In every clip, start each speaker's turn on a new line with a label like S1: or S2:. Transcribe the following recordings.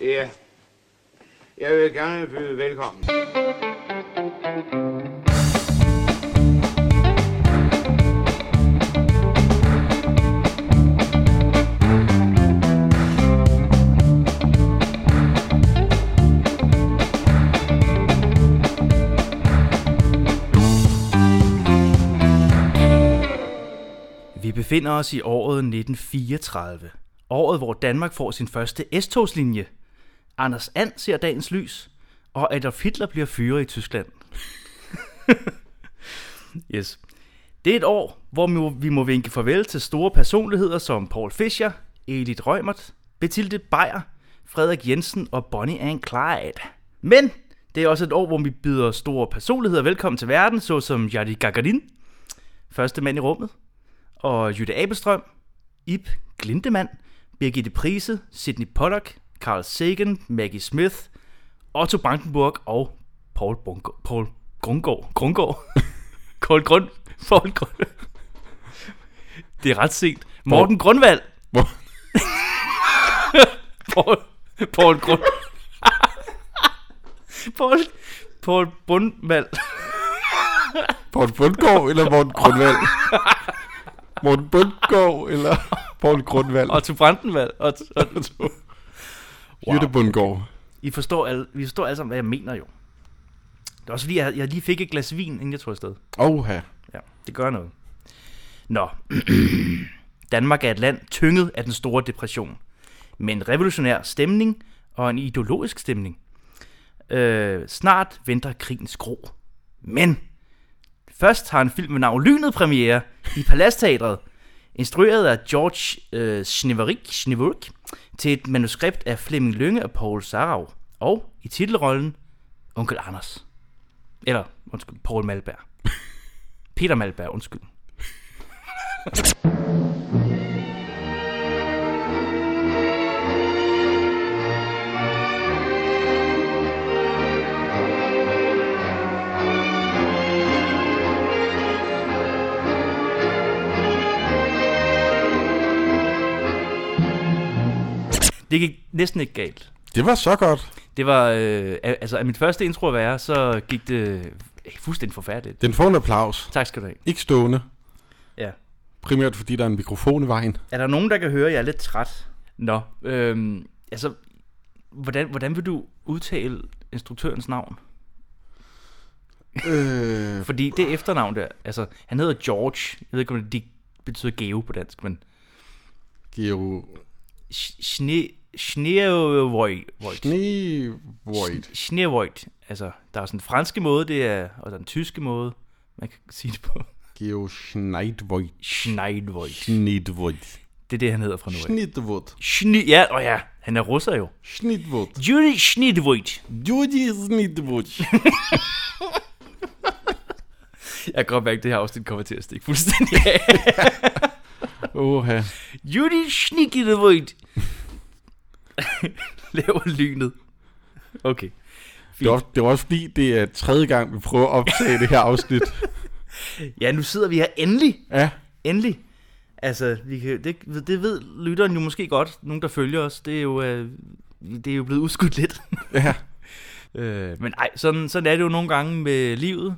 S1: Ja. Jeg vil gerne byde velkommen.
S2: Vi befinder os i året 1934. Året, hvor Danmark får sin første S-togslinje. Anders And ser dagens lys, og Adolf Hitler bliver fyret i Tyskland. yes. Det er et år, hvor vi må- vi må vinke farvel til store personligheder som Paul Fischer, Edith Rømert, Betilde Beyer, Frederik Jensen og Bonnie and Clyde. Men det er også et år, hvor vi byder store personligheder velkommen til verden, såsom Yadi Gagarin, første mand i rummet, og Jytte Abelstrøm, Ib Glindemann, Birgitte Prise, Sidney Pollock, Carl Sagan, Maggie Smith, Otto Brandenburg og Paul, Brungo, Paul Grundgaard. Grundgaard? Paul Grund... Paul Grund... Det er ret sent. Morten Grundvald.
S3: Hvor-
S2: Paul, Paul Grund... Paul, Paul Brundvald.
S3: Morten Bundgaard eller Morten Grundvald? Morten Bundgaard eller Morten Grundvald?
S2: Otto Brandenvald. Otto, Otto.
S3: Wow. Jytte Bundgaard.
S2: I forstår alle, vi forstår alle sammen, hvad jeg mener jo. Det er også fordi, jeg, jeg lige fik et glas vin, inden jeg tog afsted.
S3: Oha.
S2: Ja, det gør noget. Nå. Danmark er et land tynget af den store depression. Med en revolutionær stemning og en ideologisk stemning. Øh, snart venter krigens gro. Men først har en film med navn Lynet premiere i Palastteatret. Instrueret af George øh, Schneverik, Schneverik til et manuskript af Flemming Lynge og Paul Sarau. Og i titelrollen Onkel Anders. Eller, undskyld, Paul Malberg. Peter Malberg, undskyld. Det gik næsten ikke galt.
S3: Det var så godt.
S2: Det var, øh, al- altså af mit første intro at være, så gik det øh, fuldstændig forfærdeligt.
S3: Den får en applaus.
S2: Tak skal du have.
S3: Ikke stående.
S2: Ja.
S3: Primært fordi der er en mikrofon i vejen.
S2: Er der nogen, der kan høre, at jeg er lidt træt? Nå, øhm, altså, hvordan, hvordan vil du udtale instruktørens navn?
S3: Øh,
S2: Fordi det efternavn der, altså, han hedder George. Jeg ved ikke, om det betyder gave på dansk, men...
S3: Geo...
S2: Sch- Schne... Schneevoid.
S3: Snevoid.
S2: Schneevoid. Altså, der er sådan en franske måde, det er, og der er en tyske måde, man kan sige det på.
S3: Geo Schneidvoid.
S2: Schneidvoid.
S3: Schneidvoid.
S2: Det er det, han hedder fra nu af.
S3: Schneidvoid.
S2: Schni, ja, og ja, han er russer jo.
S3: Schneidvoid.
S2: Judy Schnitvoit.
S3: Judy Schneidvoid.
S2: Jeg kan godt mærke, at det her afsnit kommer til at stikke fuldstændig af.
S3: Oha.
S2: Judy Schnitvoit. Laver lynet. Okay.
S3: Det var, det var også fordi, det er tredje gang, vi prøver at optage det her afsnit.
S2: Ja, nu sidder vi her endelig.
S3: Ja.
S2: Endelig. Altså, vi kan, det, det ved lytteren jo måske godt. Nogen, der følger os. Det er jo, øh, det er jo blevet udskudt lidt.
S3: Ja.
S2: Øh, men nej, sådan, sådan er det jo nogle gange med livet.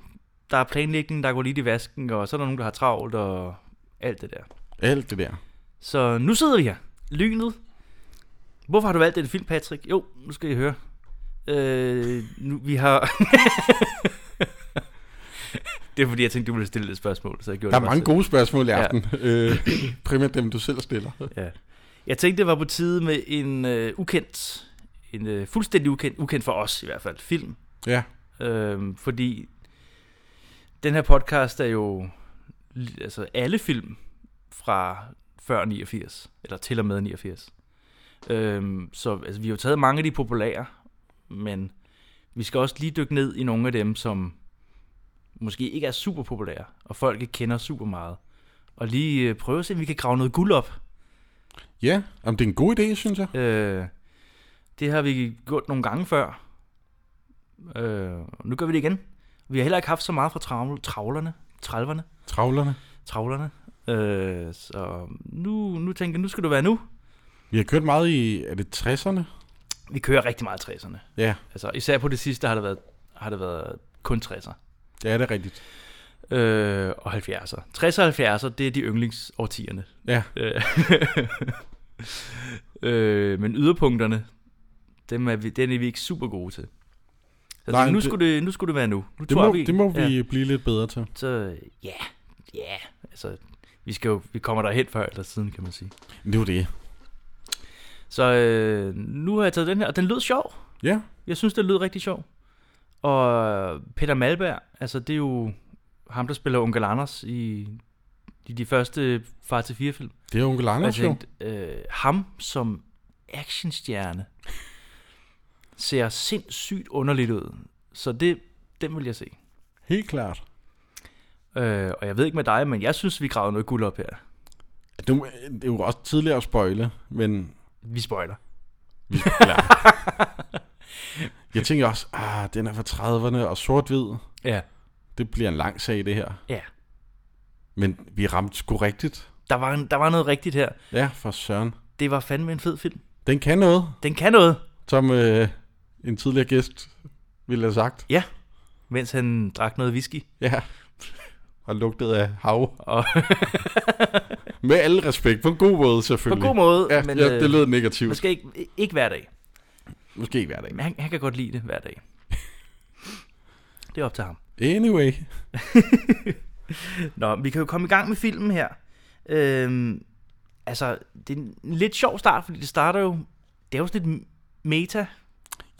S2: Der er planlægning, der går lidt i vasken, og så er der nogen, der har travlt og alt det der.
S3: Alt det der.
S2: Så nu sidder vi her. Lynet. Hvorfor har du valgt den film, Patrick? Jo, nu skal I høre. Øh, nu, vi har... det er fordi, jeg tænkte, du ville stille lidt spørgsmål, så jeg gjorde
S3: Der er
S2: det
S3: mange
S2: bare
S3: gode spørgsmål i
S2: Ja.
S3: aften. Ja. Øh, primært dem, du selv stiller.
S2: selv. Ja. Jeg tænkte, det var på tide med en øh, ukendt, en øh, fuldstændig ukendt, ukendt for os i hvert fald, film.
S3: Ja.
S2: Øh, fordi den her podcast er jo li- altså alle film fra før 89, eller til og med 89. Øh, så altså, vi har jo taget mange af de populære, men vi skal også lige dykke ned i nogle af dem, som måske ikke er super populære, og folk ikke kender super meget. Og lige øh, prøve at se, om vi kan grave noget guld op.
S3: Ja, Jamen, det er en god idé, synes jeg.
S2: Øh, det har vi gjort nogle gange før. Øh, og nu gør vi det igen. Vi har heller ikke haft så meget fra travl- travlerne. Travlerne.
S3: Travlerne.
S2: Travlerne. Øh, så nu, nu tænker jeg, nu skal du være nu.
S3: Vi har kørt meget i, er det 60'erne?
S2: Vi kører rigtig meget 60'erne.
S3: Ja,
S2: Altså, især på det sidste har det været, har det været kun 60'er
S3: ja, det er rigtigt.
S2: øh, og 70'er. 60'er og 70'er, det er de yndlingsårtierne.
S3: Ja,
S2: Øh, øh, men yderpunkterne, dem er vi, den er vi ikke super gode til. Så
S3: Nej,
S2: Nej, nu,
S3: det-
S2: skulle det, nu skulle det være nu. nu
S3: det
S2: tror
S3: må,
S2: vi,
S3: det må vi
S2: Ja,
S3: blive lidt bedre til.
S2: så, ja, ja, altså, vi, skal jo, vi kommer derhen før eller siden, kan man sige.
S3: Det er jo det.
S2: Så øh, nu har jeg taget den her, og den lød sjov.
S3: Ja,
S2: Jeg synes, det lød rigtig sjov. Og Peter Malberg, altså det er jo ham, der spiller Onkel Anders i, i de første Far til 4 film.
S3: det er onkel
S2: Og jeg
S3: Anders jo.
S2: tænkte, øh, ham som actionstjerne ser sindssygt underligt ud. Så det, den vil jeg se.
S3: Helt klart.
S2: Øh, og jeg ved ikke med dig, men jeg synes, vi gravede noget guld op her.
S3: Du, må- det er jo også tidligere at spoile, men
S2: Vi spoiler.
S3: vi spoiler. Jeg tænker også, ah, den er fra 30'erne og sort-hvid.
S2: Ja.
S3: Det bliver en lang sag, det her.
S2: ja.
S3: Men vi ramte sgu rigtigt.
S2: Der var, en, der var noget rigtigt her.
S3: Ja, for søren.
S2: Det var fandme en fed film.
S3: Den kan noget,
S2: Den kan noget,
S3: som øh, en tidligere gæst ville have sagt.
S2: mens han drak noget whisky.
S3: Ja. Og lugtede af hav.
S2: Og
S3: Med alle respekt. På en god måde,
S2: på
S3: selvfølgelig.
S2: en god måde,
S3: Ja,
S2: men
S3: men, ja
S2: øh,
S3: det lød negativt. Måske,
S2: måske ikke, ikke hver dag.
S3: måske ikke hver dag.
S2: Men han, han kan godt lide det hver dag. Det er op til ham.
S3: Anyway.
S2: Nå, vi kan jo komme i gang med filmen her. Øhm, altså, det er en lidt sjov start, fordi det starter jo... Det er jo sådan lidt meta.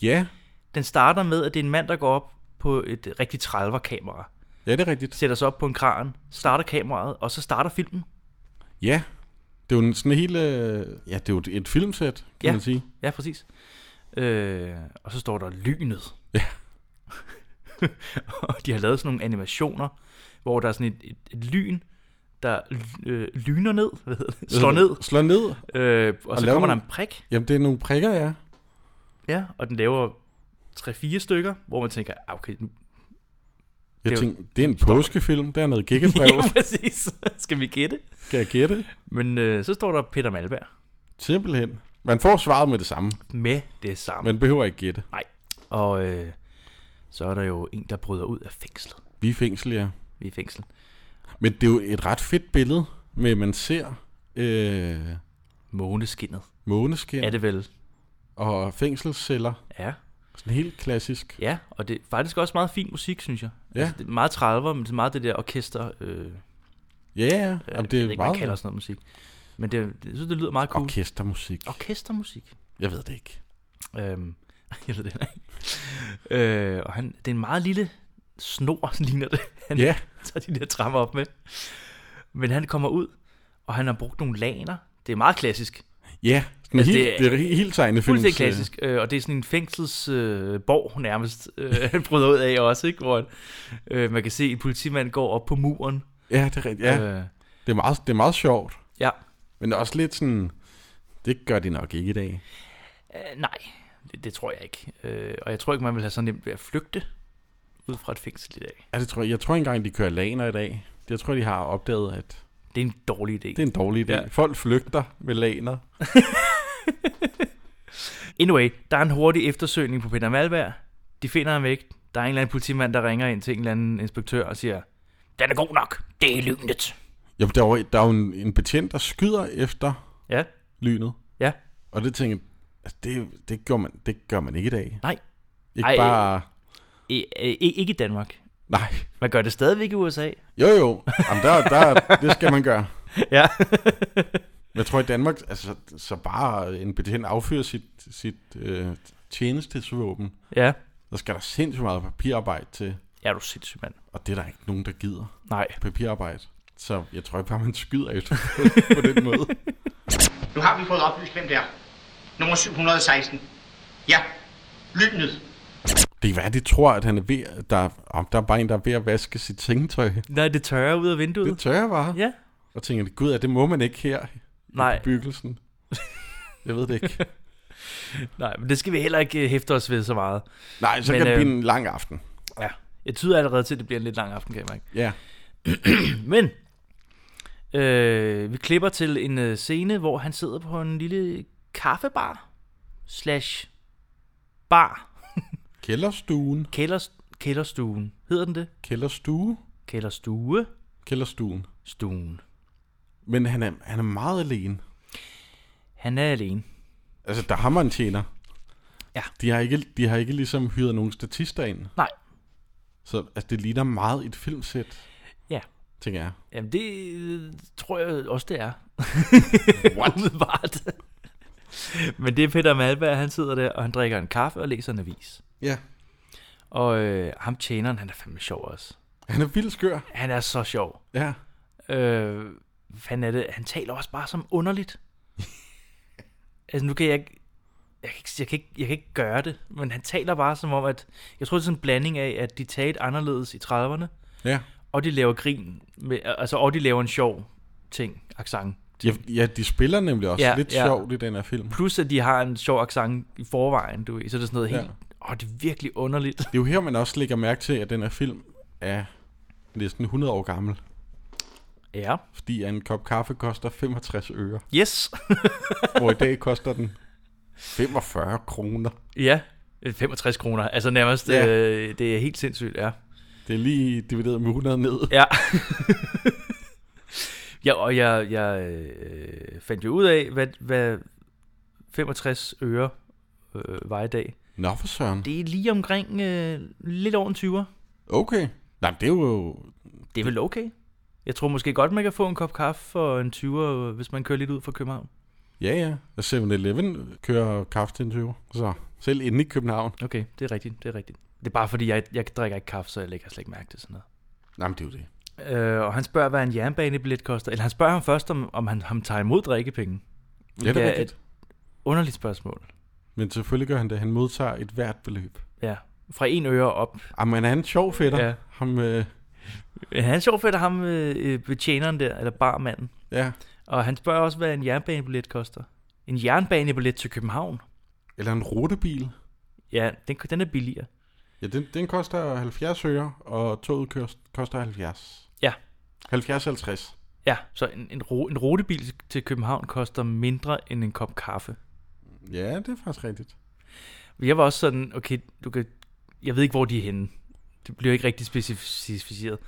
S3: Ja,
S2: Den starter med, at det er en mand, der går op på et rigtig 30'er-kamera.
S3: ja det er rigtigt.
S2: Sætter sig op på en kran, starter kameraet, og så starter filmen.
S3: Ja. Det er jo en sådan en helt... Øh, ja, det er jo et- et filmsæt, kan
S2: Ja.
S3: man sige.
S2: Ja, præcis. Øh, og så står der lynet.
S3: Ja.
S2: og de har lavet sådan nogle animationer, hvor der er sådan et, et, et lyn, der øh, lyner ned, hvad hedder det? slår ned,
S3: Slå ned.
S2: øh, og,
S3: Og
S2: så
S3: laver
S2: kommer der
S3: nogle-
S2: en prik,
S3: Jamen, det er nogle prikker, ja.
S2: ja, og den laver 3-4 stykker, hvor man tænker, ah, okay, nu Det er
S3: Jeg
S2: jo-
S3: tænkte, det er en påskefilm. Der er noget gikkebrev.
S2: ja, præcis, skal vi gætte?
S3: Skal jeg gætte?
S2: Men øh, så står der Peter Malberg
S3: Simpelthen. Man får svaret med det samme.
S2: med det samme. Men...
S3: Man behøver ikke gætte.
S2: Og øh, så er der jo en, der bryder ud af fængslet.
S3: Vi er fængsel, ja.
S2: Vi er i fængsel.
S3: Men det er jo et ret fedt billede, med at man ser øh,
S2: Måneskinnet
S3: måneskin
S2: er det vel?
S3: og fængselsceller.
S2: Ja.
S3: Sådan helt klassisk.
S2: Ja, og det er faktisk også meget fin musik, synes jeg.
S3: Ja.
S2: Altså, det er meget 30'er, men det er meget det der orkester. Øh,
S3: Ja, ja. Jamen,
S2: jeg
S3: det
S2: ved
S3: er
S2: Øh, ikke, man kalder
S3: meget
S2: sådan noget musik. Men det, det, jeg synes, det lyder meget cool.
S3: orkestermusik.
S2: Orkestermusik.
S3: Jeg ved det ikke.
S2: Øhm, jeg ved det heller ikke. Øh, og han, det er en meget lille snor, ligner det, han
S3: Ja,
S2: tager de der trammer op med. Men han kommer ud, og han har brugt nogle laner. Det er meget klassisk.
S3: ja. Sådan
S2: Altså,
S3: helt,
S2: det er-
S3: det er he- helt tegnet film.
S2: Fuldstændig klassisk, øh, og det er sådan en fængselsborg øh, borg nærmest, øh, han bryder ud af også, ikke? hvor øh, man kan se, at en politimand går op på muren.
S3: Ja, det er, rigtigt. ja.
S2: Øh,
S3: Det, er meget, det er meget sjovt.
S2: ja.
S3: Men også lidt sådan, det gør de nok ikke i dag.
S2: Øh, nej, det, det tror jeg ikke. Øh, og jeg tror ikke, man vil have så nemt ved at flygte ud fra et fængsel i dag.
S3: Ja, det tror jeg, jeg tror ikke engang, de kører laner i dag. Jeg tror, de har opdaget, at
S2: Det er en dårlig idé.
S3: det er en dårlig idé.
S2: Ja.
S3: Ja. Folk flygter med laner.
S2: Anyway, der er en hurtig eftersøgning på Peter Malberg. De finder ham væk. Der er en eller anden politimand, der ringer ind til en eller anden inspektør og siger, den er god nok, det er lynet.
S3: Jamen, der er jo, der er jo en, en betjent, der skyder efter
S2: Ja,
S3: lynet.
S2: ja.
S3: Og det tænker jeg, altså, det, det, gør man, det gør man ikke i dag.
S2: Nej,
S3: Ikke
S2: Ej.
S3: Ej. bare,
S2: I, øh, I, ikke i Danmark.
S3: nej.
S2: Man gør det stadigvæk i USA.
S3: Jo, jo. Jamen, der, der, det skal man gøre.
S2: Ja.
S3: Men jeg tror i Danmark, altså, så bare en betjent affyrer sit, sit øh, tjenestesvåben.
S2: ja.
S3: Der skal der sindssygt meget papirarbejde til.
S2: Ja, du er sindssyg, mand.
S3: Og det er der ikke nogen, der gider.
S2: Nej.
S3: Papirarbejde. Så jeg tror bare, man skyder efter på den måde.
S4: Nu har vi fået oplyst, hvem det er. Nummer 716. Ja, lynet.
S3: Det kan være, de tror, at han er ved, at der, om der er bare en, der er ved at vaske sit tængetøj.
S2: Nej, det tørrer ud af vinduet.
S3: Det tør jeg bare.
S2: Ja.
S3: Og tænker, de, gud, ja, det må man ikke her i
S2: Nej,
S3: bebyggelsen. Jeg ved det ikke.
S2: nej, men det skal vi heller ikke øh, hæfte os ved så meget.
S3: Nej, så
S2: Men,
S3: Men, kan det
S2: øh,
S3: blive en lang aften.
S2: Ja. Jeg tyder allerede til, at det bliver en lidt lang aften, kan jeg mærke.
S3: Ja.
S2: Men øh, vi klipper til en øh, scene, hvor han sidder på en lille kaffebar slash bar,
S3: Kælderstuen.
S2: kælders, kælderstuen. Hedder den det?
S3: Kælderstue.
S2: Kælderstue,
S3: Kælderstuen.
S2: stuen.
S3: Men han er, han er meget alene.
S2: Han er alene.
S3: Altså, der har man tjener.
S2: Ja.
S3: De har, ikke, de har ikke ligesom hyret nogen statister ind.
S2: Nej,
S3: Så altså, det ligner meget et filmsæt,
S2: ja.
S3: tænker jeg.
S2: Jamen det øh, tror jeg også, det er. What? Umiddelbart. Men det er Peter Malberg, han sidder der, og han drikker en kaffe og læser en avis.
S3: Ja.
S2: Og øh, ham tjeneren, han er fandme sjov også.
S3: Han er vildt skør.
S2: Han er så sjov.
S3: Ja.
S2: Øh, fanden er det? Han taler også bare som underligt. altså nu kan jeg ikke... Jeg kan, ikke, jeg, kan ikke, jeg kan ikke gøre det, men han taler bare som om, at... Jeg tror, det er sådan en blanding af, at de talte anderledes i 30'erne,
S3: Ja.
S2: og de laver grin, med, altså, og de laver en sjov ting, accent.
S3: Ja, ja, de spiller nemlig også
S2: Ja,
S3: ja, lidt
S2: ja.
S3: ja. sjovt i den her film.
S2: Plus, at de har en sjov accent i forvejen, du ved, så er det sådan noget helt... Åh, det er virkelig underligt.
S3: Det er jo her, man også lægger mærke til, at den her film er næsten 100 år gammel.
S2: Ja.
S3: Fordi en kop kaffe koster 65 øre,
S2: Yes.
S3: hvor i dag koster den 45 kroner.
S2: ja. 65 kroner. Altså nærmest,
S3: Ja.
S2: ja. øh, det er helt sindssygt, ja.
S3: Det er lige divideret med 100 ned.
S2: Ja. ja, og jeg, jeg øh, fandt jo ud af, hvad, hvad 65 øre øh, var i dag.
S3: Nå for søren.
S2: Det er lige omkring øh, lidt over en 20'er.
S3: Okay. Nej, men det er jo...
S2: Det er vel okay? Jeg tror måske godt, man kan få en kop kaffe for en 20'er, hvis man kører lidt ud fra København.
S3: Ja, ja. Og 7-Eleven kører kaffe til en 20. Så selv inde i København.
S2: Okay, det er rigtigt, det er rigigt. Det er bare fordi, jeg, jeg drikker ikke kaffe, så jeg lægger slet ikke mærke til sådan noget.
S3: Nej, men det er jo det.
S2: Øh, og han spørger, hvad en jernbanebillet koster. Eller han spørger ham først, om, om han ham tager imod drikkepenge.
S3: Ja, det er
S2: Ja,
S3: rigtigt.
S2: Underligt spørgsmål.
S3: Men selvfølgelig gør han det. Han modtager et hvert beløb.
S2: Ja, fra en øre op.
S3: Jamen, han er en sjov fætter.
S2: Ja.
S3: Ja. Ham, øh,
S2: Men Han er sjov fedt, ham øh, øh, betjeneren der, eller barmanden.
S3: ja.
S2: Og han spørger også, hvad en jernbanebillet koster. En jernbanebillet til København?
S3: Eller en rutebil.
S2: Ja, den, den er billigere.
S3: Ja, den, den koster 70 øre, og toget kører, koster 70.
S2: Ja,
S3: 70-50.
S2: ja. Så en, en, ro, en rutebil til København koster mindre end en kop kaffe.
S3: Ja, det er faktisk rigtigt.
S2: Jeg var også sådan, okay, du kan, jeg ved ikke, hvor de er henne. Det bliver ikke rigtig specificeret.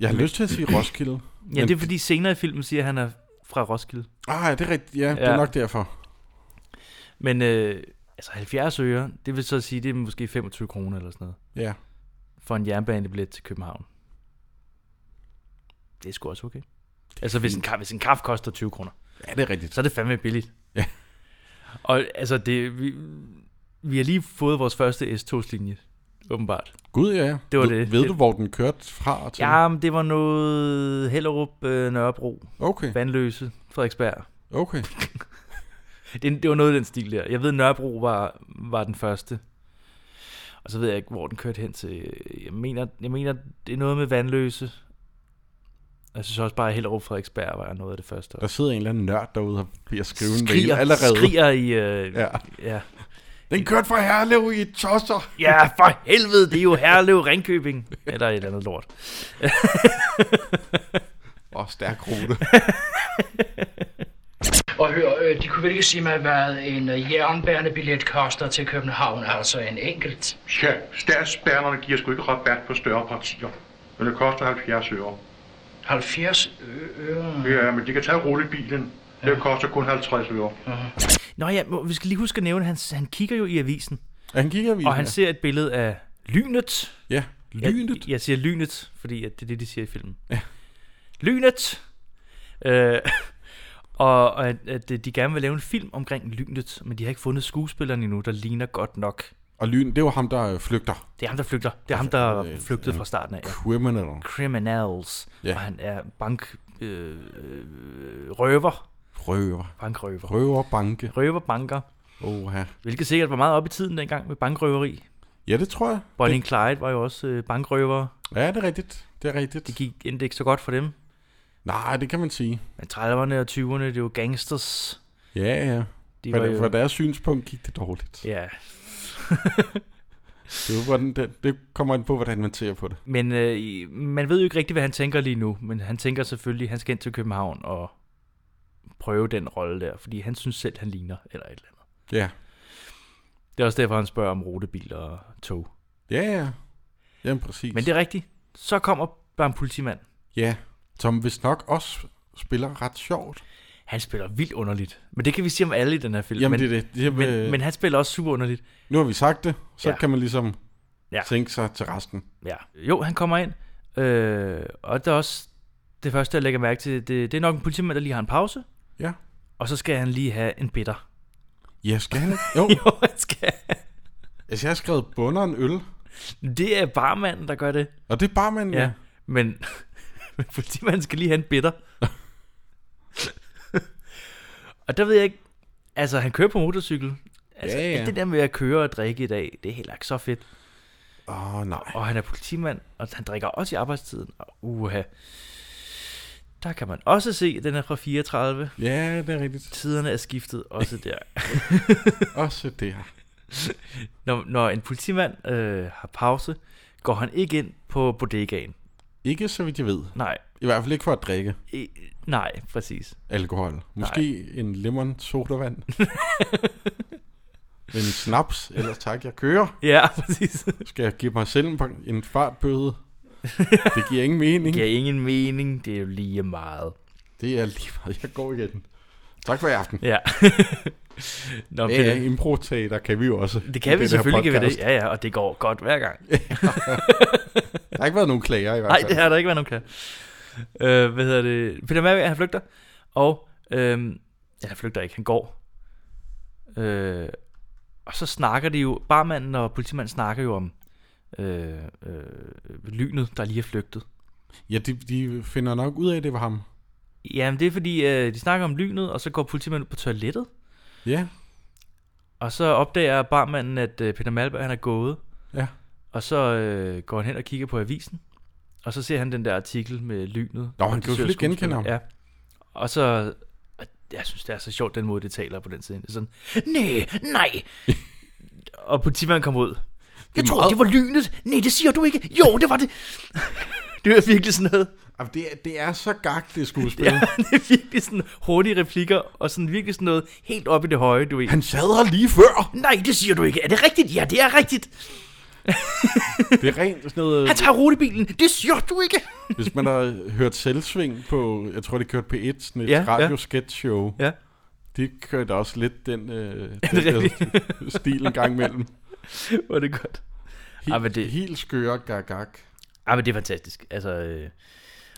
S3: Jeg har lyst til at sige Roskilde.
S2: Ja, det er fordi senere i filmen siger, at han er fra Roskilde.
S3: Ah, ja, det er rigtigt. Ja, ja, det
S2: Ja.
S3: er nok derfor.
S2: Men øh, altså 70 øre, det vil så sige, det er måske 25 kroner eller sådan noget.
S3: Ja.
S2: For en jernbanebillet til København. Det er sgu også okay. Altså hvis en, ka- hvis en kaffe koster 20 kroner,
S3: ja, det er rigtigt.
S2: så er det fandme billigt.
S3: Ja.
S2: Og altså det, vi, vi har lige fået vores første S-togslinje, åbenbart.
S3: Gud, ja.
S2: Det var
S3: ved,
S2: det.
S3: Ved
S2: Det-
S3: du, hvor den kørte fra og til?
S2: Ja, men det var noget Hellerup, øh, Nørrebro,
S3: Okay,
S2: Vandløse, Frederiksberg.
S3: okay.
S2: Det, det var noget af den stil der. Jeg ved, Nørrebro var, var den første. Og så ved jeg ikke, hvor den kørte hen til. Jeg mener, jeg mener det er noget med vandløse. Jeg synes også bare, at Hellerup Frederiksberg var noget af det første.
S3: Der sidder en eller anden nørd derude og bliver at skrive en mail
S2: skriger,
S3: allerede.
S2: skriger i... Øh, ja.
S3: Ja.
S2: Ja.
S3: Den kørte fra Herlev i tosser.
S2: ja, for helvede, det er jo Herlev Ringkøbing. Eller et eller andet lort.
S3: Åh, stærk rute.
S5: Og hør, øh, de kunne vel ikke sige mig, hvad en øh, jernbanebillet koster til København, altså en enkelt.
S6: Tja, statsbanerne giver sgu ikke rabat på større partier. Men det koster 70 øre.
S5: 70
S7: Mm.
S5: øre.
S6: Ja, men de kan tage rullebilen. Det koster kun 50 øre.
S2: Nå ja, må- vi skal lige huske at nævne, at han, han kigger jo i avisen.
S3: Han kigger vi.
S2: Og han ser et billede af lynet.
S3: Ja, lynet.
S2: Jeg, jeg siger lynet, fordi at det er det, de siger i filmen. Ja. Lynet! Øh, og og at, at de gerne vil lave en film omkring lynet, men de har ikke fundet skuespilleren endnu, der ligner godt nok.
S3: Og lyn, det var ham, der øh, flygter.
S2: Det er ham, der flygter. Det er ham, der
S3: Øh,
S2: flygtede
S3: øh,
S2: fra starten af.
S3: Criminal.
S2: Criminals.
S3: Ja.
S2: Og han er bank... Øh, øh, røver.
S3: Røver.
S2: Bankrøver.
S3: Røverbanke.
S2: Røverbanker.
S3: Oha.
S2: Hvilket sikkert var meget op i tiden dengang med bankrøveri.
S3: Ja, det tror jeg.
S2: Bonnie and Clyde var jo også øh, bankrøvere.
S3: Ja, det er rigtigt. Det er rigtigt.
S2: Det gik endte ikke så godt for dem.
S3: Nej, det kan man sige.
S2: Men 30'erne og 20'erne, det var gangsters.
S3: Ja, ja.
S2: De
S3: Fra,
S2: var jo-
S3: fra deres synspunkt gik det dårligt.
S2: Ja,
S3: Det, var, hvordan, det, det kommer an på, hvordan man ser på det.
S2: men øh, i- man ved jo ikke rigtigt, hvad han tænker lige nu, men han tænker selvfølgelig, at han skal ind til København og prøve den rolle der, fordi han synes selv, han ligner eller et eller andet.
S3: Ja.
S2: Det er også derfor, han spørger om rutebiler og tog.
S3: Ja, ja. Jamen præcis.
S2: Men det er rigtigt. Så kommer bare en politimand.
S3: Ja, som vist nok også spiller ret sjovt.
S2: Han spiller vildt underligt. Men det kan vi sige om alle i den her film.
S3: Jamen
S2: men,
S3: men, det er det. Øh. det
S2: Men, men han spiller også super underligt.
S3: nu har vi sagt det, så
S2: Ja.
S3: ja. kan man ligesom
S2: Ja.
S3: ja. tænke sig til resten.
S2: Ja. Jo, han kommer ind. Øh, og det er også det første, jeg lægger mærke til. Det, det er nok en politimand, der lige har en pause.
S3: Ja.
S2: Og så skal han lige have en bitter.
S3: Ja, skal han ikke? Jo,
S2: Jo, han skal.
S3: altså jeg har skrevet bunder en øl,
S2: Det er barmanden, der gør det.
S3: og det er bare man...
S2: Ja. ja. Men, men politimanden skal lige have en bitter. og der ved jeg ikke... Altså, han kører på motorcykel. Altså,
S3: Ja, ja.
S2: det der med at køre og drikke i dag, det er heller ikke så fedt.
S3: Åh, oh, nej.
S2: Og han er politimand, og han drikker også i arbejdstiden. Og uha. Der kan man også se, at den er fra 34.
S3: Ja, det er rigtigt.
S2: Tiderne er skiftet også der.
S3: Også det her.
S2: Når, når en politimand øh, har pause, går han ikke ind på bodegaen.
S3: Ikke så vidt jeg ved.
S2: Nej,
S3: I hvert fald ikke for at drikke
S2: e, nej, præcis.
S3: alkohol. Måske nej. en lemon sodavand. en snaps, ellers tak, jeg kører.
S2: Ja, præcis.
S3: Skal jeg give mig selv en, par- en fartbøde? Det giver ingen mening.
S2: Giver ingen mening, det er jo lige meget.
S3: Det er lige meget. Jeg går igen. Tak for i aften.
S2: Ja. Nå, men
S3: Ja,
S2: det,
S3: improteater kan vi jo også.
S2: det
S3: i
S2: kan
S3: den
S2: vi
S3: her
S2: selvfølgelig ikke ved det.
S3: podcast.
S2: Ja, ja, og det går godt hver gang.
S3: Der har ikke været nogen klager i hvert
S2: Nej,
S3: fald.
S2: det har der ikke været nogen klat. Øh, hvad hedder det? Peter Mærvig, han flygter. Og, øhm, ja, han flygter ikke, han går. Øh, og så snakker de jo, barmanden og politimanden snakker jo om øh, øh, lynet, der lige er flygtet.
S3: Ja, de, de finder nok ud af, at det var ham.
S2: Jamen, det er fordi, øh, de snakker om lynet, og så går politimanden ud på toilettet.
S3: Ja,
S2: Og så opdager barmanden, at øh, Peter Malberg, han er gået.
S3: ja.
S2: Og så øh, går han hen og kigger på avisen, og så ser han den der artikel med lynet.
S3: Nå,
S2: Og
S3: han
S2: de
S3: kan jo
S2: søger
S3: selvfølgelig genkende
S2: skuespillere. Ja. Og så... og Jeg synes, det er så sjovt, den måde, det taler på den side. Det er sådan, nej, nej. og politimanden kom ud. Jeg tror,
S3: meget-
S2: det var lynet. Nej, det siger du ikke. Jo, det var det. det er virkelig sådan noget.
S3: Jamen, det, er- det er så gagt, det skuespil.
S2: Ja, det er virkelig sådan hurtige replikker, og sådan virkelig sådan noget helt op i det høje, du ved.
S3: Han sad her lige før.
S2: Nej, det siger du ikke. Er det rigtigt? Ja, det er rigtigt.
S3: Det er rent sådan noget...
S2: Han tager rutebilen. Det siger du ikke.
S3: Hvis man har hørt selvsving på, jeg tror, det kørte P1, sådan et
S2: Ja, ja.
S3: ja, radio-sketch-show,
S2: Ja.
S3: de kørte også lidt den, øh, den
S2: det
S3: der stil en gang imellem.
S2: Hvor er det godt.
S3: Helt,
S2: Ej, men det-
S3: helt skøre gagag.
S2: Ah, men det er fantastisk. Altså, øh,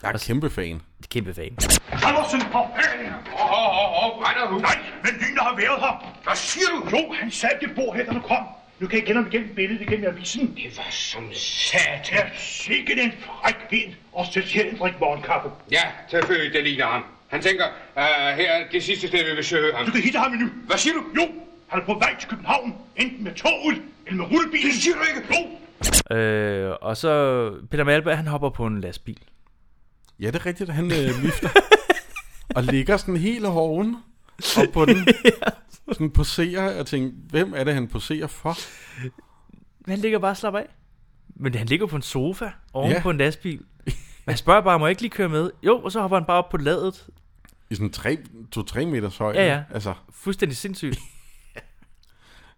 S3: Jeg er kæmpe fan.
S2: kæmpe fan.
S6: Andersen for fanden! Åh, åh, åh, åh, brænder du? Nej, men lynet har været her. Hvad siger du? Jo, han satte det bord her, da du kom. Nu kan jeg kende ham igennem billedet igennem avisen. Det var som sat. Ja, sikkert en frækhed. Og så siger en drik morgenkaffe.
S8: Ja, selvfølgelig, det ligner ham. Han tænker, uh, her er det sidste sted, vi vil søge ham.
S6: Du kan hitte ham endnu.
S8: Hvad siger du?
S6: Jo, han er på vej til København. Enten med toget eller med rullebilen. Det siger du ikke. Jo,
S2: Øh, og så Peter Malberg, han hopper på en lastbil.
S3: Ja, det er rigtigt, at han øh, vifter. og ligger sådan hele hoven op på den. Sådan poserer og tænker, hvem er det, han poserer for?
S2: Men han ligger bare og slapper af. Men han ligger på en sofa oven
S3: Ja.
S2: på en lastbil. Men han spørger bare, må jeg ikke lige køre med? Jo, og så hopper han bare op på ladet.
S3: I sådan tre, to-tre meters højde.
S2: Ja, ja.
S3: Altså,
S2: Fuldstændig sindssygt.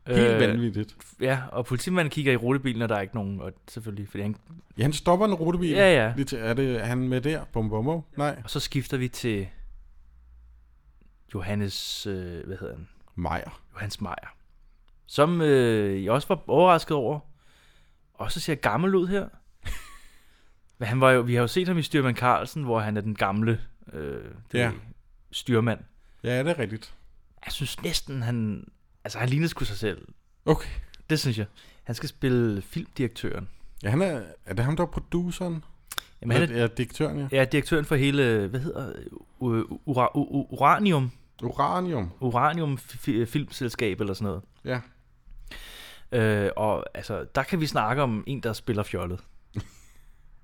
S3: helt øh, vanvittigt.
S2: Ja, og politimanden kigger i rutebilen, og der er ikke nogen, og selvfølgelig, fordi han...
S3: Ja, han stopper en rutebil.
S2: Ja, ja.
S3: Lidt, er, det, er han med der? Bum, bum, bum. Nej.
S2: Og så skifter vi til Johannes, øh, hvad hedder han?
S3: Meyer.
S2: Johannes Meyer. Som øh, jeg også var overrasket over. Også ser gammel ud her. Men han var jo, vi har jo set ham i Styrman Carlsen, hvor han er den gamle øh, det
S3: Ja.
S2: ved, styrmand.
S3: Ja, det er rigtigt.
S2: Jeg synes næsten, han... Altså, han ligner sgu sig selv.
S3: Okay.
S2: Det synes jeg. Han skal spille filmdirektøren.
S3: Ja, han er, er det ham, der er produceren?
S2: Jamen, han er,
S3: er, er direktøren, ja.
S2: ja, direktøren for hele, hvad hedder, uh, ura, u, u, Uranium,
S3: Uranium.
S2: Uranium fi- fi- Filmselskab eller sådan noget.
S3: Ja.
S2: Øh, og altså, der kan vi snakke om en, der spiller fjollet.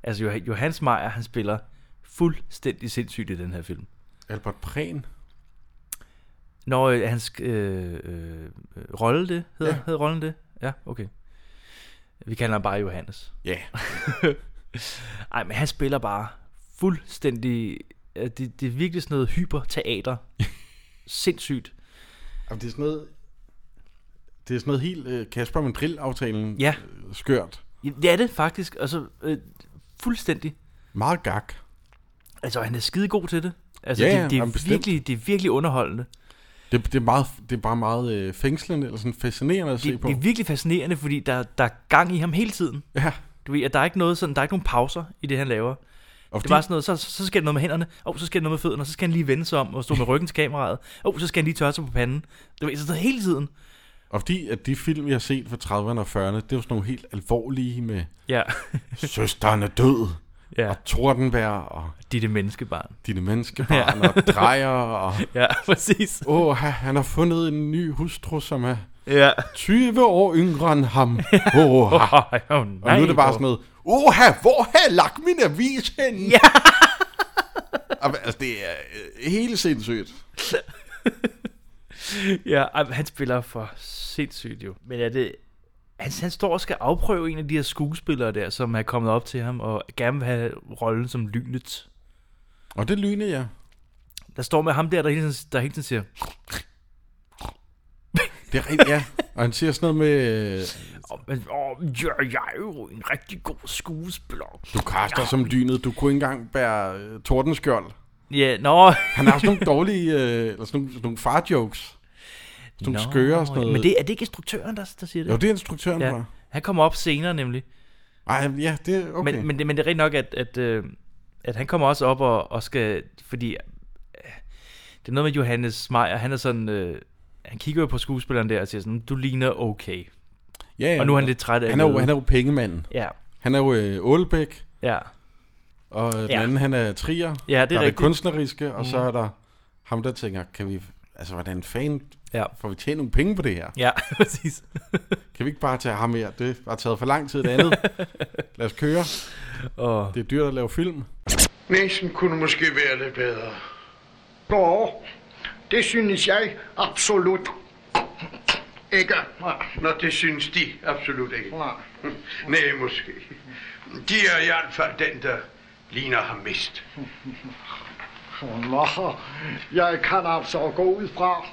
S2: altså, Joh- Johannes Meyer, han spiller fuldstændig sindssygt i den her film.
S3: Albert Prehn.
S2: Når øh, hans øh, øh, øh, rolle det, hedder, ja.
S3: Ja.
S2: hedder rollen det? Ja, okay. Vi kalder ham bare Johannes.
S3: Ja.
S2: Ej, men han spiller bare fuldstændig... øh, Det, det er virkelig sådan noget hyperteater. sindssygt.
S3: Jamen, det er sådan noget... Det er sådan noget helt øh, Kasper Mandrill-aftalen
S2: Ja.
S3: øh, skørt.
S2: Ja, Det er det faktisk, altså øh, fuldstændig.
S3: Meget gak.
S2: Altså, han er skidegod til det. Altså,
S3: Ja,
S2: ja,
S3: ja,
S2: det, det,
S3: jamen,
S2: er
S3: bestemt.
S2: virkelig, det er virkelig underholdende.
S3: Det, det, er meget, det er bare meget øh, fængslende, eller sådan fascinerende at se
S2: Det,
S3: på.
S2: det er virkelig fascinerende, fordi der, der er gang i ham hele tiden.
S3: ja,
S2: Du ved, at der er ikke noget sådan, der er ikke nogen pauser i det, han laver.
S3: og
S2: Det
S3: fordi,
S2: var sådan noget, så, så skal det noget med hænderne, og så skal det noget med fødderne, og så skal han lige vende sig om og stå med ryggen til kameraet, og så skal han lige tørre sig på panden. Det var sådan hele tiden.
S3: og fordi at de film, vi har set fra 30'erne og 40'erne, det er jo sådan nogle helt alvorlige med
S2: Ja,
S3: Søsteren er død,
S2: ja.
S3: Tordenvær og
S2: de er det menneskebarn.
S3: dine menneskebarn ja. og drejer og...
S2: Ja, præcis.
S3: Åh, oh, han har fundet en ny hustru, som er
S2: Ja.
S3: 20 år yngre end ham. Oh, og
S2: Oh, oh, nej,
S3: nu er det bare sådan noget, Oha, hvor har jeg lagt min avis hen? Ja. altså, det er øh, helt sindssygt.
S2: Ja, ej, men han spiller for sindssygt jo. Men er det... Han, han står og skal afprøve en af de her skuespillere der, som er kommet op til ham, og gerne vil have rollen som lynet.
S3: Og det lyner jeg.
S2: Der står med ham der, der hele tiden, der hele tiden siger,
S3: Det er rigtigt, ja. Og han siger sådan noget med, øh,
S2: åh, men, åh, ja, jeg er jo en rigtig god skuespiller.
S3: du kaster som lynet, du kunne ikke engang bære øh, tordenskjold.
S2: Ja, nå.
S3: Han har sådan nogle dårlige, øh, eller sådan nogle, sådan nogle far-jokes. Sådan nogle
S2: Nå,
S3: skøre og sådan
S2: ja,
S3: noget.
S2: Men det, er det ikke instruktøren, der, der siger Øh. det?
S3: Jo, det er instruktøren, ja.
S2: ja. Han kommer op senere nemlig.
S3: Ej, ja, det er okay.
S2: Okay. Men, men, det, men det er rigtigt nok, at, at, øh, at han kommer også op og, og skal... Fordi øh, det er noget med Johannes Meyer, han er sådan... Øh, han kigger jo på skuespilleren der og siger sådan, du ligner okay.
S3: ja, ja,
S2: Og nu er han lidt træt af
S3: Han er jo,
S2: det.
S3: han er jo pengemanden.
S2: Ja,
S3: Han er jo øh, Aalbæk,
S2: ja.
S3: og øh, den
S2: Ja.
S3: anden, han er Trier.
S2: Ja, det er
S3: der er det
S2: rigtigt. Mm.
S3: kunstneriske, og så er der ham, der tænker, kan vi, altså hvordan fanden
S2: Ja,
S3: får vi tjent nogle penge på det her?
S2: ja præcis.
S3: Kan vi ikke bare tage ham her? Det har taget for lang tid det andet. Lad os køre.
S2: Og
S3: Det er dyrt at lave film.
S9: Næsen kunne måske være lidt bedre. Nå, det synes jeg absolut ikke. Nå, det synes de absolut ikke. Nej, Nej måske. De er i hvert fald den, der ligner ham mest.
S10: Nå, jeg kan altså gå ud fra,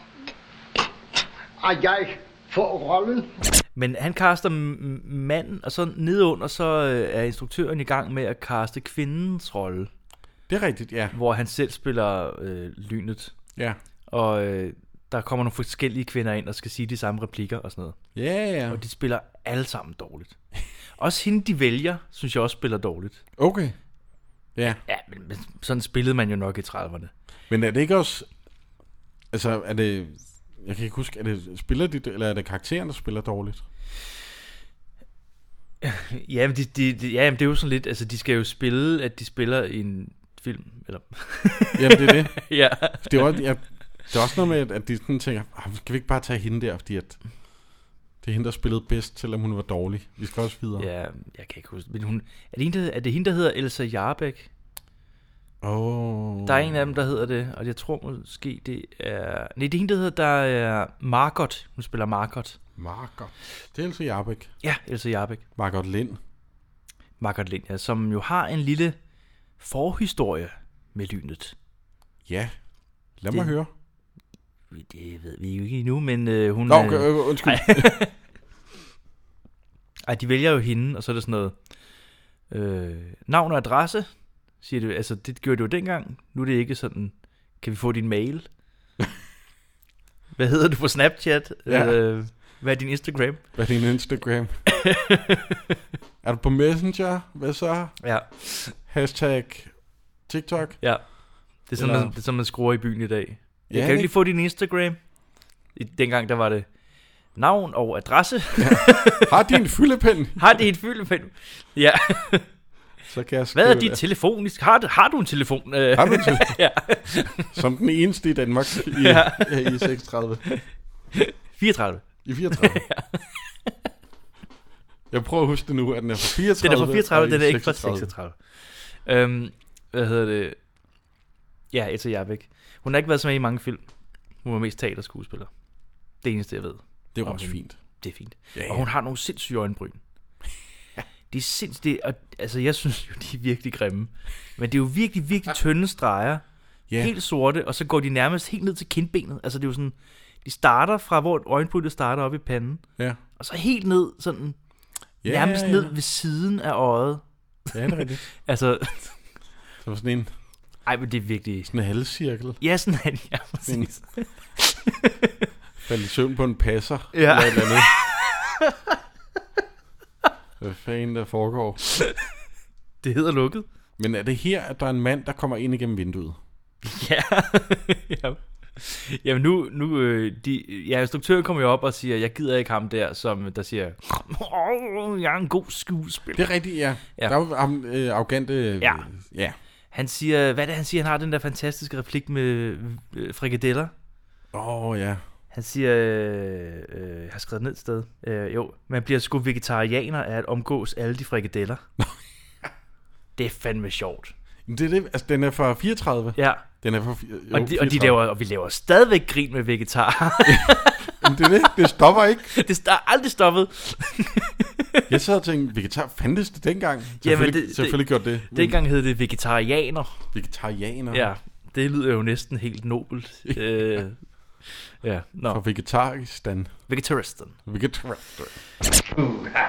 S10: at jeg får rollen.
S2: Men han kaster m- m- manden, og så nedenunder, så øh, er instruktøren i gang med at kaste kvindens rolle,
S3: Det er rigtigt, ja.
S2: hvor han selv spiller øh, lynet.
S3: Ja,
S2: Og øh, der kommer nogle forskellige kvinder ind og skal sige de samme replikker og sådan noget.
S3: ja, ja.
S2: Og de spiller alle sammen dårligt. Også hende, de vælger, synes jeg også spiller dårligt.
S3: Okay. Ja,
S2: Ja, men, men sådan spillede man jo nok i 30'erne.
S3: men er det ikke også... Altså, er det... Jeg kan ikke huske, er det spiller de, eller er det karakteren, der spiller dårligt?
S2: Ja, men de, de, de, ja, men det er jo sådan lidt, altså de skal jo spille, at de spiller i en film, eller...
S3: Jamen, det er det.
S2: ja.
S3: det er også, jeg, det er også noget med, at- at de sådan tænker, "Ah, skal vi ikke bare tage hende der, fordi at det er hende, der spillede bedst, selvom hun var dårlig. Vi skal også videre.
S2: ja, jeg kan ikke huske, men hun... Er det, hende, der, er det hende, der hedder Elsa Jarbæk?
S3: Oh.
S2: Der er en af dem, der hedder det, og jeg tror måske, det er... Nej, det er hende, der hedder, der er Margot. Hun spiller Margot.
S3: Margot. Det er altså Jarbæk.
S2: Ja, Elsa Jarbæk.
S3: Margot Lind.
S2: Margot Lind, ja, som jo har en lille forhistorie med lynet.
S3: Ja. Lad mig
S2: Det-
S3: høre.
S2: Vi- Det ved vi jo ikke endnu, men øh, hun...
S3: Nå,
S2: øh,
S3: okay, øh, undskyld.
S2: Ej, de vælger jo hende, og så er det sådan noget... Øh, navn og adresse, siger det. Altså, det gjorde det jo dengang. Nu er det ikke sådan... Kan vi få din mail? hvad hedder du på Snapchat?
S3: Ja.
S2: Øh, hvad er din Instagram?
S3: Hvad er din Instagram? er du på Messenger? Hvad så?
S2: Ja,
S3: Hashtag TikTok?
S2: ja. Det er sådan,
S3: Eller-
S2: man, det er sådan man skruer i byen i dag. Ja,
S3: Ja,
S2: kan du ikke
S3: det-
S2: lige få din Instagram? I, dengang, der var det navn og adresse.
S3: Har din fyldepen?
S2: Har det et fyldepen? Ja.
S3: Så kan jeg skrive
S2: Hvad er dit
S3: det.
S2: telefonisk? Har, du- har du en telefon? Øh,
S3: Har du en telefon?
S2: Ja.
S3: Som den eneste i Danmark i, i 36.
S2: 34.
S3: I 34? Jeg prøver at huske det nu, at den er fra 34.
S2: Den er fra 34,
S3: og
S2: den
S3: i
S2: er ikke fra 36. Øhm, hvad hedder det? Ja, Etta Jarbæk. Hun har ikke været så med i mange film. Hun var mest teaterskuespiller. Det eneste, jeg ved.
S3: Det var
S2: Og
S3: også
S2: hun-
S3: fint.
S2: Det er fint.
S3: Ja, ja.
S2: Og hun har nogle sindssyge øjenbryn. De er sindssygt, og, altså jeg synes jo, de er virkelig grimme. Men det er jo virkelig, virkelig tynde streger.
S3: Ja.
S2: Helt sorte, og så går de nærmest helt ned til kindbenet. Altså det er jo sådan, De starter fra, hvor øjenbrynene starter op i panden.
S3: Ja.
S2: Og så helt ned, sådan
S3: Ja,
S2: yeah, nærmest
S3: ja.
S2: yeah. ned ved siden af øjet.
S3: Ja, det er rigtigt.
S2: altså,
S3: Som sådan en,
S2: ej, men det er virkelig...
S3: sådan en halvcirkel.
S2: Ja, sådan er det, ja, præcis.
S3: Faldt i søvn på en passer.
S2: Ja.
S3: Eller et eller andet. Hvad fanden der foregår?
S2: Det hedder lukket.
S3: Men er det her, at der er en mand, der kommer ind igennem vinduet?
S2: Ja. ja. Jamen nu, nu øh, de, ja, instruktøren kommer jo op og siger, jeg gider ikke ham der, som der siger, oh, jeg er en god
S3: Det
S2: skuespiller.
S3: er rigtigt, ja.
S2: Ja.
S3: ja. Der er jo um, øh, arrogante... øh,
S2: Ja.
S3: ja.
S2: Han siger, hvad er det, han siger? Han har den der fantastiske replik med øh, frikadeller.
S3: Åh, oh, ja.
S2: Han siger, øh, øh, jeg har skrevet ned et sted, øh, jo, man bliver sgu vegetarianer af at omgås alle de frikadeller. det er fandme sjovt.
S3: Men Det er det, altså, den er fra 34.
S2: Ja,
S3: Den er fra... fi- Jo,
S2: og, de, og, de
S3: 34.
S2: laver, og vi laver stadigvæk grin med vegetarer.
S3: Men det er det, det stopper ikke.
S2: det er aldrig stoppet.
S3: Jeg sad og tænkte, vegetar fandtes det dengang? Selvfølgelig,
S2: det- det-
S3: selvfølgelig gjorde det. Men
S2: Dengang hed det vegetarianer.
S3: Vegetarianer.
S2: Ja, det lyder jo næsten helt nobelt. øh, ja,
S3: Fra
S2: nå.
S3: vegetaristan.
S2: Vegetaristen.
S3: Vegetar...
S11: Uha.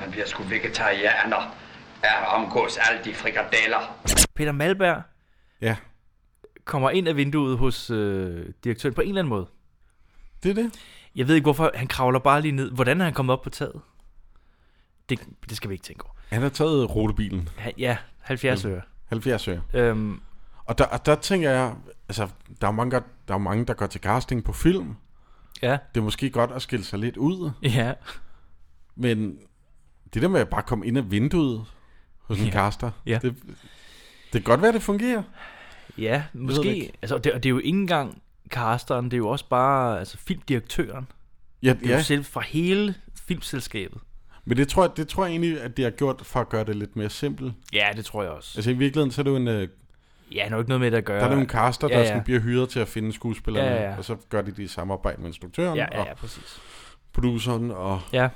S11: Man bliver sgu vegetarianer af at omgås alle de frikadeller.
S2: Peter Malberg
S3: Ja,
S2: kommer ind af vinduet hos øh, direktøren på en eller anden måde.
S3: det er det.
S2: Jeg ved ikke, hvorfor han kravler bare lige ned. Hvordan er han kommet op på taget? Det, det skal vi ikke tænke over.
S3: Han har taget rotebilen.
S2: Han, ja, 70
S3: Mm.
S2: øre.
S3: 70 øre.
S2: Øhm,
S3: Og der, og der tænker jeg, altså, der er, jo mange, der, der er jo mange, der går til casting på film.
S2: ja,
S3: Det er måske godt at skille sig lidt ud,
S2: ja.
S3: men det der med at bare komme ind af vinduet hos en
S2: Ja.
S3: caster,
S2: Ja.
S3: det, det kan godt være, det fungerer.
S2: Ja,
S3: det
S2: måske.
S3: ikke.
S2: Altså, det, og det er jo ikke engang casteren, det er jo også bare altså, filmdirektøren.
S3: Ja,
S2: Det er
S3: ja.
S2: jo selv fra hele filmselskabet.
S3: men det tror, jeg, det tror jeg egentlig, at det har gjort for at gøre det lidt mere simpelt.
S2: Ja, det tror jeg også.
S3: Altså i virkeligheden, så er det jo en, øh,
S2: Ja, han har jo ikke noget med det at gøre.
S3: der er nogle caster, der
S2: Ja,
S3: ja,
S2: ja.
S3: ja. Sådan bliver hyret til at finde skuespillerne,
S2: Ja, ja, ja.
S3: og så gør de det i samarbejde med instruktøren
S2: Ja, ja, ja,
S3: og
S2: præcis.
S3: produceren, og
S2: Ja,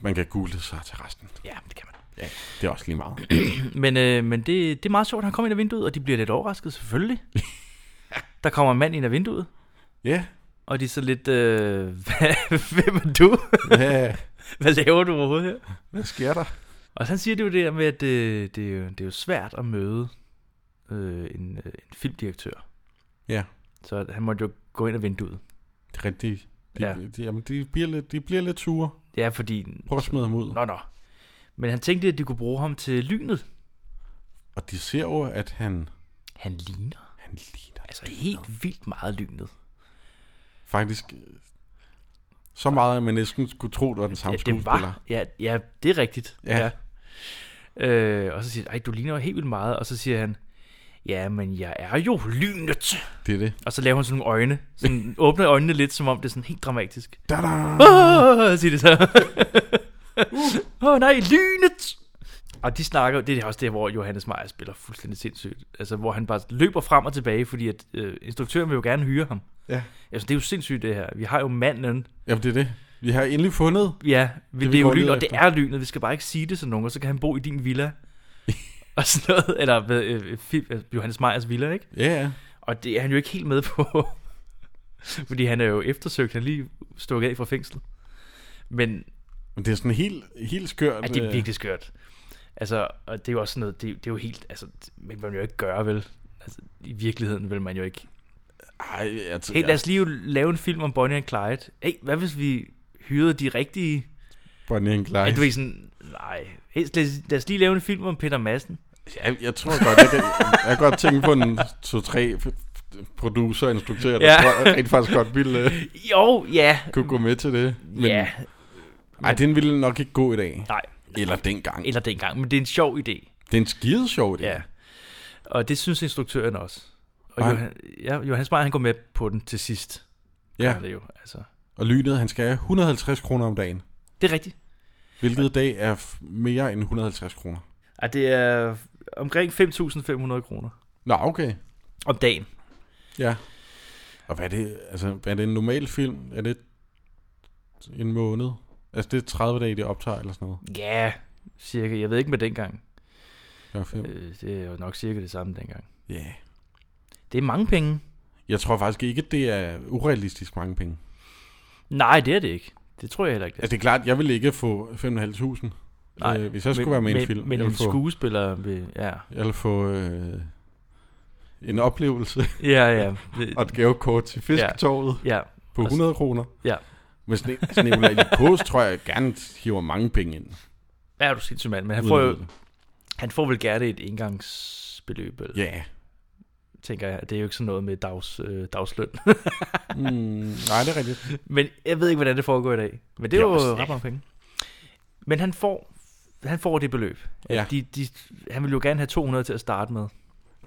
S3: man kan google sig til resten.
S2: ja, det kan man.
S3: Ja, det er også lige meget.
S2: Men, øh, men det, det er meget sjovt, han kommer ind af vinduet, og de bliver lidt overrasket, selvfølgelig. Der kommer en mand ind af vinduet,
S3: Ja,
S2: og de er så lidt, øh, "Hva- hvem er du?
S3: hvad,
S2: Hvad laver du overhovedet her?
S3: hvad sker der?
S2: Og så siger det jo det der med, at øh, det, det, er, jo, det er jo svært at møde øh, en, øh, en filmdirektør.
S3: Ja.
S2: Så han måtte jo gå ind af vinduet.
S3: Det er rigtigt. De,
S2: Ja.
S3: ja. de, jamen, de bliver lidt, de bliver lidt sure.
S2: Ja, fordi...
S3: Prøv at smide ham ud.
S2: Nå, nå. Men han tænkte, at de kunne bruge ham til lynet.
S3: Og de ser jo, at han,
S2: Han ligner
S3: han ligner
S2: altså helt vildt meget lynet.
S3: faktisk øh, så meget, at man næsten skulle tro, det var den samme
S2: ja, det
S3: skuespiller.
S2: var, ja, ja, det er rigtigt.
S3: Ja.
S2: ja. Øh, og så siger han, "Ej, du ligner jo helt vildt meget. Og så siger han, ja, men jeg er jo lynet.
S3: Det er det.
S2: Og så laver han sådan nogle øjne. Sådan, åbner øjnene lidt, som om det er sådan helt dramatisk.
S3: Da -da!
S2: Åh, siger det så. Åh oh, nej, lynet! Og de snakker, det er også der, hvor Johannes Meyer spiller fuldstændig sindssygt. Altså, hvor han bare løber frem og tilbage, fordi at, øh, instruktøren vil jo gerne hyre ham.
S3: Ja.
S2: Altså, det er jo sindssygt det her. Vi har jo manden.
S3: Jamen, det er det. Vi har endelig fundet.
S2: Ja, vi, det,
S3: vi
S2: det er jo
S3: går
S2: lyn,
S3: leder
S2: og det
S3: efter.
S2: er lynet. Vi skal bare ikke sige det til nogen, og så kan han bo i din villa. og sådan noget, eller hvad, øh, Phil- øh, Johannes Meyers villa, ikke?
S3: Ja, ja.
S2: Og det er han jo ikke helt med på. fordi han er jo eftersøgt, han er lige stukket af fra fængslet. Men
S3: Men det er sådan helt, helt skørt.
S2: Ja, det er
S3: øh,
S2: virkelig skørt. Altså, og det er jo også sådan noget, det, det er jo helt, altså, det vil man jo ikke gøre, vel? Altså, i virkeligheden vil man jo ikke.
S3: Ej, jeg t-
S2: Hey,
S3: ja.
S2: lad os lige jo lave en film om Bonnie and Clyde. Hey, hvad hvis vi hyrede de rigtige?
S3: Bonnie and
S2: Ej, du
S3: Clyde.
S2: ved sådan, nej. Hey, lad, os, lad os lige lave en film om Peter Madsen.
S3: Jeg, jeg tror godt, jeg kan, jeg kan godt tænke på en to-tre producer og instruktører, der
S2: Ja.
S3: ja. tror, jeg rent faktisk godt ville øh,
S2: Jo, ja.
S3: kunne gå med til det. Men,
S2: ja,
S3: Ej, den ville nok ikke gå i dag.
S2: nej.
S3: Eller dengang.
S2: Eller dengang, men det er en sjov idé.
S3: Det er en skide sjov idé.
S2: Ja. Og det synes instruktøren også. Og
S3: Ej.
S2: Johan, ja, Johannes Meyer, han går med på den til sidst.
S3: ja.
S2: Er det jo, altså.
S3: Og lynet, han skal have 150 kroner om dagen.
S2: Det er rigtigt.
S3: Hvilket i dag er f- mere end 150 kroner.
S2: Ja, det er omkring 5.500 kroner
S3: Nå, okay.
S2: om dagen.
S3: Ja. Og hvad er det, altså, hvad er det en normal film? Er det en måned? Altså, det er 30 dage, det optager eller sådan noget.
S2: Ja, cirka. Jeg ved ikke med dengang.
S3: Ja, fem.
S2: Øh, Det er jo nok cirka det samme dengang.
S3: Ja.
S2: Det er mange penge.
S3: Jeg tror faktisk ikke, det er urealistisk mange penge.
S2: Nej, det er det ikke. Det tror jeg heller ikke.
S3: Altså, det er klart, jeg vil ikke få 5.500,
S2: Nej,
S3: øh, hvis jeg
S2: men-
S3: skulle være med i
S2: men-
S3: en film.
S2: men
S3: jeg
S2: en skuespiller vil... Ja.
S3: Jeg vil få øh, en oplevelse.
S2: Ja, ja.
S3: og et gavekort til fisketorvet
S2: Ja, ja.
S3: på
S2: Og s-
S3: 100 kroner.
S2: Altså- Ja.
S3: Men sådan en- sådan en Nicolai Likos, tror jeg gerne hiver mange penge ind.
S2: Ja, er du sindssygt mand, men han
S3: Uden
S2: får
S3: at
S2: jo,
S3: vide
S2: han får vel gerne et engangsbeløb. Eller?
S3: Ja.
S2: Tænker jeg, det er jo ikke sådan noget med dags, øh, dagsløn.
S3: Mm, nej, det er rigtigt.
S2: Men jeg ved ikke, hvordan det foregår i dag. Men det er
S3: Det er
S2: jo
S3: også-
S2: ret mange penge. Men han får, han får det beløb.
S3: Ja.
S2: De, de, han vil jo gerne have 200 til at starte med.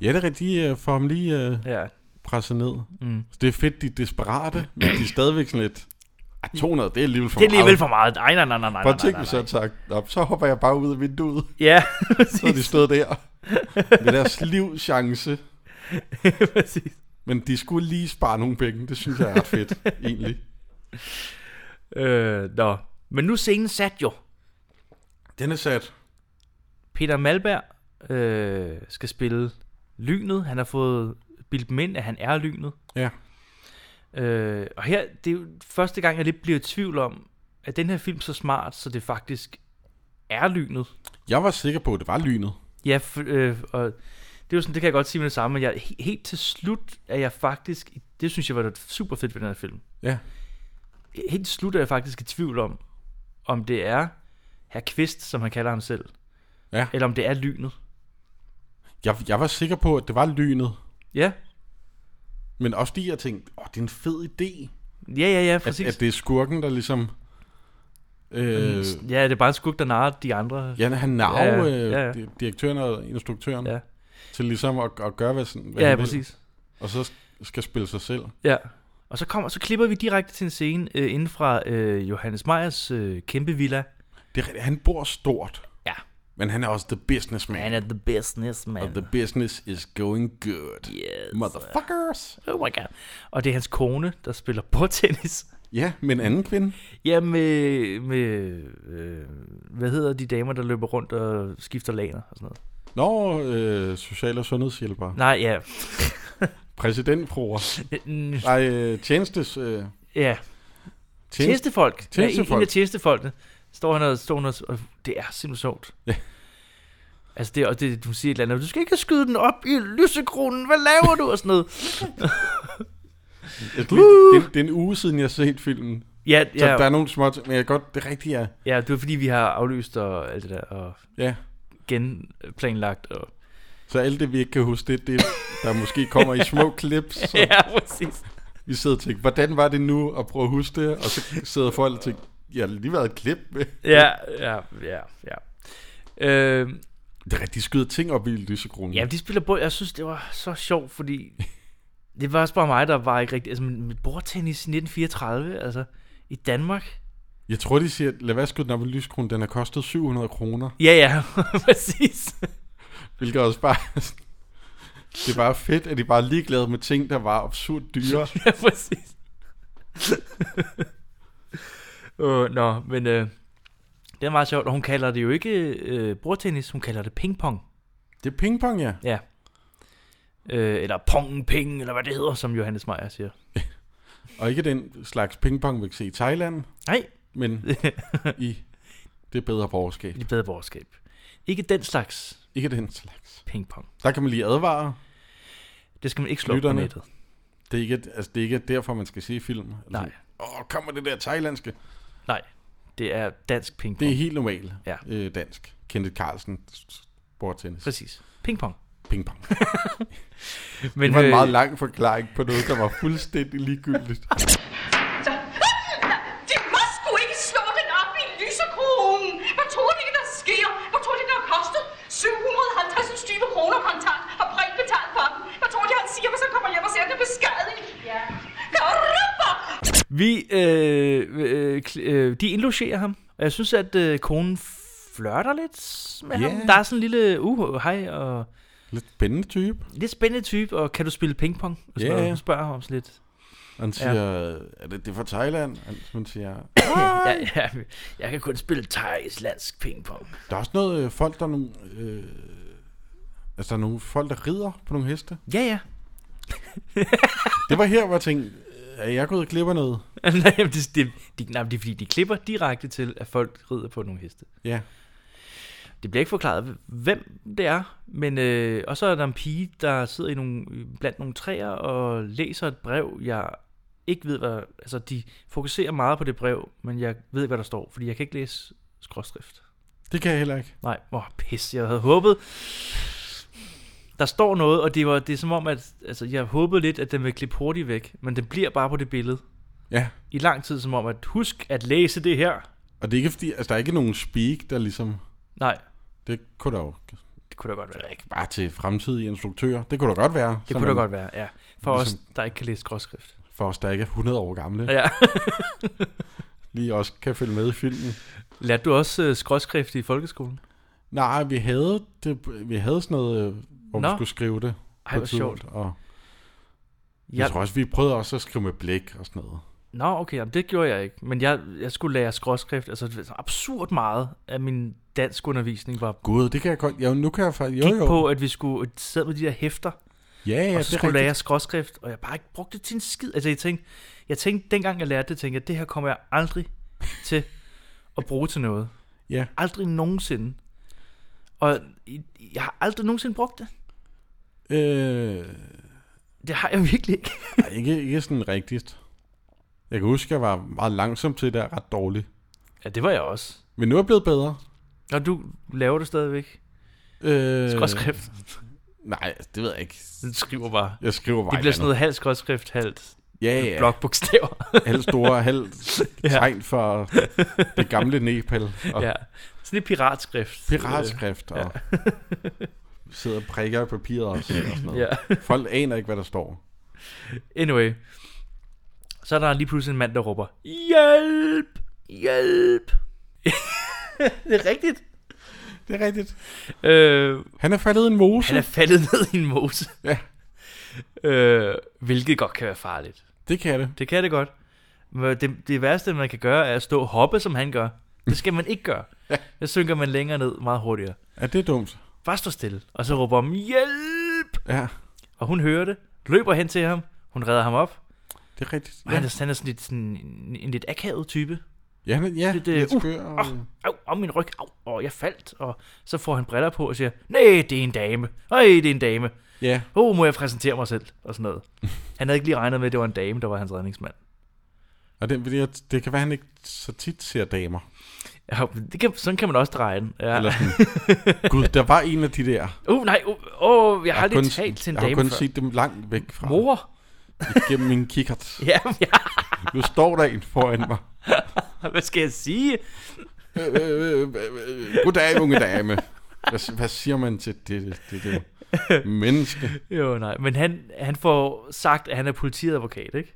S3: Ja, det er rigtigt. De øh, får ham lige øh,
S2: ja.
S3: presset ned.
S2: Mm.
S3: Så det er fedt, de er desperate, men de er stadigvæk sådan lidt... "Ah, 200, det er alligevel for
S2: Det er
S3: meget.
S2: alligevel for meget. Ej, nej, nej, nej, nej,
S3: Prøv
S2: nej,
S3: at tænke,
S2: nej,
S3: hvis jeg havde sagt, "Nå, så hopper jeg bare ud af vinduet.
S2: Ja,
S3: Så havde de stået der med deres livschance.
S2: præcis.
S3: Men de skulle lige spare nogle penge. Det synes jeg er ret fedt, egentlig.
S2: Øh, nå. Men nu er scenen sat jo.
S3: Den er sat.
S2: Peter Malberg øh, skal spille lynet. Han har fået bildt dem ind, at han er lynet.
S3: Ja.
S2: Øh, og her, det er jo første gang, jeg lidt bliver i tvivl om, at den her film så smart, så det faktisk er lynet.
S3: Jeg var sikker på, at det var lynet.
S2: Ja, f- øh, og det er jo sådan, det kan jeg godt sige med det samme, men jeg, he- helt til slut er jeg faktisk, det synes jeg var super fedt ved den her film.
S3: Ja.
S2: Helt til slut er jeg faktisk i tvivl om, om det er herr Kvist, som han kalder ham selv,
S3: ja.
S2: eller om det er lynet.
S3: Jeg, jeg var sikker på, at det var lynet.
S2: Ja.
S3: Men også de, jeg tænkte, åh, det er en fed idé.
S2: Ja, ja, ja,
S3: At,
S2: præcis.
S3: at det er skurken, der ligesom... Øh,
S2: Ja, det er bare en skug, der narrer de andre.
S3: ja, han narver
S2: Ja,
S3: ja,
S2: ja, ja, ja.
S3: Øh, di- direktøren og instruktøren
S2: Ja.
S3: til ligesom at, at gøre, hvad, sådan, hvad
S2: Ja,
S3: han vil.
S2: præcis.
S3: Og så skal spille sig selv.
S2: Ja. Og så, kommer, så klipper vi direkte til en scene øh, inden fra øh, Johannes Meyers øh, kæmpe villa.
S3: Det, er rigtigt, han bor stort.
S2: Ja.
S3: Men han er også the businessman.
S2: Han er the businessman.
S3: And the business is going good. Yes. Motherfuckers.
S2: Oh my god. Og det er hans kone, der spiller bordtennis.
S3: Ja, med en anden kvinde.
S2: Ja, med, med øh, hvad hedder de damer, der løber rundt og skifter laner og sådan noget.
S3: Nå, øh, social- og sundhedshjælpere.
S2: Nej, ja.
S3: Præsidentproer. Nej, øh, tjenestes... Øh,
S2: Ja.
S3: Tjeneste-
S2: Tjenestefolk. Tjenestefolk. Ja, en- en af
S3: Tjenestefolk.
S2: tjenestefolkene. Står han og står han og, og det er simpelthen sjovt.
S3: Ja.
S2: Altså det, er- og det, hun siger et eller andet, du skal ikke skyde den op i lysekronen, hvad laver du? Og sådan noget.
S3: Jeg skal lige- det, er- det er en uge siden, jeg har set filmen.
S2: Ja,
S3: Så
S2: ja.
S3: der er nogle små... ting, Men jeg kan godt, det rigtige er...
S2: ja, det er fordi, vi har aflyst og alt det der, og
S3: Ja.
S2: genplanlagt. Og...
S3: Så alt det, vi ikke kan huske, det er det, der måske kommer i små klip. Så
S2: Ja, præcis.
S3: Vi sidder og tænker, hvordan var det nu at prøve at huske det? Og så sidder folk og tænker, jeg har lige været et klip med.
S2: Ja, ja, ja, ja. Øh,
S3: Det er rigtigt, de skyder ting op i lysekronen.
S2: Ja, de spiller bord. Jeg synes, det var så sjovt, fordi det var også bare mig, der var ikke rigtig... Altså, men men bordtennis i 1934, altså i Danmark.
S3: Jeg tror, de siger, lad være skyde den op i lyskronen, den har kostet 700 kroner.
S2: Ja, ja, præcis.
S3: Hvilket også bare... det er bare fedt, at de bare er ligeglade med ting, der var absurd dyre.
S2: ja, præcis. uh, nå, men øh, det er meget sjovt. Og hun kalder det jo ikke øh, bordtennis, hun kalder det pingpong.
S3: Det er pingpong, ja.
S2: Ja. Øh, eller pong-ping, eller hvad det hedder, som Johannes Meyer siger.
S3: Og ikke den slags pingpong, vi kan se i Thailand.
S2: Nej.
S3: Men i det bedre borgerskab.
S2: Det bedre borgerskab. Ikke den slags.
S3: Ikke den slags.
S2: Pingpong.
S3: Der kan man lige advare.
S2: Det skal man ikke slå op på
S3: lytterne.
S2: nettet.
S3: Det er, ikke, altså, det er ikke derfor, man skal se film. Altså,
S2: Nej.
S3: Åh, kommer det der thailandske?
S2: Nej, det er dansk pingpong.
S3: Det er helt normalt
S2: Ja.
S3: øh, dansk. Kenneth Carlsen, s- s- bordtennis.
S2: Præcis. Pingpong.
S3: Pingpong.
S2: Men,
S3: det var en
S2: øh,
S3: meget lang forklaring på noget, der var fuldstændig ligegyldigt.
S12: De må sgu ikke slå den op i lysekronen. Hvad tror de, der sker? Hvad tror de, der har kostet 750.000 kroner kontant og bredt betalt for den? Hvad tror de, han siger, hvis han kommer hjem og ser den beskadiget? Ja. Karabba!
S2: Vi, øh, øh, kl- øh, de indlogerer ham, og jeg synes, at øh, konen flørter lidt med
S3: Ja.
S2: ham. Der er sådan en lille, uh, hej, og
S3: Lidt spændende type.
S2: lidt spændende type, og kan du spille pingpong? Og sådan
S3: Ja,
S2: noget.
S3: ja.
S2: Hun spørger ham om sådan lidt.
S3: Og Han
S2: Ja.
S3: siger, ja. er det, det er fra Thailand? Han hun siger,
S2: Ja, ja, jeg kan kun spille thailandsk pingpong.
S3: der er også noget øh, folk, der er nogle... Øh, altså, der er nogle folk, der rider på nogle heste.
S2: Ja, ja.
S3: det var her, hvor jeg tænkte, "Øh, er jeg gået glip af noget?
S2: nej, jamen, det, det, de, nej, men det er fordi, de klipper direkte til, at folk rider på nogle heste.
S3: Ja.
S2: Det bliver ikke forklaret, hvem det er, men øh, og så er der en pige, der sidder i nogle, blandt nogle træer og læser et brev, jeg ikke ved, hvad... Altså, de fokuserer meget på det brev, men jeg ved ikke, hvad der står, fordi jeg kan ikke læse skråstrift.
S3: Det kan jeg heller ikke.
S2: Nej, hvor pis, jeg havde håbet. Der står noget, og det, var, det er som om, at altså, jeg håbede lidt, at den ville klippe hurtigt væk, men den bliver bare på det billede.
S3: Ja.
S2: I lang tid, som om, at husk at læse det her.
S3: Og det er ikke fordi, altså der er ikke nogen speak, der ligesom...
S2: Nej.
S3: Det kunne der jo...
S2: Det kunne da godt være.
S3: Ikke bare til fremtidige instruktører. Det kunne da godt være.
S2: Det kunne da godt være, ja. For os, der ikke kan læse skråskrift.
S3: For os, der ikke er 100 år gamle.
S2: ligesom Ja.
S3: lige også kan følge med i filmen.
S2: Lærte du også øh, skråskrift i folkeskolen?
S3: Nej, vi havde, det, vi havde sådan noget, øh, hvor
S2: Nå.
S3: vi skulle skrive det.
S2: Ej,
S3: på
S2: hvor
S3: et tidspunkt,
S2: sjovt.
S3: Og jeg
S2: Jeg-
S3: tror også, vi prøvede også at skrive med blæk og sådan noget.
S2: Nå, okay, jamen, det gjorde jeg ikke. Men jeg, jeg skulle lære skråskrift. Altså, det var så absurd meget af min danskundervisning var
S3: Gud, det kan jeg godt. Jo, nu kan jeg faktisk... Jo,
S2: gik
S3: jo.
S2: på, at vi skulle sidde med de der hæfter.
S3: Ja, ja,
S2: og så
S3: det er
S2: skulle lære
S3: rigtigt.
S2: skråskrift, og jeg bare ikke brugte det til en skid. Altså, jeg tænkte, jeg tænkte dengang jeg lærte det, tænkte jeg, det her kommer jeg aldrig til at bruge til noget.
S3: Ja.
S2: Aldrig nogensinde. Og i- i- jeg har aldrig nogensinde brugt det.
S3: Øh...
S2: Det har jeg virkelig ikke.
S3: Nej, ikke, ikke sådan rigtigt. Jeg kan huske, jeg var meget langsom til det, og ret dårlig.
S2: Ja, det var jeg også.
S3: Men nu er jeg blevet bedre.
S2: Når du laver det stadigvæk.
S3: Øh...
S2: Skråskrift.
S3: Nej, det ved jeg ikke.
S2: Du skriver bare.
S3: Jeg skriver bare
S2: Det bliver
S3: et eller
S2: sådan noget halvt skråskrift, halvt
S3: Ja, ja.
S2: blokbogstaver.
S3: halv store, halv tegn for det gamle Nepal.
S2: Og... Ja, sådan lidt piratskrift.
S3: Piratskrift, og
S2: Ja.
S3: sidder og prikker i papiret også. Og sådan noget.
S2: Ja.
S3: Folk aner ikke, hvad der står.
S2: Anyway. Så er der lige pludselig en mand, der råber, Hjælp! Hjælp! det er rigtigt.
S3: Det er rigtigt.
S2: Øh,
S3: han er faldet i en mose.
S2: Han er faldet ned i en mose.
S3: Ja.
S2: Øh, hvilket godt kan være farligt.
S3: Det kan det.
S2: Det kan det godt. Men det, det værste, man kan gøre, er at stå og hoppe, som han gør. Det skal man ikke gøre. ja. Der synker man længere ned meget hurtigere.
S3: Ja, det er dumt.
S2: Bare stå stille. Og så råber hun, hjælp!
S3: Ja.
S2: Og hun hører det, løber hen til ham, hun redder ham op.
S3: Det er rigtigt.
S2: Og han er, han er sådan, lidt, sådan en, en lidt akavet type.
S3: Ja, han er- ja,
S2: lidt,
S3: lidt
S2: øh, uh,
S3: skør og-
S2: åh, au, au, min ryg, au, og jeg faldt. Og så får han briller på og siger, nej, det er en dame. Øj, det er en dame.
S3: Ja.
S2: Åh, oh, må jeg præsentere mig selv? Og sådan noget. han havde ikke lige regnet med, at det var en dame, der var hans redningsmand.
S3: Og det, fordi jeg- det kan være, at han ikke så tit ser damer.
S2: Ja, men det kan, sådan kan man også dreje den. Ja.
S3: Eller sådan, Gud, der var en af de der.
S2: Uh, nej, uh, oh, jeg har aldrig
S3: kun-
S2: talt til en
S3: jeg
S2: dame
S3: har kun
S2: før.
S3: set dem langt væk fra.
S2: Mor?
S3: Gennem min kikkert.
S2: Ja, ja.
S3: Nu står der en foran mig.
S2: Hvad skal jeg sige?
S3: Øh, øh, øh, øh, Goddag, unge dame. Hvad, hvad siger man til det, det, det, det menneske?
S2: Jo, nej. Men han, han får sagt, at han er politiadvokat, ikke?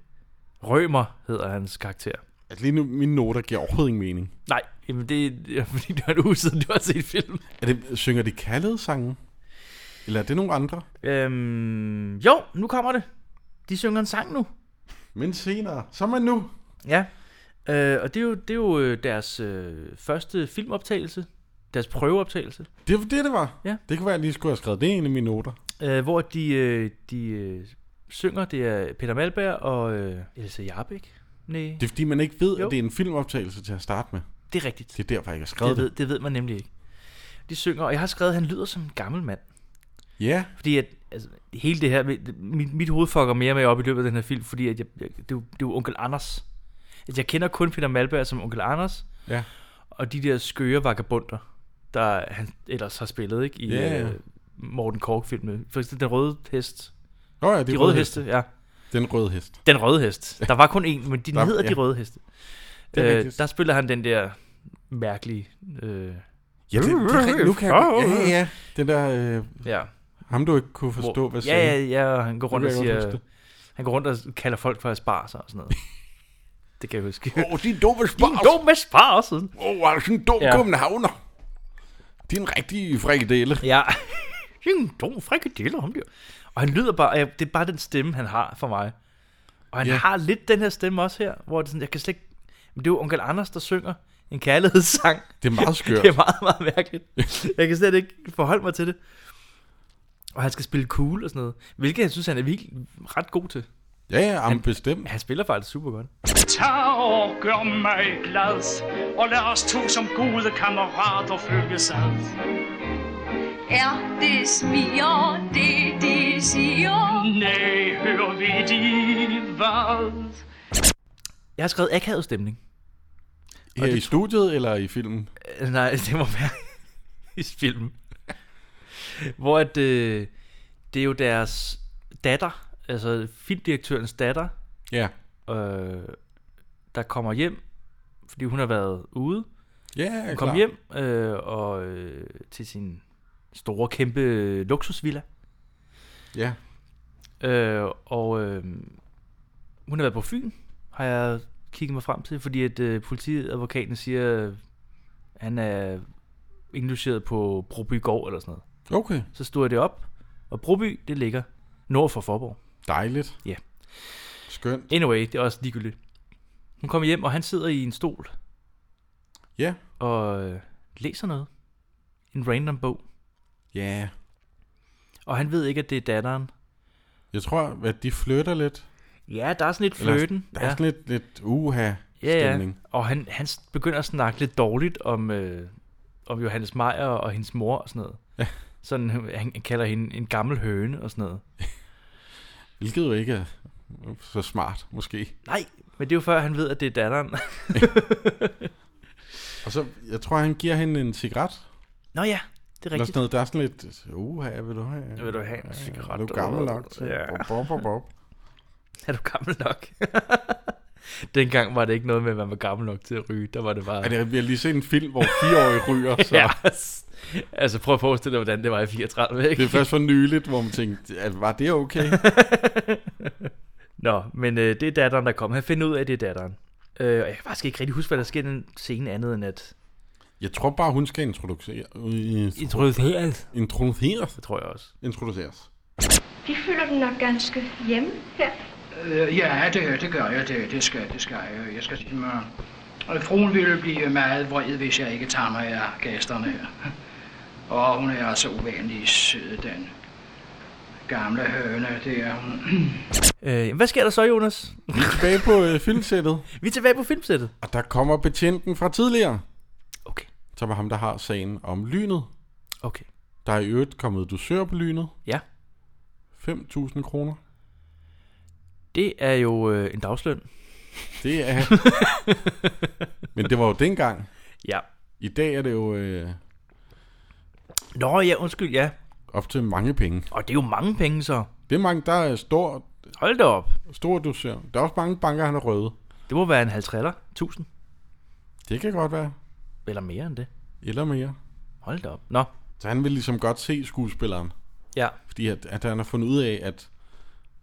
S2: Rømer hedder hans karakter.
S3: Altså lige nu, mine noter giver overhovedet ingen mening.
S2: Nej, jamen det er fordi, det er en uge siden, du har set film.
S3: Er det, synger de kaldede sange? Eller er det nogle andre?
S2: Øhm, jo, nu kommer det. De synger en sang nu.
S3: Men senere. Så man nu.
S2: Ja. Øh, og det er jo, det er jo øh, deres øh, første filmoptagelse. Deres prøveoptagelse.
S3: Det var det, det var.
S2: Ja.
S3: Det kan være, at jeg lige skulle have skrevet det ind i mine noter.
S2: Øh, hvor de, øh, de øh, synger. Det er Peter Malberg og øh, Elsa Jarbæk. Nej,
S3: Det er fordi, man ikke ved,
S2: Jo.
S3: jo. at det er en filmoptagelse til at starte med.
S2: det er rigtigt.
S3: Det er derfor, jeg ikke har skrevet
S2: Det
S3: det.
S2: ved, det ved man nemlig ikke. De synger, og jeg har skrevet, at han lyder som en gammel mand.
S3: Ja.
S2: Fordi at, altså, hele det her, mit, mit hoved fucker mere med op i løbet af den her film, fordi at jeg, jeg, det, er jo, det er jo onkel Anders. Altså, jeg kender kun Peter Malberg som onkel Anders,
S3: Ja.
S2: og de der skøre vagabunder, der han ellers har spillet ikke i
S3: Ja, ja.
S2: Øh, Morten Kork-filmen. For eksempel Den Røde Hest.
S3: Nå ja, det
S2: de
S3: er
S2: røde
S3: Røde
S2: heste, Øh, ja.
S3: Den røde hest.
S2: Den røde hest. Der var kun en, men de
S3: Der-
S2: hedder
S3: ja.
S2: De Røde Heste.
S3: Det er
S2: Øh,
S3: rigtigt.
S2: der spiller han den der mærkelige... Øh,
S3: Ja, det, det er rigtigt. Nu kan jeg, ja, ja, ja. Den der... Øh,
S2: Ja.
S3: Ham, du ikke kunne forstå,
S2: Hvor-
S3: hvad
S2: ja,
S3: sagde.
S2: Ja, ja, og han går
S3: Det
S2: rundt
S3: kan
S2: og
S3: jeg godt huske
S2: siger...
S3: det.
S2: Han går rundt og kalder folk for asparser og sådan noget. det kan jeg huske.
S3: Åh, de er dumme
S2: spars. De er dumme asparser.
S3: Åh, oh, er du sådan en dum
S2: Ja.
S3: ja. københavner? Det er en rigtig frikadelle.
S2: Ja. Ingen dum frikadeller, ham der. Og han lyder bare... ja, Det er bare den stemme, han har for mig. Og han ja.
S3: Ja.
S2: har lidt den her stemme også her, hvor det er sådan, jeg kan slet ikke... Men det er jo onkel Anders, der synger en kærlighedssang.
S3: Det er meget skørt.
S2: det er meget, meget mærkeligt. jeg kan slet ikke forholde mig til det. Og han skal spille cool og sådan noget. Hvilket jeg synes, han er virkelig ret god til.
S3: Ja, ja, jamen, bestemt.
S2: Han spiller faktisk super godt.
S13: Tag og gør mig glad, og lad os to som gode kammerater følges ad.
S14: Er det smiger, det de siger?
S13: Nej, hører vi de hvad?
S2: Jeg har skrevet akavet stemning.
S3: Her i studiet eller i filmen?
S2: Øh, Nej, det må være i filmen. Hvor at, øh, det er jo deres datter, altså filmdirektørens datter,
S3: Ja.
S2: øh, der kommer hjem, fordi hun har været ude.
S3: Ja,
S2: hun
S3: klar.
S2: kom hjem øh, og, øh, til sin store, kæmpe øh, luksusvilla.
S3: Ja.
S2: Øh, og øh, hun har været på Fyn, har jeg kigget mig frem til, fordi at øh, politiadvokaten siger, øh, han er indlogeret på Brobygård eller sådan noget.
S3: Okay.
S2: Så stod jeg det op, og Broby, det ligger nord for Forborg.
S3: Dejligt.
S2: Ja.
S3: Skønt.
S2: Anyway, det er også ligegyldigt. Hun kommer hjem, og han sidder i en stol.
S3: Ja.
S2: Og øh, læser noget. En random bog.
S3: Ja.
S2: Og han ved ikke, at det er datteren.
S3: Jeg tror, at de flytter lidt.
S2: Ja, der er sådan lidt
S3: Eller
S2: fløten. Altså,
S3: Der er
S2: ja.
S3: sådan lidt, lidt uha
S2: ja, ja.
S3: stemning.
S2: Og han, han s- begynder at snakke lidt dårligt om, øh, om Johannes Meyer og hendes mor og sådan noget.
S3: Ja.
S2: Sådan, øh, han, han kalder hende en gammel høne og sådan noget.
S3: Hvilket jo ikke er så smart, måske.
S2: Nej, men det er jo før, han ved, at det er datteren.
S3: Og så, jeg tror, han giver hende en cigaret.
S2: Nå ja, det er
S3: Eller
S2: rigtigt.
S3: sådan noget, der er sådan lidt, uha, vil du have?
S2: Vil du have en
S3: Ja,
S2: cigaret?
S3: Er du gammel nok til?
S2: Ja.
S3: Bob, bob, bob, bob.
S2: Er du gammel nok? Dengang var det ikke noget med, at man var gammel nok til at ryge. Der var det bare...
S3: Altså, vi har lige set en film, hvor fireårige ryger, så
S2: ja, altså prøv at forestille dig, hvordan det var i 34, ikke?
S3: det er først for nyligt, hvor man tænkte, at var det okay?
S2: Nå, men øh, det er datteren, der kommer. Han finder ud af, at det er datteren. Øh, og jeg kan faktisk ikke rigtig huske, hvad der sker i den scene andet end at...
S3: Jeg tror bare, hun skal introducere.
S2: Introduceres.
S3: Introduceres.
S2: Det tror jeg også.
S3: Introduceres.
S15: De føler den nok ganske hjemme her.
S5: Øh, ja, det, det gør jeg. Det, det, skal, det skal jeg. Jeg skal sige mig... Og fruen ville blive meget vred, hvis jeg ikke tager mig af gæsterne her. Og hun er altså uvanlig sød, den gamle høne. Det er hun.
S2: Øh, hvad sker der så, Jonas?
S3: Vi er tilbage på øh, filmsættet.
S2: Vi er tilbage på filmsættet.
S3: Og der kommer betjenten fra tidligere.
S2: Okay.
S3: Som er ham, der har sagen om lynet.
S2: Okay.
S3: Der er i øvrigt kommet dusør på lynet.
S2: Ja.
S3: 5.000 kroner.
S2: Det er jo øh, en dagsløn.
S3: Det er... Men det var jo dengang.
S2: Ja.
S3: I dag er det jo øh,
S2: Nå ja, undskyld, ja.
S3: op til mange penge.
S2: Og det er jo mange penge så.
S3: Det er mange, der er stor...
S2: Hold da op.
S3: Stor dusør. Der er også mange banker, han er røde.
S2: Det må være en 50'er. 1000.
S3: Det kan godt være.
S2: Eller mere end det.
S3: Eller mere.
S2: Hold da op. Nå.
S3: Så han vil ligesom godt se skuespilleren.
S2: Ja.
S3: Fordi at, at han har fundet ud af, at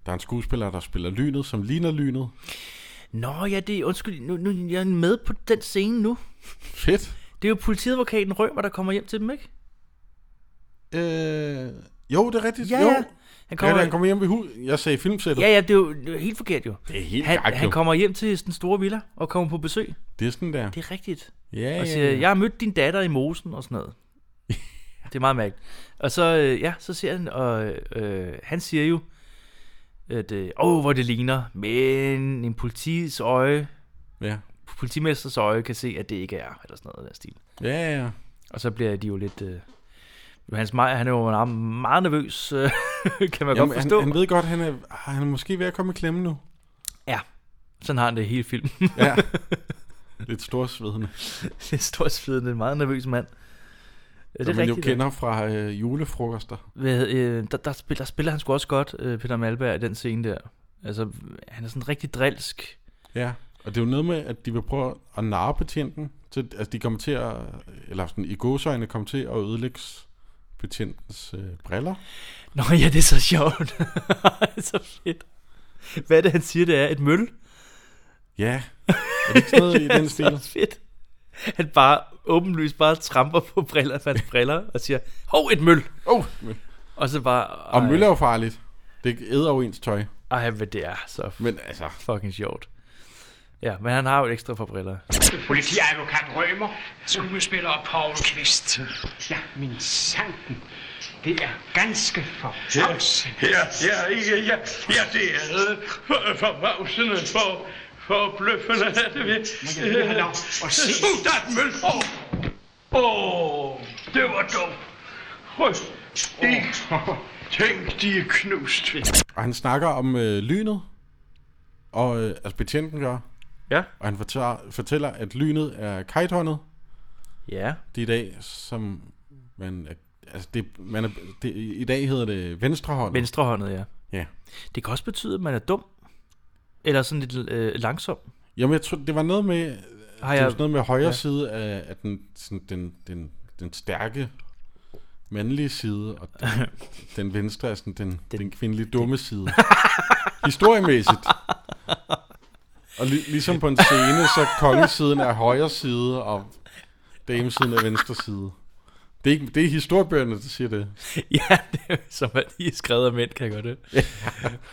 S3: der er en skuespiller, der spiller lynet, som ligner lynet.
S2: Nå ja, det er... Undskyld, nu, nu jeg er med på den scene nu.
S3: Fedt.
S2: Det er jo politiadvokaten Rømer, der kommer hjem til dem, ikke?
S3: Øh, jo, det er rigtigt.
S2: Ja,
S3: jo.
S2: ja. Han kommer-
S3: Han kommer, ja, han kommer hjem i hus. Jeg sagde filmsættet.
S2: Ja, ja, det er jo det er helt forkert jo.
S3: Det er helt
S2: han,
S3: gak, jo.
S2: han kommer hjem til den store villa og kommer på besøg.
S3: Det er sådan der.
S2: Det er rigtigt.
S3: Ja,
S2: og
S3: ja,
S2: siger,
S3: ja.
S2: jeg har mødt din datter i mosen og sådan noget. det er meget mærkeligt. Og så, øh, ja, så ser han, og øh, han siger jo, at øh, åh, hvor det ligner, men en politis øje,
S3: Ja.
S2: politimesters øje kan se, at det ikke er, eller sådan noget af den stil.
S3: Ja, ja.
S2: Og så bliver de jo lidt... Øh, Johannes Meyer, han er jo meget- meget nervøs, øh, kan man godt forstå.
S3: Han, han ved godt, han er, ah, han er måske ved at komme i klemme nu.
S2: Ja, sådan har han det i hele filmen.
S3: Ja. Lidt storsvedende.
S2: Lidt storsvedende, en meget nervøs mand. Ja,
S3: Det er man
S2: rigtigt,
S3: jo kender fra øh, julefrokoster.
S2: Hvad, øh, der, der, spiller, der spiller han sgu også godt, øh, Peter Malberg, i den scene der. Altså, han er sådan rigtig drilsk.
S3: Ja, og det er jo noget med, at de vil prøve at narre betjenten. Så, altså, de kommer til at, eller sådan, i godsøjne kommer til at ødelægge s- betjentens øh, briller.
S2: Nå ja, det er så sjovt. det er så fedt. Hvad er det, han siger, det er? Et møl?
S3: Ja, er det ikke sådan noget i den
S2: Det er
S3: stil?
S2: så fedt. Han bare åbenlyst bare tramper på briller, hans briller, og siger, hov, et møl.
S3: Oh,
S2: og så bare...
S3: Og mølle er jo farligt. Det æder jo ens tøj.
S2: Ej, men det er så
S3: men, altså.
S2: fucking sjovt. Ja, men han har jo et ekstra par briller.
S4: Politiadvokat Rømer.
S5: Skuespiller Paul Kvist.
S4: Ja, min santen.
S6: Det er ganske forbavsende.
S7: Ja, ja, ja, ja, ja det er øh, for- forbavsende for, for bløffende.
S6: Men jeg vil have lov at se.
S7: Uh, der er et mølhår. Åh, oh, det var dumt. Høj, de, tænk, de er knust.
S3: Og han snakker om øh, lynet, og øh, altså betjenten gør.
S2: Ja.
S3: Og han fortæller, fortæller at lynet er kitehåndet.
S2: Ja.
S3: Det er i dag, som man... Er, altså, det, man er, det, i dag hedder det venstrehåndet.
S2: Venstrehåndet, ja.
S3: Ja.
S2: Det kan også betyde, at man er dum. Eller sådan lidt øh, langsom.
S3: Jamen, jeg tror, det var noget med...
S2: Har
S3: Har jeg, det
S2: jeg-
S3: var sådan noget med højre
S2: ja.
S3: ja. side af, af den, sådan, den, den, den stærke mandlige side, og den, den venstre er sådan den, den, den kvindelige dumme side. Historiemæssigt. Og li, ligesom på en scene, så kongesiden er højre side, og damesiden er venstre side. Det er, ikke, det er historiebøgerne, der siger det.
S2: ja, det er, som er lige skrevet af mænd, kan jeg godt det.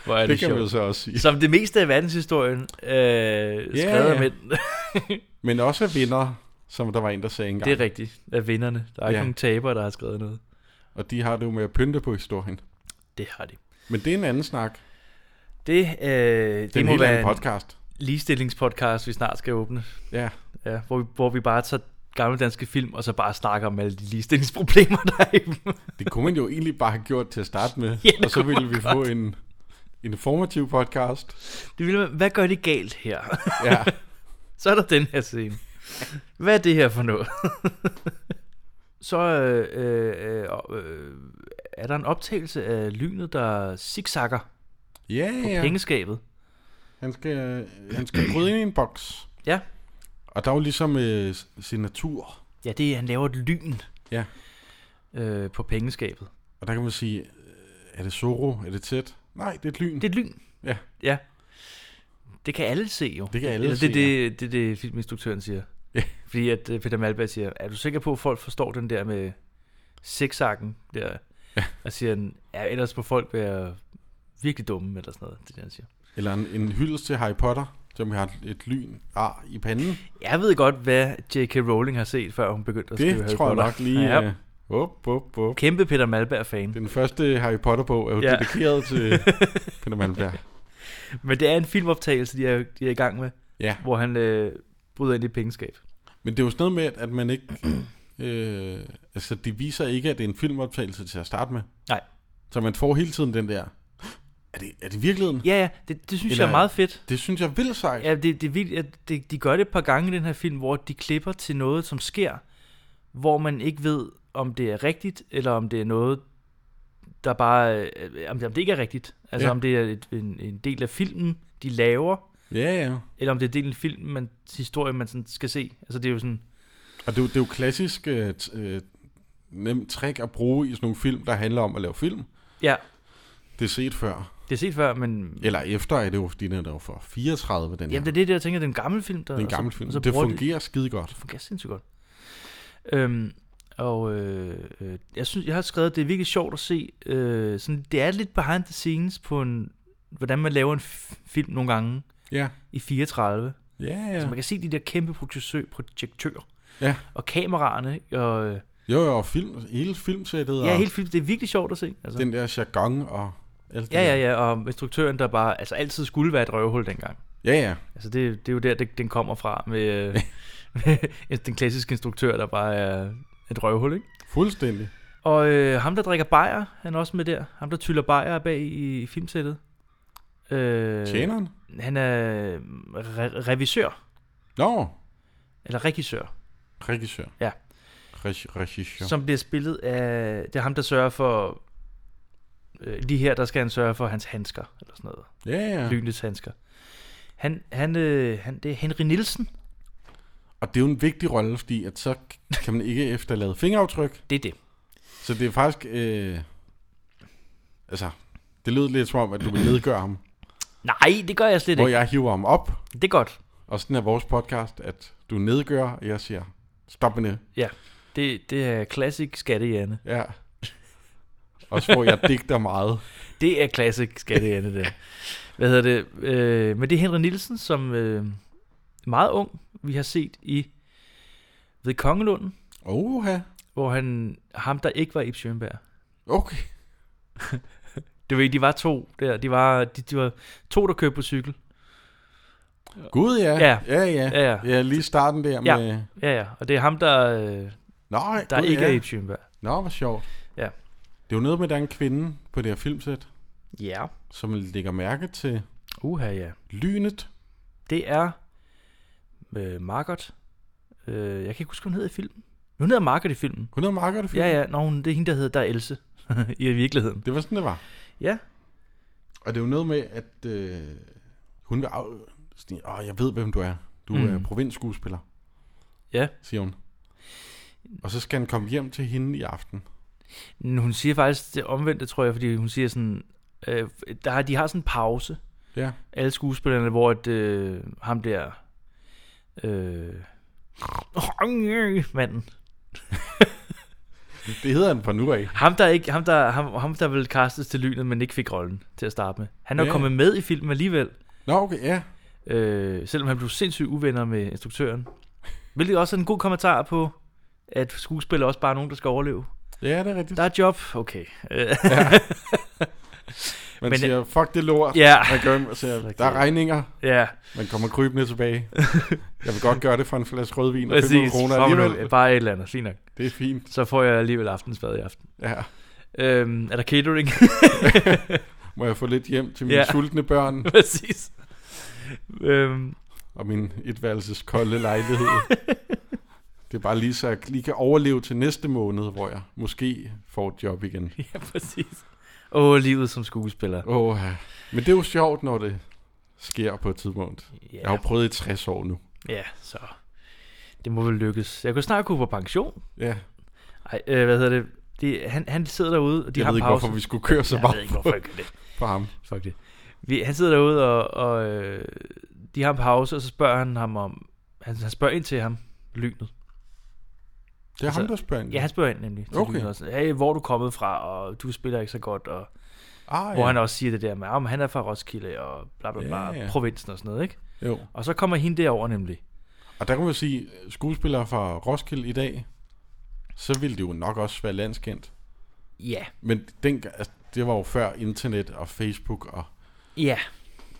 S2: Hvor er
S3: det kan man
S2: sjovt.
S3: jo så også sige.
S2: Som det meste af verdenshistorien, øh, skrevet af mænd.
S3: Men også af vinder, som der var en, der sagde engang.
S2: Det er rigtigt, af vinderne. Der er ikke nogen tabere, der har skrevet noget.
S3: Og de har det jo med at pynte på historien.
S2: Det har de.
S3: Men det er en anden snak.
S2: Det, øh, det,
S3: en
S2: må
S3: helt
S2: være
S3: anden podcast.
S2: en ligestillingspodcast, vi snart skal åbne.
S3: Ja.
S2: ja hvor, vi, hvor vi bare tager gamle danske film, og så bare snakker om alle de ligestillingsproblemer, der er i dem.
S3: Det kunne man jo egentlig bare have gjort til at starte med.
S2: Ja, det
S3: og så
S2: kunne
S3: ville
S2: man
S3: vi
S2: godt.
S3: få en informativ podcast.
S2: Det ville, være, hvad gør det galt her?
S3: Ja.
S2: så er der den her scene. Hvad er det her for noget? så øh, øh, øh, øh, er der en optagelse af lynet, der zigzagger
S3: Ja,
S2: på
S3: ja.
S2: pengeskabet.
S3: Han skal, han skal bryde ind i en boks.
S2: Ja.
S3: Og der er jo ligesom øh, s- sin natur.
S2: Ja, det er, han laver et lyn
S3: Ja.
S2: øh, på pengeskabet.
S3: Og der kan man sige, øh, er det Zorro? Er det tæt? Nej, det er et lyn. Det
S2: er et lyn.
S3: Ja.
S2: Ja. Det kan alle se jo.
S3: Det kan alle
S2: Eller
S3: se,
S2: det, det, det, det filminstruktøren siger.
S3: Ja.
S2: Fordi at øh, Peter Malberg siger, er du sikker på, at folk forstår den der med zigzaggen der? Ja. Og siger han, ja, ellers må folk være virkelig dumme, eller sådan noget. Det er det, han siger.
S3: Eller en, en hyldest til Harry Potter, som har et- et lyn ar i panden.
S2: Jeg ved godt, hvad J.K. Rowling har set, før hun begyndte at
S3: Det
S2: skrive Harry
S3: tror jeg
S2: Potter.
S3: nok lige, øh, Op, op, op.
S2: Kæmpe Peter Malberg-fan.
S3: Den første Harry Potter-bog er jo
S2: Ja.
S3: dedikeret til Peter Malmberg.
S2: Men det er en filmoptagelse, de er, de er i gang med,
S3: Ja.
S2: hvor han øh, bryder ind i et pengeskab.
S3: Men det er jo sådan noget med, at- at man ikke... øh, altså, de viser ikke, at det er en filmoptagelse til at starte med.
S2: Nej.
S3: Så man får hele tiden den der... Er det, er det virkeligheden?
S2: Ja, ja, det, det synes jeg er meget fedt.
S3: Det synes jeg er vildt sejt.
S2: Ja, det, det, det, det, de gør det et par gange i den her film, hvor de klipper til noget, som sker, hvor man ikke ved, om det er rigtigt, eller om det er noget, der bare... Øh, om, det, om det ikke er rigtigt. Altså
S3: Ja.
S2: om det er et, en, en del af filmen, de laver,
S3: Ja, ja.
S2: eller om det er delen af filmen, man, historien, man sådan skal se. Altså det er jo sådan...
S3: Og det, er jo- det er jo klassisk øh, t- øh, nemt trick at bruge i sådan nogle film, der handler om at lave film.
S2: Ja.
S3: Det er set før.
S2: Det er set før, men...
S3: Eller efter er det jo, fordi den er jo for 34, den
S2: Jamen
S3: her.
S2: det er det, der, jeg tænker, det er en gammel film. Der,
S3: Det er en
S2: og så-
S3: gammel film.
S2: og så
S3: Det
S2: bruger de-
S3: fungerer skide godt.
S2: Det fungerer sindssygt godt. Øhm, og øh, øh, jeg synes, jeg har skrevet, at det er virkelig sjovt at se. Øh, sådan, det er lidt behind the scenes på en, hvordan man laver en f- film nogle gange.
S3: Ja.
S2: I 34.
S3: Ja, ja.
S2: Så Altså, man kan se de der kæmpe projek- projektører.
S3: Ja.
S2: Og kameraerne. ikke? Og, øh,
S3: Jo, jo, og film, hele filmsættet.
S2: ja,
S3: og
S2: helt film, det er virkelig sjovt at se. Altså.
S3: Den der jargon og alt det
S2: Ja,
S3: der.
S2: ja, ja, og instruktøren, der bare altså, altid skulle være et røvhul dengang.
S3: Ja, ja.
S2: Altså, det, det er jo der, det, den kommer fra med, øh, med den klassiske instruktør, der bare er et røvhul, ikke?
S3: Fuldstændig.
S2: Og øh, ham, der drikker bajer, han er også med der. Ham, der tyller bajer er bag i, i filmsættet. Øh,
S3: Tjeneren?
S2: Han er re- revisør.
S3: Nå.
S2: Eller regissør.
S3: Regissør.
S2: Ja.
S3: Regi- Regissør.
S2: Som bliver spillet af... Det er ham, der sørger for... Øh, lige her, der skal han sørge for hans handsker. Eller sådan noget.
S3: Ja, ja.
S2: Lynets handsker. Han, han, øh, han, det er Henry Nielsen.
S3: Og det er jo en vigtig rolle, fordi at så kan man ikke efterlade fingeraftryk.
S2: Det er det.
S3: Så det er faktisk... Øh, altså, det lød lidt som om, at du vil nedgøre ham.
S2: Nej, det gør jeg slet
S3: Hvor
S2: ikke.
S3: jeg hiver ham op.
S2: Det er godt.
S3: Og sådan er vores podcast, at du nedgør, og jeg siger, stop med det.
S2: Ja, det, det er classic skattejerne.
S3: Ja. Også hvor jeg digter meget.
S2: Det er classic skattejerne, det. Hvad hedder det? Øh, men det er Henry Nielsen, som øh, meget ung, vi har set i ved Kongelunden.
S3: Oha.
S2: Hvor han, ham der ikke var Ibs Sjønberg.
S3: Okay.
S2: Du ved, de var to der. De var, de, de var to, der kørte på cykel.
S3: Gud, ja.
S2: Ja.
S3: Ja, ja.
S2: Ja, ja.
S3: ja lige starten der
S2: Ja,
S3: med...
S2: ja, ja. Og det er ham, der, øh,
S3: Nå,
S2: der
S3: gud,
S2: ikke
S3: ja.
S2: er Abe Schoenberg.
S3: Nå, hvor sjovt.
S2: Ja.
S3: Det er jo noget med, at der er en kvinde på det her filmsæt.
S2: Ja.
S3: Som lægger mærke til...
S2: Uha, ja.
S3: Lynet.
S2: Det er øh, Margot. Øh, jeg kan ikke huske, hvad hun hedder i filmen. Hun hedder Margot i filmen.
S3: Hun hedder Margot i filmen?
S2: Ja, ja. Nå, hun, det er hende, der hedder der er Else i virkeligheden.
S3: Det var sådan, det var.
S2: Ja.
S3: Og det er jo noget med, at øh, hun vil af... sådan, Åh, jeg ved, hvem du er. Du
S2: Mm.
S3: mm. er provinsskuespiller.
S2: Ja.
S3: Siger hun. Og så skal han komme hjem til hende i aften.
S2: Men Hun siger faktisk det omvendte, tror jeg, fordi hun siger sådan, øh, der, har- de har sådan en pause.
S3: Ja.
S2: Alle skuespillerne, hvor et, øh, ham der, øh, manden.
S3: det hedder han fra nu af.
S2: Ham der, ikke, ham, der, ham, ham, der ville kastes til lynet, men ikke fik rollen til at starte med. Han er
S3: Ja.
S2: ja. kommet med i filmen alligevel.
S3: Nå, okay, ja.
S2: Øh, selvom han blev sindssygt uvenner med instruktøren. Hvilket også er en god kommentar på, at skuespillere også bare er nogen, der skal overleve.
S3: Ja, det er rigtigt.
S2: Der er job, okay. Øh.
S3: Man Men, siger, fuck det lort.
S2: Ja.
S3: Man gør, man siger, der er regninger.
S2: Ja.
S3: Man kommer krybende tilbage. Jeg vil godt gøre det for en flaske rødvin og 500
S2: Præcis,
S3: kroner
S2: Fuck nu,
S3: alligevel.
S2: Bare et eller andet, fint nok.
S3: Det er fint.
S2: Så får jeg alligevel aftensmad i aften.
S3: Ja.
S2: Øhm, er der catering?
S3: Må jeg få lidt hjem til mine ja. sultne børn?
S2: Præcis. Øhm.
S3: Og min etværelses kolde lejlighed. det er bare lige så, jeg lige kan overleve til næste måned, hvor jeg måske får et job igen.
S2: Ja, præcis. Åh, oh, livet som skuespiller.
S3: Åh, ja. men det er jo sjovt, når det sker på et tidspunkt.
S2: Ja.
S3: Jeg har jo prøvet i 60 år nu.
S2: Ja, så det må vel lykkes. Jeg kunne snart gå på pension.
S3: Ja.
S2: Ej, øh, hvad hedder det? det han, han sidder derude, og de
S3: Jeg
S2: har
S3: ved ikke,
S2: pause.
S3: hvorfor vi skulle køre så
S2: jeg
S3: meget
S2: ved ikke, hvorfor
S3: på-
S2: jeg gør det.
S3: på ham.
S2: Fuck det. Vi, han sidder derude, og, og øh, de har en pause, og så spørger han ham om... Han, han spørger ind til ham, lynet.
S3: Det er ham, der spørger ind?
S2: Altså, Ja, han spørger ind nemlig. Til
S3: Okay.
S2: okay. Lynet, og sådan, hey, hvor er du kommet fra, og du spiller ikke så godt, og...
S3: Ah,
S2: hvor
S3: ja.
S2: han også siger det der med, om han er fra Roskilde, og bla bla bla,
S3: Ja,
S2: ja,
S3: ja.
S2: ja. provinsen og sådan noget, ikke?
S3: Jo.
S2: Og så kommer hende derover nemlig.
S3: Og der kan man jo sige, skuespillere fra Roskilde i dag, så ville det jo nok også være landskendt.
S2: Ja.
S3: Men den, altså, det var jo før internet og Facebook. Og,
S2: Ja.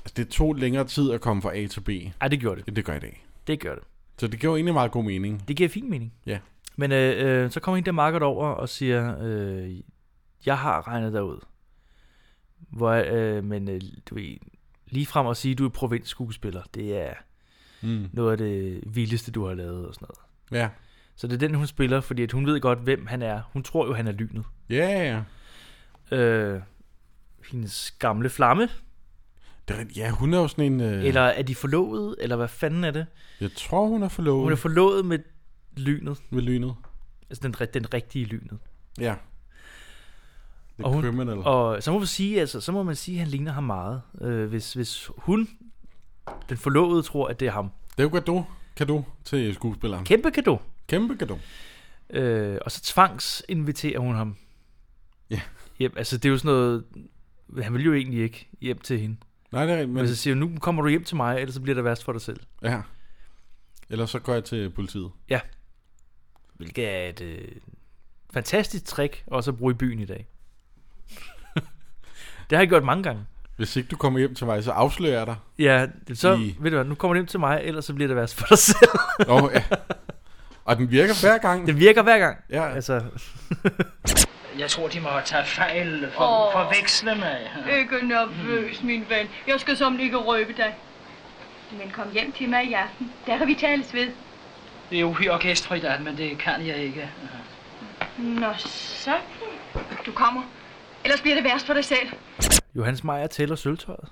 S3: altså, det tog længere tid at komme fra A til B.
S2: Ej, det gjorde det.
S3: End det gør i dag.
S2: Det gør det.
S3: Så det giver jo egentlig meget god mening.
S2: Det giver fin mening.
S3: Ja.
S2: Men øh, øh, så kommer hende der Margaret over og siger, øh, jeg har regnet dig ud. Hvor, øh, men øh, du ved, ligefrem at sige, at du er provinsskuespiller, det er
S3: Mm.
S2: noget af det vildeste, du har lavet og sådan noget.
S3: Ja.
S2: Så det er den, hun spiller, fordi at hun ved godt, hvem han er. Hun tror jo, han er lynet.
S3: Ja,
S2: ja. Øh, hendes gamle flamme.
S3: Det er, rigtigt. ja, hun er jo sådan en... Øh,
S2: Eller er de forlovet, eller hvad fanden er det?
S3: Jeg tror, hun er forlovet.
S2: Hun er forlovet med lynet.
S3: Med lynet.
S2: Altså den, ri- den rigtige lynet.
S3: Ja. The
S2: og hun,
S3: Criminal.
S2: Og så må, man sige, altså, så må man sige, at han ligner ham meget. Øh, hvis, hvis hun, den forlovede, tror, at det er ham.
S3: Det er jo gave, gave til skuespilleren.
S2: Kæmpe gave.
S3: Kæmpe gave.
S2: Øh, og så tvangsinviterer hun ham.
S3: Ja.
S2: Hjem, altså det er jo sådan noget, han vil jo egentlig ikke hjem til hende.
S3: Nej, det er rigtigt,
S2: men...
S3: men-
S2: men så siger hun, nu kommer du hjem til mig, ellers så bliver det værst for dig selv.
S3: Ja. Ellers så går jeg til politiet.
S2: Ja. Hvilket er et øh, fantastisk trick også at bruge i byen i dag. det har jeg gjort mange gange.
S3: Hvis ikke du kommer hjem til mig, så afslører jeg dig.
S2: Ja, så
S3: I-
S2: I... ved du hvad, nu kommer det hjem til mig, ellers så bliver det værst for dig selv.
S3: Nå, ja. Og den virker hver gang.
S2: Den virker hver gang.
S3: Ja.
S2: Altså,
S5: Jeg tror, de må have taget fejl for
S14: Åh.
S5: oh. forvekslende.
S14: Ikke nervøs, min ven. Jeg skal som ikke røbe dig. Men kom hjem til mig i aften. Der kan vi tales ved.
S5: Det er jo orkesterfrit, at, men det kan jeg ikke.
S14: Nå, så. Du kommer. Ellers bliver det værst for dig selv.
S2: Johannes Meyer tæller sølvtøjet.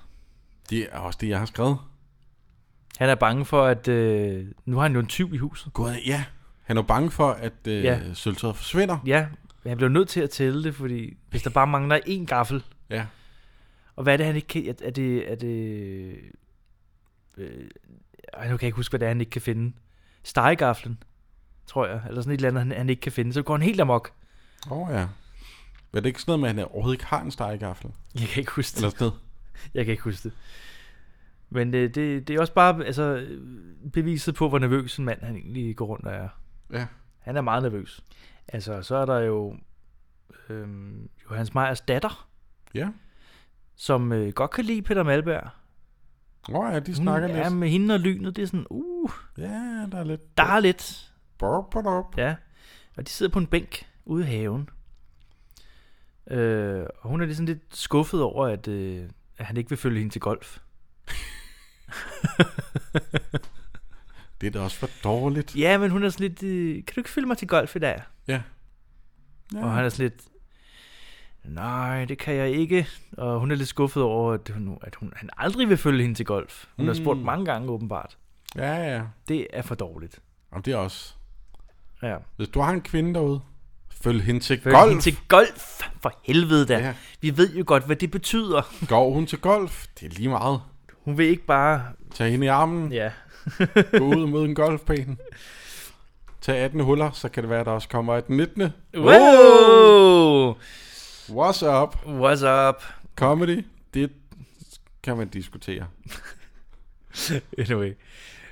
S3: Det er også det, jeg har skrevet.
S2: Han er bange for, at øh, nu har han jo en tyv i huset.
S3: God, ja. Han er jo bange for, at øh,
S2: Ja.
S3: ja. sølvtøjet forsvinder.
S2: Ja, men han bliver nødt til at tælle det, fordi hvis der bare mangler én gaffel.
S3: Ja.
S2: Og hvad er det, han ikke kan... Er det... Er det øh, ej, nu kan jeg ikke huske, hvad det er, han ikke kan finde. Stegegaflen, tror jeg. Eller sådan et eller andet, han, han ikke kan finde. Så går han helt amok.
S3: Åh oh, ja. Men er det ikke sådan noget med, at han overhovedet ikke har en stegegaffel?
S2: Jeg kan ikke huske det.
S3: Eller sådan noget.
S2: Jeg kan ikke huske det. Men øh, det, det er også bare altså, øh, beviset på, hvor nervøs en mand han egentlig går rundt og er.
S3: Ja.
S2: Han er meget nervøs. Altså, så er der jo øhm, Johannes Meyers datter.
S3: Ja.
S2: Som øh, godt kan lide Peter Malberg.
S3: Nå ja, de snakker
S2: Mm, Ja,
S3: lidt.
S2: med hende og lynet, det er sådan, uh.
S3: Ja, der er lidt.
S2: Der er lidt.
S3: Bop, bop, bop.
S2: Ja, og de sidder på en bænk ude i haven. Øh, og hun er ligesom lidt skuffet over, at, øh, at han ikke vil følge hende til golf.
S3: Det er da også for dårligt.
S2: Ja, men hun er sådan lidt, øh, kan du ikke følge mig til golf i dag?
S3: Ja. Ja.
S2: Og han er sådan lidt, nej, det kan jeg ikke. Og hun er lidt skuffet over, at, hun, at hun, han aldrig vil følge hende til golf. Hun mm. har spurgt
S3: Mm.
S2: mange gange åbenbart.
S3: Ja, ja.
S2: Det er for dårligt.
S3: Jamen, det er også.
S2: Ja.
S3: Hvis du har en kvinde derude, følg hende til
S2: Følg
S3: golf.
S2: hende til golf, for helvede da.
S3: Ja.
S2: Vi ved jo godt, hvad det betyder.
S3: Går hun til golf? Det er lige meget.
S2: Hun vil ikke bare...
S3: Tag hende i armen.
S2: Ja.
S3: Gå ud mod en golfbane. Tag 18 huller, så kan det være, at der også kommer et 19.
S2: Wow!
S3: What's up?
S2: What's up?
S3: Comedy, det kan man diskutere.
S2: anyway.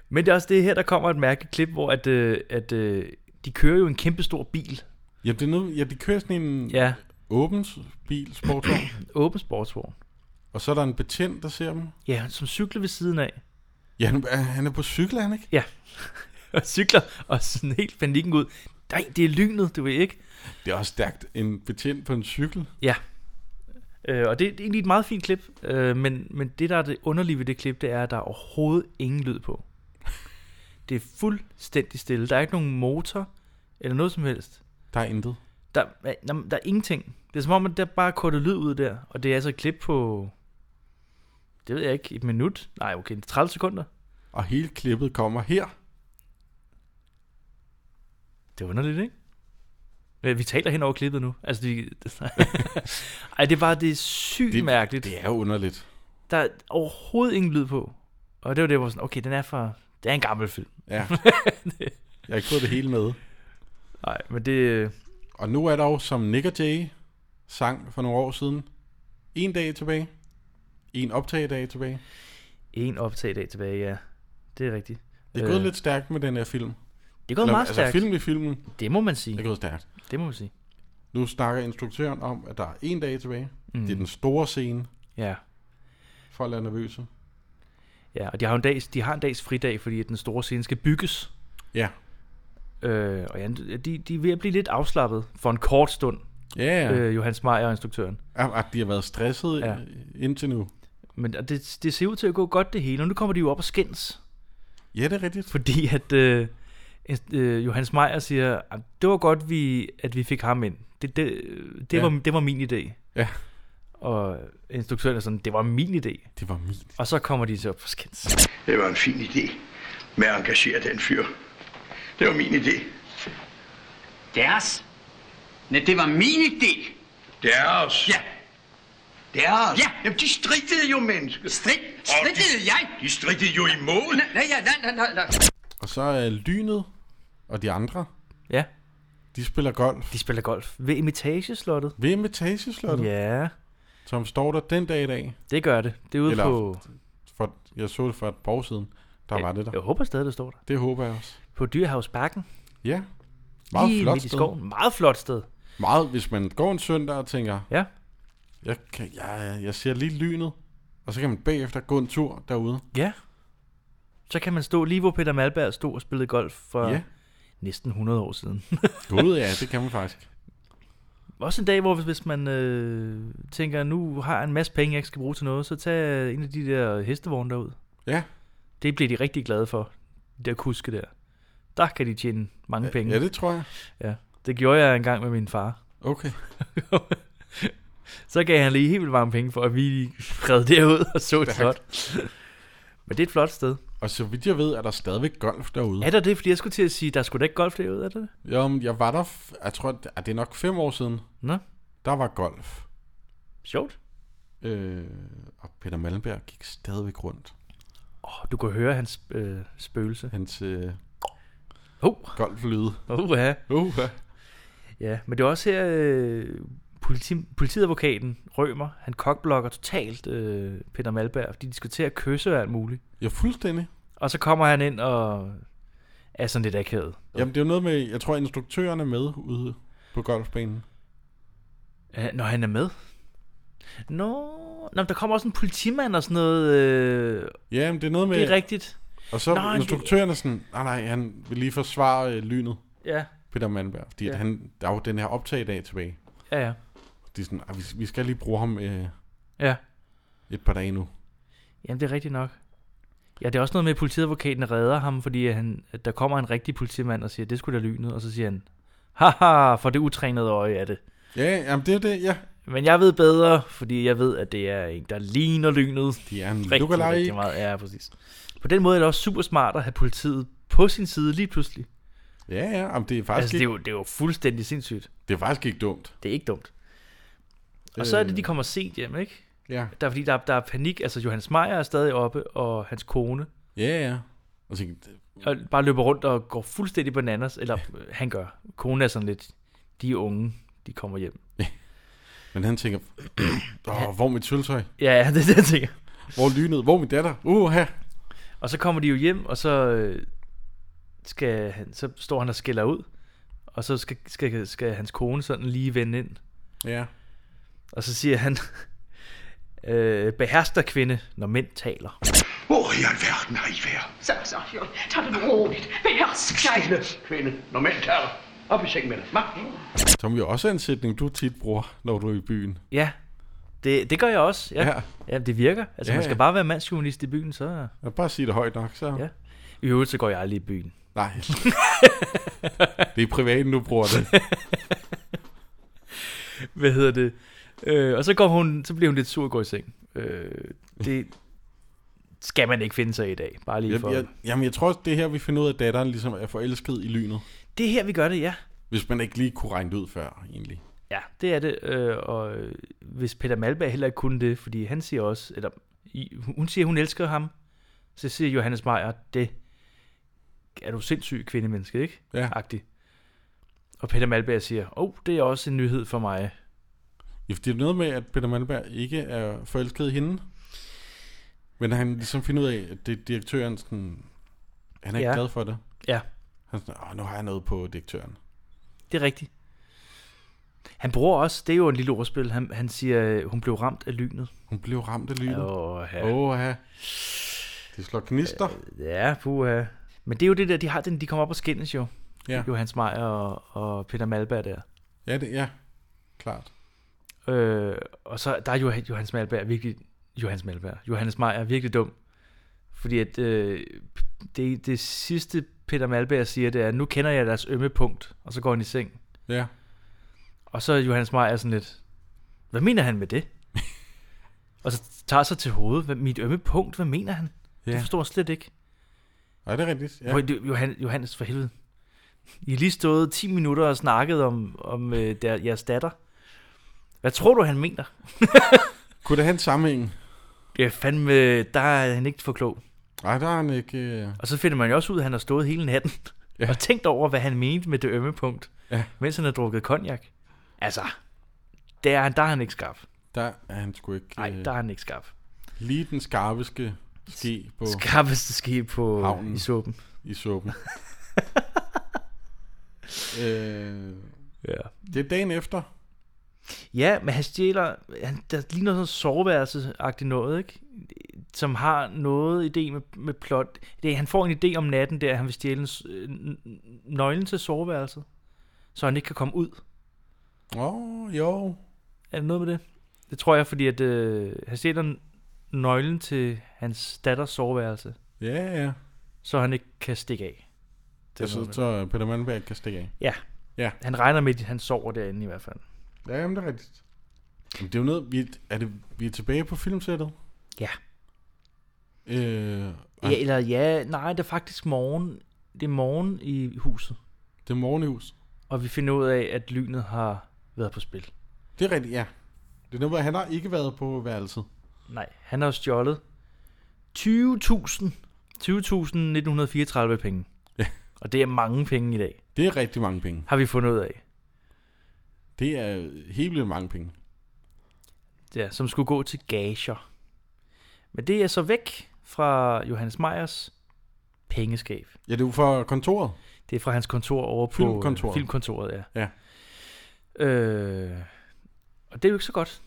S2: Men det er også det her, der kommer et mærkeligt klip, hvor at, øh, at øh, de kører jo en kæmpe stor bil.
S3: Ja, det er noget, ja de kører sådan en
S2: Ja.
S3: åben bil, sportsvogn.
S2: åben sportsvogn.
S3: Og så er der en betjent, der ser dem.
S2: Ja, som cykler ved siden af.
S3: Ja, han, han er på cykel, er han ikke?
S2: Ja. og cykler og sådan helt panikken ud. Nej, det er lynet, du ved ikke.
S3: Det er også stærkt. En betjent på en cykel.
S2: Ja. Øh, og det, det er egentlig et meget fint klip, øh, men, men det, der er det underlige ved det klip, det er, at der er overhovedet ingen lyd på. Det er fuldstændig stille. Der er ikke nogen motor eller noget som helst.
S3: Der er intet.
S2: Der, er- nå, men der er ingenting. Det er som om, at der bare er kortet lyd ud der, og det er altså et klip på, det ved jeg ikke, et minut? Nej, okay, 30 sekunder.
S3: Og hele klippet kommer her.
S2: Det er underligt, ikke? Men Vi taler hen over klippet nu. Altså, de... Ej, det er bare, det er sygt det, mærkeligt.
S3: Det er underligt.
S2: Der er overhovedet ingen lyd på. Og det var det, hvor sådan, okay, den er fra... Det er en gammel film.
S3: Ja. Jeg har ikke fået det hele med.
S2: Nej, men det...
S3: Og nu er der jo, som Nick og Jay sang for nogle år siden, en dag tilbage. En optagedag tilbage.
S2: En optaget dag tilbage, ja. Det er rigtigt. Øh,
S3: Det er gået lidt stærkt med den her film.
S2: Det er gået
S3: Eller,
S2: meget
S3: altså,
S2: stærkt.
S3: film i filmen.
S2: Det må man sige.
S3: Det er gået stærkt.
S2: Det må man sige.
S3: Nu snakker instruktøren om, at der er en dag tilbage.
S2: Mm.
S3: Mm. Det er den store scene.
S2: Ja.
S3: Folk er nervøse.
S2: Ja, og de har, jo en dags, de har en dags fridag, fordi at den store scene skal bygges.
S3: Ja.
S2: Øh, og ja, de, de er ved at blive lidt afslappet for en kort stund.
S3: Ja, ja.
S2: Øh, Johannes Meyer og instruktøren.
S3: Jamen, at de har været stresset ja. indtil nu.
S2: Men og det, det ser ud til at gå godt det hele, og nu kommer de jo op og skændes.
S3: Ja, det er rigtigt.
S2: Fordi at øh, en- øh, Johannes Meyer siger, "Ah, det var godt, vi, at vi fik ham ind. Det, det, det,
S3: Ja.
S2: ja. var, det var min idé.
S3: Ja.
S2: Og instruktøren er sådan, det var min idé.
S3: Det var min
S2: Og så kommer de så op og skændes.
S9: Det var en fin idé med at engagere den fyr. Det var min idé.
S4: Deres? Nej, det var min idé.
S9: Deres.
S4: Ja.
S9: Deres?
S4: Ja.
S9: Jamen, de strittede jo, mennesker.
S4: Strid, strikkede jeg?
S9: De strittede jo imod.
S4: Nej, ja, nej, nej, nej, nej.
S3: Og så er Lynet og de andre.
S2: Ja.
S3: De spiller golf.
S2: De spiller golf. Ved Imitageslottet.
S3: Ved Imitageslottet.
S2: Ja.
S3: Som står der den dag i dag.
S2: Det gør det. Det er ude
S3: Eller,
S2: på...
S3: For, jeg så det for et par år siden. Der var det der.
S2: Jeg håber stadig, det står der.
S3: Det håber jeg også.
S2: På Dyrehavsparken.
S3: Ja. Meget
S2: Lige
S3: flot
S2: midt i
S3: sted.
S2: skoven. Meget flot sted.
S3: Meget, hvis man går en søndag og tænker,
S2: Ja.
S3: jeg, kan, jeg, jeg ser lige lynet, og så kan man bagefter gå en tur derude.
S2: Ja. Så kan man stå lige, hvor Peter Malberg stod og spillede golf for
S3: Ja.
S2: ja. næsten 100 år siden.
S3: Gud, ja, det kan man faktisk.
S2: Også en dag, hvor hvis- hvis man øh, tænker, nu har jeg en masse penge, jeg ikke skal bruge til noget, så tag en af de der hestevogne derud.
S3: Ja.
S2: Det bliver de rigtig glade for, de der kuske der. Der kan de tjene mange penge.
S3: Ja, det tror jeg.
S2: Ja, det gjorde jeg engang med min far.
S3: Okay.
S2: så gav han lige helt vildt mange penge for, at vi red derud og så et
S3: Stærkt.
S2: flot. Men det er et flot sted.
S3: Og så vidt jeg ved, er der stadigvæk golf derude.
S2: Er der det? Fordi jeg skulle til at sige, der skulle da ikke golf derude, er der det?
S3: Jo, men jeg var der, f- jeg tror, at- at det er nok fem år siden.
S2: Nå.
S3: Der var golf.
S2: Sjovt.
S3: Øh, og Peter Malmberg gik stadigvæk rundt.
S2: Åh, du kan høre hans øh, spøgelse.
S3: Hans øh,
S2: oh.
S3: golflyde.
S2: Uha.
S3: Uha.
S2: Ja, men det er også her, øh, politi, politiadvokaten Rømer, han kokblokker totalt øh, Peter Malberg, fordi de skal til at kysse og alt muligt.
S3: Ja, fuldstændig.
S2: Og så kommer han ind og er sådan lidt akavet.
S3: Jamen, det er jo noget med, jeg tror, instruktøren er med ude på golfbanen.
S2: Øh, når han er med? Nå, nå, men der kommer også en politimand og sådan noget. Øh,
S3: ja, men det er noget med...
S2: Det er rigtigt.
S3: Og så
S2: Nå,
S3: Nå,
S2: det-
S3: instruktøren er sådan, "Ah, nej, nej, han vil lige forsvare øh, lynet.
S2: Ja.
S3: Peter Mandberg. Fordi ja.
S2: Ja.
S3: at han, der er jo den her optag i dag tilbage.
S2: Ja, ja.
S3: De er sådan, "Ej, vi, vi skal lige bruge ham øh,
S2: Ja.
S3: et par dage nu.
S2: Jamen, det er rigtigt nok. Ja, det er også noget med, at politiadvokaten redder ham, fordi han, at der kommer en rigtig politimand og siger, det skulle da lynet, og så siger han, haha, for det utrænede øje er det.
S3: Ja, jamen det er det, ja.
S2: Men jeg ved bedre, fordi jeg ved, at det er en, der ligner lynet.
S3: De er en
S2: rigtig,
S3: lookalike.
S2: rigtig meget. Ja, præcis. På den måde er det også super smart at have politiet på sin side lige pludselig.
S3: Ja, ja, jamen det er faktisk
S2: Altså, det er,
S3: ikke-
S2: jo, det er jo fuldstændig sindssygt.
S3: Det er faktisk ikke dumt.
S2: Det er ikke dumt. Og så er
S3: Øh.
S2: det, de kommer sent hjem, ikke?
S3: Ja.
S2: Der er fordi, der, er- der er panik. Altså, Johannes Meyer er stadig oppe, og hans kone.
S3: Ja, ja. Og, så,
S2: og bare løber rundt og går fuldstændig bananas. Eller øh, han gør. Konen er sådan lidt, de er unge, de kommer hjem.
S3: Men han tænker, Åh, hvor er mit sølvtøj?
S2: Ja, ja, det er det, jeg tænker.
S3: Hvor er lynet? Hvor er min datter? Uha!
S2: Og så kommer de jo hjem, og så, øh, skal han, så står han og skælder ud. Og så skal, skal, skal hans kone sådan lige vende ind.
S3: Ja.
S2: Og så siger han, øh, behersker kvinde, når mænd taler.
S7: Hvor i alverden har I været?
S12: Så, så, jo. Tag det nu roligt. Behersk dig.
S9: Stille, kvinde. Normalt taler. Op i sengen med dig. Hva?
S3: Som jo også er en sætning, du tit bruger, når du er i byen.
S2: Ja, det, det gør jeg også. Ja,
S3: Ja.
S2: ja. ja det virker. Altså,
S3: Ja,
S2: ja, man skal
S3: ja.
S2: bare være mandsjournalist i byen, så...
S3: Ja, bare sige det højt nok, så...
S2: Ja. I øvrigt, så går jeg aldrig i byen.
S3: Nej. det er privaten, du bruger det.
S2: Hvad hedder det? Øh, og så, går hun, så bliver hun lidt sur og går i seng. Øh, det skal man ikke finde sig i dag. Bare lige
S3: Jeg,
S2: for...
S3: jeg, jamen, jeg tror også, det er her, vi finder ud af, at datteren ligesom er forelsket i lynet.
S2: Det er her, vi gør det, ja.
S3: Hvis man ikke lige kunne regne det ud før, egentlig.
S2: Ja, det er det. Øh, og øh, hvis Peter Malberg heller ikke kunne det, fordi han siger også, eller i, hun siger, hun elsker ham, så siger Johannes Meyer, det er du sindssyg kvindemenneske, ikke?
S3: Ja.
S2: Agtig. Og Peter Malberg siger, åh, oh, det er også en nyhed for mig.
S3: Ja, for det er noget med, at Peter Malberg ikke er forelsket i hende. Men han ligesom finder ud af, at det er direktøren sådan... Han er ikke
S2: Ja.
S3: glad for det.
S2: Ja.
S3: Han er sådan, Åh, nu har jeg noget på direktøren.
S2: Det er rigtigt. Han bruger også, det er jo en lille ordspil, han, han siger, øh, hun blev ramt af lynet.
S3: Hun blev ramt af lynet.
S2: Åh, ja. Øh,
S3: Åh, ja. Det slår knister.
S2: Ja, puha. Men det er jo det der, de, har den, de kommer op og skændes jo.
S3: Ja.
S2: Johannes Meyer og, og Peter Malberg der.
S3: Ja, det, ja. Klart.
S2: Øh, og så der er Johan, Johannes Malberg virkelig... Johannes Malberg. Johannes Meyer er virkelig dum. Fordi at øh, det, det sidste Peter Malberg siger, det er, nu kender jeg deres ømme punkt. Og så går han i seng.
S3: Ja.
S2: Og så er Johannes Meyer sådan lidt, hvad mener han med det? og så tager sig til hovedet, hvad, mit ømme punkt, hvad mener han? Ja.
S3: Ja.
S2: Det forstår jeg slet ikke.
S3: Nej, det er rigtigt. Ja.
S2: Prøv, du- Johan, Johannes, for helvede. I har lige stået 10 minutter og snakket om, om øh, der, jeres datter. Hvad tror du, han mener?
S3: Kunne det have en sammenhæng?
S2: Ja, fandme, der er han ikke for klog.
S3: Nej, der er han ikke... øh,
S2: Og så finder man jo også ud, at han har stået hele natten ja. og tænkt over, hvad han mente med det ømme punkt,
S3: Ja.
S2: mens han har drukket konjak. Altså, der, er han- der er han ikke skarp.
S3: Der er han sgu ikke... øh,
S2: Nej, der er han ikke skarp.
S3: Lige den skarpeste ske på...
S2: Skarpeste ske på
S3: Havnen.
S2: i suppen.
S3: I suppen. øh,
S2: ja.
S3: Det er dagen efter.
S2: Ja, men han stjæler, han, der ligner sådan noget soveværelse noget, ikke? Som har noget idé med, med plot. Det, han får en idé om natten der, at han vil stjæle en s- øh, n- n- nøglen til soveværelset, så han ikke kan komme ud.
S3: Åh, oh, jo.
S2: Er der noget med det? Det tror jeg, fordi at, øh, han stjæler n- nøglen til hans datters soveværelse,
S3: Ja, ja.
S2: så han ikke kan stikke af.
S3: Det er
S2: noget
S3: så,
S2: med-
S3: så Peter Mandberg kan stikke af.
S2: Ja.
S3: ja.
S2: Han regner med, at han sover derinde i hvert fald.
S3: Ja, jamen, det er rigtigt. Jamen, det er jo noget... Vi, er det, vi er tilbage på filmsættet?
S2: Ja.
S3: Øh, og-
S2: Ja, eller ja, nej, det er faktisk morgen. Det er morgen i huset.
S3: Det er morgen i huset.
S2: Og vi finder ud af, at lynet har været på spil.
S3: Det er rigtigt, ja. Det er noget, hvor han har ikke været på værelset.
S2: Nej, han har jo stjålet 20.000. 20.934 penge.
S3: Ja.
S2: Og det er mange penge i dag,
S3: Det er rigtig mange penge.
S2: har vi fundet ud af.
S3: Det er helt vildt mange penge.
S2: Ja, som skulle gå til gager. Men det er så væk fra Johannes Meyers pengeskab.
S3: Ja, det er jo fra kontoret.
S2: Det er fra hans kontor over på øh,
S3: Filmkontoret.
S2: filmkontoret ja.
S3: Ja.
S2: Øh, Og det er jo ikke så godt.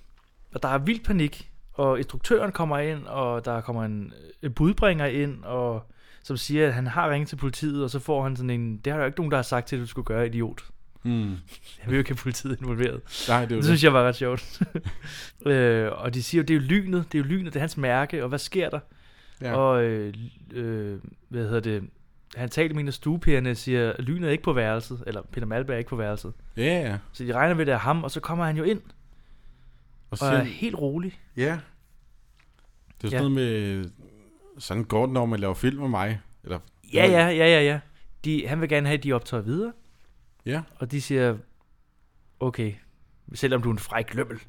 S2: Og der er vild panik, og instruktøren kommer ind, og der kommer en, øh, en budbringer ind, og som siger, at han har ringet til politiet, og så får han sådan en, det har der jo ikke nogen, der har sagt til, at du skulle gøre, idiot.
S3: Mm.
S2: Jeg vil jo ikke have politiet involveret.
S3: Nej, det er jo
S2: Hmm. det
S3: det.
S2: synes jeg var ret sjovt. øh, og de siger jo, det er jo lynet, det er jo lynet, det er hans mærke, og hvad sker der?
S3: Ja.
S2: Og øh, øh, hvad hedder det? Han talte med en af stuepigerne og siger, at lynet er ikke på værelset, eller Peter Malberg er ikke på værelset.
S3: Ja, ja.
S2: Så de regner ved, at det er ham, og så kommer han jo ind. Og, og er helt rolig.
S3: Ja. Det er
S2: Ja.
S3: sådan noget med... Sådan går det, når man laver film med mig. Eller,
S2: Ja, ja, ja, ja, ja. De, han vil gerne have, at de optager videre.
S3: Ja.
S2: Og de siger, okay, selvom du er en fræk lømmel.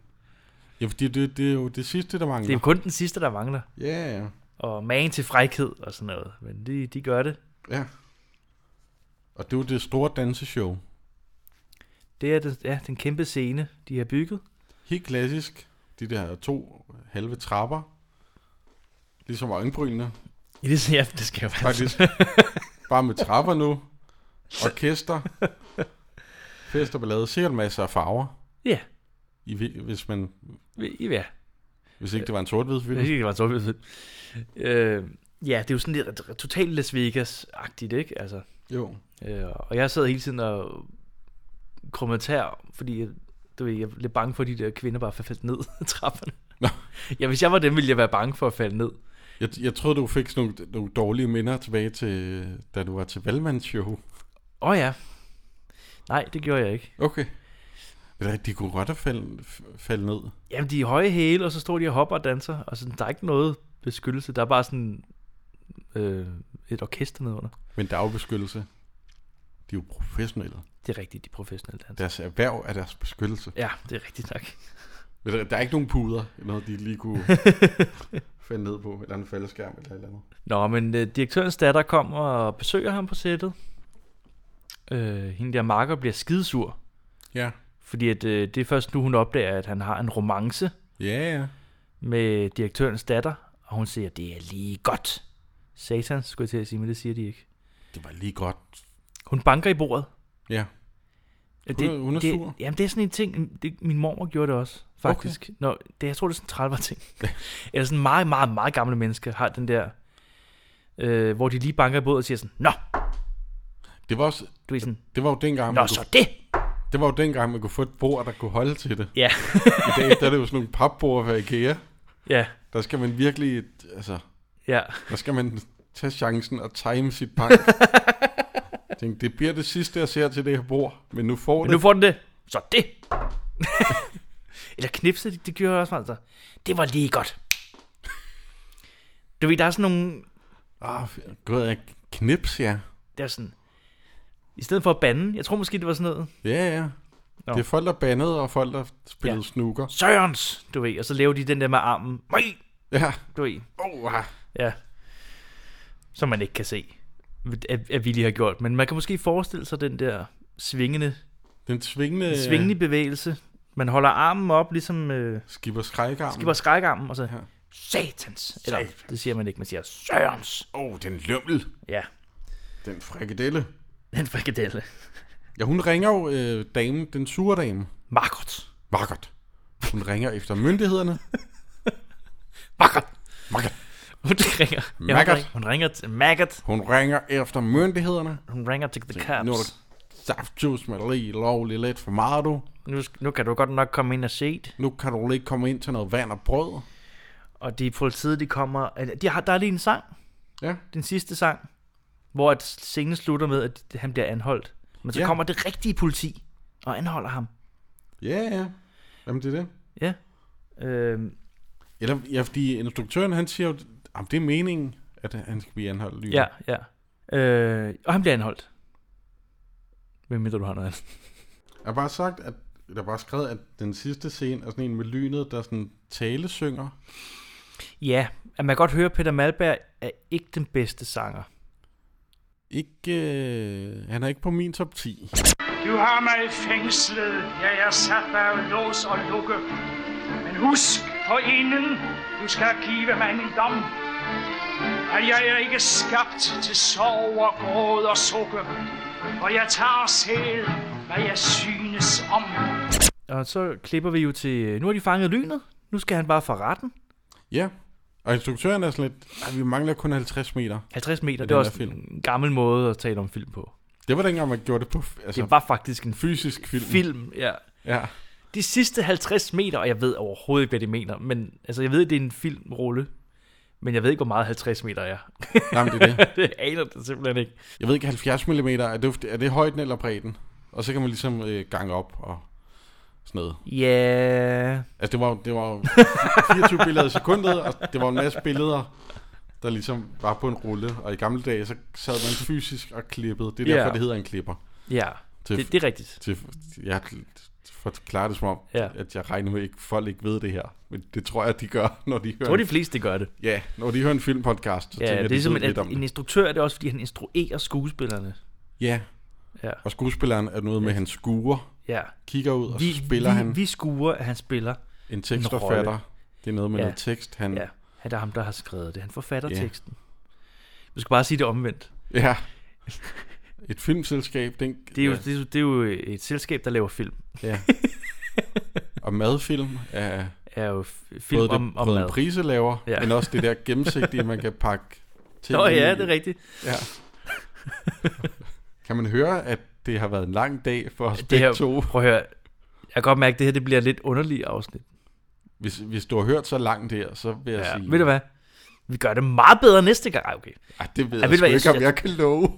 S3: Ja, fordi det, det er jo det sidste, der mangler.
S2: Det er jo kun den sidste, der mangler.
S3: Ja, ja.
S2: Og magen til frækhed og sådan noget. Men de, de gør det.
S3: Ja. Og det er jo det store danseshow.
S2: Det er det, ja, den kæmpe scene, de har bygget.
S3: Helt klassisk. De der to halve trapper. Ligesom øjenbrynene.
S2: I det, ja, det skal jo være
S3: Faktisk. Bare med trapper nu. Orkester. Fest og ballade. Sikkert masser af farver.
S2: Ja.
S3: I, vi- hvis man...
S2: I, ja.
S3: Hvis ikke det var en sort-hvid film.
S2: Hvis ikke det var en sort-hvid film. Øh, ja, det er jo sådan lidt r- totalt Las Vegas-agtigt, ikke? Altså,
S3: Jo.
S2: Øh, og jeg sad hele tiden og kommentar, fordi jeg, du ved, jeg er lidt bange for, at de der kvinder bare faldt ned ad trapperne. ja, hvis jeg var dem, ville jeg være bange for at falde ned.
S3: Jeg, jeg troede, du fik sådan nogle, nogle dårlige minder tilbage til, da du var til Valmands show.
S2: Åh oh, ja. Nej, det gjorde jeg ikke.
S3: Okay. Ved du hvad, De kunne godt have faldet falde ned.
S2: Jamen, de er høje hæle, og så står de og hopper og danser, og sådan, der er ikke noget beskyttelse. Der er bare sådan øh, et orkester nedenunder.
S3: Men der er jo beskyttelse. De er jo professionelle.
S2: Det er rigtigt, de er professionelle danser.
S3: Deres erhverv er deres beskyttelse.
S2: Ja, det er rigtigt nok.
S3: Ved du hvad, Der er ikke nogen puder, eller noget, de lige kunne finde ned på, eller en faldskærm, eller et eller andet.
S2: Nå, men øh, direktørens datter kommer og besøger ham på sættet. Øh, hende der marker bliver skidesur.
S3: Ja.
S2: Fordi at, øh, det er først nu, hun opdager, at han har en romance
S3: Ja, ja.
S2: med direktørens datter. Og hun siger, det er lige godt. Satan, skulle jeg til at sige, men det siger de ikke.
S3: Det var lige godt.
S2: Hun banker i bordet.
S3: Ja.
S2: Ja,
S3: Hun er- hun er
S2: det,
S3: sur.
S2: Jamen, det er sådan en ting, det, min mormor gjorde det også, faktisk. Okay. Nå, det, jeg tror, det er sådan en 30'er ting. Eller sådan meget, meget, meget gamle mennesker har den der, øh, hvor de lige banker i bordet og siger sådan, Nå,
S3: Det var, også,
S2: du er sådan,
S3: det var jo dengang,
S2: Nå,
S3: man
S2: så
S3: kunne-
S2: det!
S3: Det var jo dengang, man kunne få et bord, der kunne holde til det.
S2: Ja.
S3: I dag der er det jo sådan nogle papbord fra Ikea.
S2: Ja.
S3: Der skal man virkelig, altså...
S2: Ja.
S3: Der skal man tage chancen og time sit bank. Tænk, det bliver det sidste, jeg ser til det her bord, men nu får
S2: Men
S3: det.
S2: nu får den det. Så det. Eller knipse, det, det gjorde jeg også meget. så, Det var lige godt. Du ved, der er sådan nogle...
S3: Ah, Gud, jeg knips, ja.
S2: der er sådan... I stedet for at bande, jeg tror måske, det var sådan noget.
S3: Ja, ja.
S2: Nå.
S3: Det er folk, der bandede, og folk, der spillede
S2: Ja.
S3: ja. snooker.
S2: Sørens, du ved, og så laver de den der med armen. Møj!
S3: Ja.
S2: Du ved.
S3: Oh,
S2: Ja. Som man ikke kan se, at, at vi lige har gjort. Men man kan måske forestille sig den der svingende...
S3: Den svingende...
S2: Den svingende bevægelse. Man holder armen op, ligesom... Øh,
S3: skipper skrækarmen.
S2: Skipper skrækarmen, og så... Ja.
S3: Satans.
S2: Eller, det siger man ikke, man siger Sørens.
S3: Åh, oh, den lømmel.
S2: Ja.
S3: Den frikadelle.
S2: Den frikadelle.
S3: Ja, hun ringer jo øh, damen, den sure dame.
S2: Margot.
S3: Margot. Hun ringer efter myndighederne. Margot.
S2: Hun ringer. Ja, hun
S3: Margot.
S2: ringer- hun ringer til Maggot.
S3: Hun ringer efter myndighederne.
S2: Hun ringer til The Cops.
S3: Nu er der saftjuice med lige lovlig lidt for meget, du.
S2: Nu, nu kan du godt nok komme ind og se det.
S3: Nu kan du lige komme ind til noget vand og brød.
S2: Og de politiet, de kommer... eller, De har, der er lige en sang.
S3: Ja.
S2: Den sidste sang. Hvor at scenen slutter med, at han bliver anholdt. Men så ja.
S3: Ja.
S2: kommer det rigtige politi og anholder ham.
S3: Ja, ja. Jamen, det er det.
S2: Ja. Øhm.
S3: Eller, ja, fordi instruktøren, han siger jo, at det er meningen, at han skal blive anholdt lige.
S2: Ja, ja. Øh, og han bliver anholdt. Hvem mindre du har noget andet.
S3: Jeg har bare sagt, at der er bare skrevet, at den sidste scene er sådan en med lynet, der sådan talesynger.
S2: Ja, at man kan godt høre, at Peter Malberg er ikke den bedste sanger.
S3: Ikke, øh, han er ikke på min top 10.
S13: Du har mig fængslet, ja, jeg sat dig og lås og lukke. Men husk på inden, du skal give mig en dom. At jeg er ikke skabt til sorg og gråd og sukke. Og jeg tager selv, hvad jeg synes om.
S2: Og så klipper vi jo til, øh, nu har de fanget lynet, nu skal han bare for retten.
S3: Ja, og instruktøren er sådan lidt, "Ej, vi mangler kun 50 meter.
S2: 50 meter,
S3: af
S2: det er
S3: den
S2: også
S3: her film.
S2: en gammel måde at tale om film på.
S3: Det var dengang, man gjorde det på... Altså,
S2: det var faktisk en
S3: fysisk film.
S2: Film, ja.
S3: Ja.
S2: De sidste 50 meter, og jeg ved overhovedet ikke, hvad de mener, men altså, jeg ved, det er en filmrulle, men jeg ved ikke, hvor meget 50 meter er.
S3: Nej, men det er det.
S2: det aner det simpelthen ikke.
S3: Jeg ved ikke, 70 mm, er det, er det højden eller bredden? Og så kan man ligesom øh, gange op og sådan noget.
S2: Ja.
S3: Altså, det var, det var jo 24 billeder i sekundet, og det var en masse billeder, der ligesom var på en rulle. Og i gamle dage, så sad man fysisk og klippede. Det er derfor,
S2: Ja.
S3: det hedder en klipper.
S2: Ja, det- det er rigtigt.
S3: Til, jeg forklarer det som om, ja. at jeg regner med, at folk ikke ved det her. Men det tror jeg, de gør, når de hører...
S2: tror, de fleste gør det.
S3: Ja, når de hører en filmpodcast, så
S2: Ja,
S3: tænker
S2: det er
S3: de ved
S2: simpelthen,
S3: lidt
S2: at
S3: om
S2: en instruktør er det også, fordi han instruerer skuespillerne.
S3: Ja.
S2: ja.
S3: Og skuespilleren er noget med, at han skuer,
S2: Ja.
S3: kigger ud, og vi, så spiller
S2: vi,
S3: han
S2: Vi skuer, at han spiller
S3: en
S2: rolle.
S3: tekstforfatter. Det er noget med ja. noget tekst. Han,
S2: Ja, han er ham, der har skrevet det. Han forfatter
S3: Ja.
S2: yeah. teksten. Du skal bare sige det omvendt.
S3: Ja. Et filmselskab, den...
S2: Det er, jo,
S3: ja.
S2: ja. det, er, jo- det er jo et selskab, der laver film.
S3: Ja. Og madfilm er,
S2: er jo film
S3: både
S2: om-
S3: det,
S2: om
S3: både
S2: mad.
S3: en prise laver,
S2: Ja.
S3: ja. men også det der gennemsigtige, man kan pakke til.
S2: Nå ja, det er rigtigt.
S3: Ja. Kan man høre, at det har været en lang dag for os
S2: Det
S3: begge
S2: her,
S3: to?
S2: prøv at høre. Jeg kan godt mærke, at det her det bliver et lidt underligt afsnit.
S3: Hvis, hvis du har hørt så langt her, så vil jeg
S2: Ja,
S3: sige...
S2: ved du hvad? Vi gør det meget bedre næste gang. Ej, okay.
S3: Ej, det ved
S2: Ej,
S3: jeg,
S2: ved du
S3: jeg,
S2: hvad,
S3: jeg
S2: jeg
S3: ikke, om
S2: synes,
S3: jeg kan love.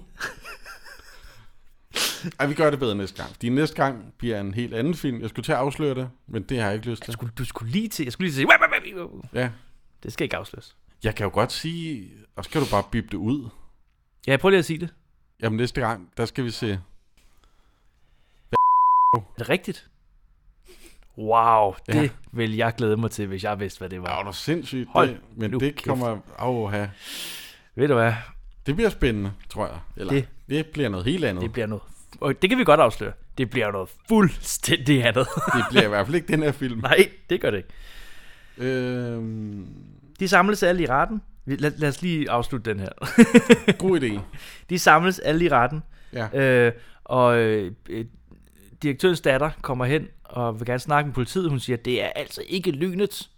S3: Ej, vi gør det bedre næste gang. Fordi næste gang bliver en helt anden film. Jeg skulle til at afsløre det, men det har jeg ikke lyst til. Jeg
S2: skulle, du skulle lige til... Jeg skulle lige til...
S3: Ja.
S2: Det skal ikke afsløres.
S3: Jeg kan jo godt sige... Og så kan du bare bippe det ud.
S2: Ja, prøv lige at sige det.
S3: Jamen næste gang, der skal vi se...
S2: Er det rigtigt? Wow, det
S3: Ja.
S2: vil jeg glæde mig til, hvis jeg vidste, hvad det var. Ja,
S3: det er sindssygt.
S2: Hold
S3: det, men
S2: nu
S3: det
S2: kæft.
S3: kommer... Åh, ja.
S2: Ved du hvad?
S3: Det bliver spændende, tror jeg. Eller,
S2: Det-
S3: det, det bliver noget helt andet.
S2: Det bliver noget... Og det kan vi godt afsløre. Det bliver noget fuldstændig andet.
S3: det bliver i hvert fald ikke den her film.
S2: Nej, det gør det ikke.
S3: Øhm...
S2: De samles alle i retten. Vi- Lad, lad os lige afslutte den her.
S3: God idé.
S2: De samles alle i retten.
S3: Ja.
S2: Øh, og øh, øh, direktørens datter kommer hen og vil gerne snakke med politiet. Hun siger, det er altså ikke lynet.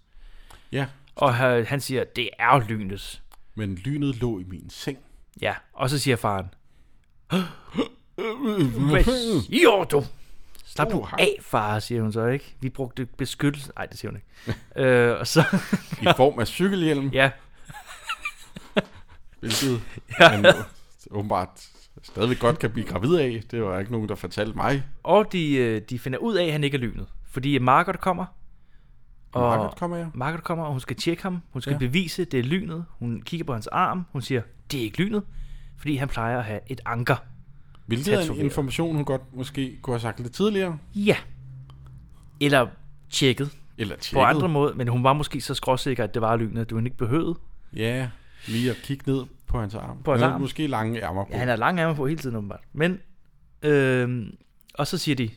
S3: Ja.
S2: Og øh, han siger, det er lynet.
S3: Men lynet lå i min seng.
S2: Ja, og så siger faren, Hvad
S3: Mhm.
S2: siger du? Slap nu af, far, siger hun så, ikke? Vi brugte beskyttelse. Nej, det siger hun ikke. øh, og så...
S3: I form af cykelhjelm?
S2: Ja.
S3: Hvilket
S2: Ja.
S3: ja. man åbenbart stadigvæk godt kan blive gravid af. Det var ikke nogen, der fortalte mig.
S2: Og de, øh, de finder ud af, at han ikke er lynet. Fordi Margaret kommer.
S3: Margaret kommer, ja.
S2: Margaret kommer, og hun skal tjekke ham. Hun skal ja.
S3: Ja.
S2: bevise, at det er lynet. Hun kigger på hans arm. Hun siger, det er ikke lynet. Fordi han plejer at have et anker.
S3: Hvilket er en
S2: tatoveret.
S3: information, hun godt måske kunne have sagt lidt tidligere.
S2: Ja. Eller tjekket.
S3: Eller
S2: På
S3: tjekket.
S2: andre måder, men hun var måske så skråsikker, at det var lynet, at du ikke behøvede.
S3: Ja, lige at kigge ned på hans arm.
S2: På hans
S3: Han har
S2: arm.
S3: Måske lange ærmer på.
S2: Ja, han har lange ærmer på hele tiden, åbenbart. Men, øh, og så siger de,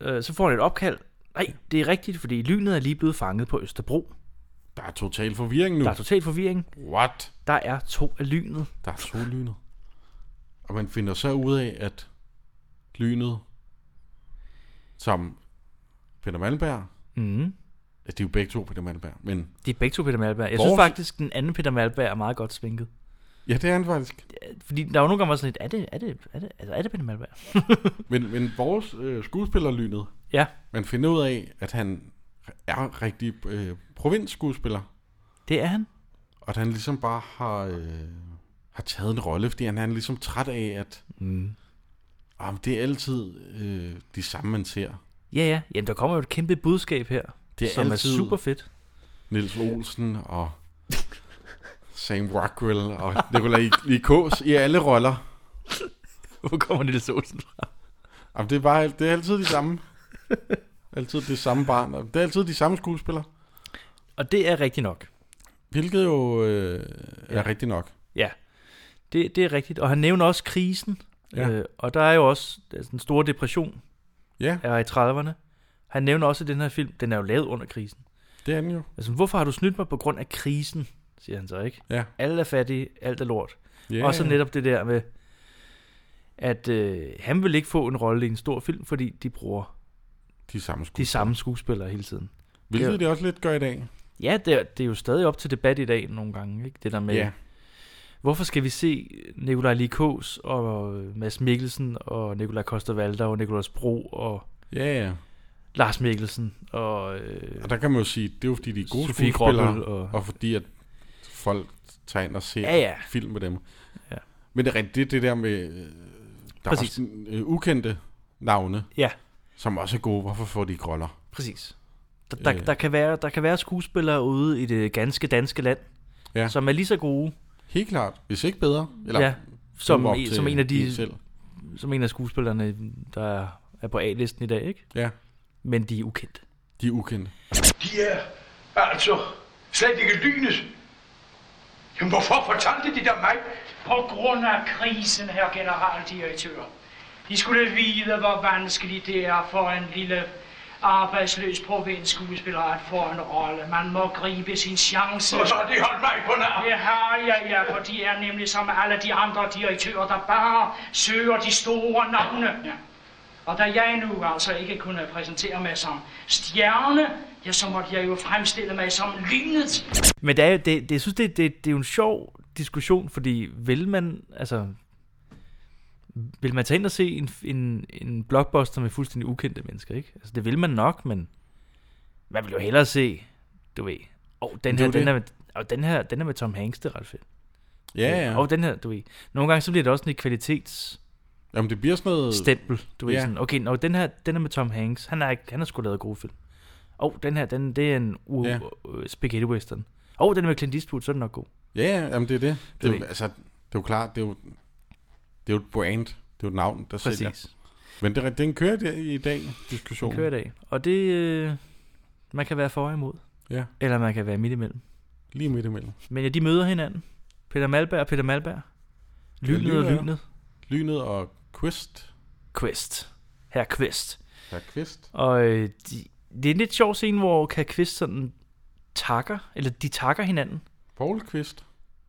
S2: øh, så får han et opkald. Nej, det er rigtigt, fordi lynet er lige blevet fanget på Østerbro.
S3: Der er total forvirring nu.
S2: Der er total forvirring.
S3: What?
S2: Der er to af lynet.
S3: Der er to lynet. Og man finder så ud af, at lynet, som Peter Malberg,
S2: mm.
S3: at de er jo begge to Peter Malberg, men
S2: De er begge to Peter Malberg. Jeg synes
S3: Vores-
S2: faktisk, den anden Peter Malberg er meget godt svinket.
S3: Ja, det er han faktisk.
S2: Fordi der er jo nogle gange var sådan lidt, er det, er det, er det, altså, er det Peter Malberg?
S3: Men, men vores øh, skuespillerlynet,
S2: Ja.
S3: man finder ud af, at han er rigtig øh, provinsskuespiller.
S2: Det er han.
S3: Og at han ligesom bare har, øh, har taget en rolle, fordi han, han er ligesom træt af, at
S2: mm.
S3: oh, det er altid øh, de samme, man ser.
S2: Ja, ja. Jamen, der kommer jo et kæmpe budskab her,
S3: Det er
S2: som
S3: altid
S2: er super fedt.
S3: Nils Olsen og Sam Rockwell og Nikolaj Likås i alle roller.
S2: Hvor kommer Nils Olsen fra?
S3: Jamen, det, er bare, det er altid de samme. Altid det samme barn. og Det er altid de samme skuespillere.
S2: Og det er rigtigt nok.
S3: Hvilket jo øh, er
S2: Ja.
S3: ja. rigtigt nok.
S2: Ja, det, det er rigtigt. Og han nævner også krisen. Ja.
S3: Ja.
S2: Øh, og der er jo også altså, den store depression
S3: ja.
S2: er i 30'erne. Han nævner også i den her film, den er jo lavet under krisen.
S3: Det er den jo.
S2: Altså, hvorfor har du snydt mig på grund af krisen, siger han så, ikke?
S3: Ja.
S2: Alle er fattige, alt er lort.
S3: Ja,
S2: Også
S3: ja.
S2: netop det der med, at øh, han vil ikke få en rolle i en stor film, fordi de bruger
S3: De samme skuespillere.
S2: De samme skuespillere hele tiden.
S3: Hvilket
S2: Det er-
S3: det også lidt gør i dag.
S2: Ja, det er, det er jo stadig op til debat i dag nogle gange, ikke? Det der med,
S3: Ja.
S2: hvorfor skal vi se Nikolaj Likos og Mads Mikkelsen og Nikolaj Koster og Nikolas Bro og
S3: Ja, ja.
S2: Lars Mikkelsen og... Øh,
S3: Og der kan man jo sige, det er jo fordi, de er gode
S2: Sofie
S3: skuespillere,
S2: Gråbøl
S3: og...
S2: og-
S3: og fordi at folk tager ind og ser
S2: Ja, ja.
S3: film med dem. Ja. Men det er rigtigt, det, er det der med, øh, der er
S2: Præcis.
S3: også øh, ukendte navne,
S2: Ja.
S3: som også er gode. Hvorfor får de groller?
S2: Præcis. Der, der,
S3: Øh.
S2: der, kan være, der kan være skuespillere ude i det ganske danske land,
S3: Ja.
S2: som er lige så gode.
S3: Helt klart, hvis ikke bedre.
S2: Eller, ja, som,
S3: lever op
S2: en-
S3: til
S2: som, en af
S3: en
S2: de,
S3: selv.
S2: som en af skuespillerne, der er på A-listen i dag, ikke?
S3: Ja.
S2: Men de er ukendte.
S3: De er ukendte.
S7: De er altså slet ikke lynet. Jamen, hvorfor fortalte de der mig?
S13: På grund af krisen, herr generaldirektør. De skulle vide, hvor vanskeligt det er for en lille arbejdsløs provinsskuespiller at få en rolle. Man må gribe sin chance.
S7: Og så har de holdt mig på nar.
S13: Det har jeg, ja, for de er nemlig som alle de andre direktører, der bare søger de store navne. Ja. Og da jeg nu altså ikke kunne præsentere mig som stjerne, ja, så måtte jeg jo fremstille mig som lynet.
S2: Men det er, jo- det, det, jeg synes, det, det, det er jo en sjov diskussion, fordi vil man, altså, vil man tage ind og se en, en, en blockbuster med fuldstændig ukendte mennesker, ikke? Altså, det vil man nok, men man vil jo hellere se, du ved, og den
S3: Det
S2: her,
S3: er jo
S2: den
S3: det.
S2: er, med, og den her, den er med Tom Hanks, det er ret fedt.
S3: Ja, ja.
S2: Og den her, du ved. Nogle gange, så bliver det også sådan et kvalitets...
S3: Jamen, det bliver sådan noget...
S2: Stempel, du ved.
S3: Ja.
S2: Ja. Sådan, okay, nå, den her, den er med Tom Hanks. Han er, ikke- han har sgu lavet gode film. Og den her, den, det er en u-
S3: Ja.
S2: ja. spaghetti western. Og den er med Clint Eastwood, så er den nok god.
S3: Ja, ja, jamen det er det.
S2: Du
S3: det, er,
S2: ved.
S3: jo- altså, det er jo klart, det er jo, det er jo et brand. Det er jo et navn, der
S2: Præcis.
S3: sælger. Men det, er- den kører der i dag,
S2: Den
S3: diskussionen.
S2: kører i dag. Og det, øh, man kan være for og imod.
S3: Ja.
S2: Eller man kan være midt imellem.
S3: Lige midt imellem.
S2: Men ja, de møder hinanden. Peter Malberg og Peter Malberg. Lynet og lynet.
S3: Lynet og Quest.
S2: Quest. Herr Quist.
S3: Herr Quist.
S2: Og øh, de, det er en lidt sjov scene, hvor kan Quist sådan takker, eller de takker hinanden.
S3: Paul Quist.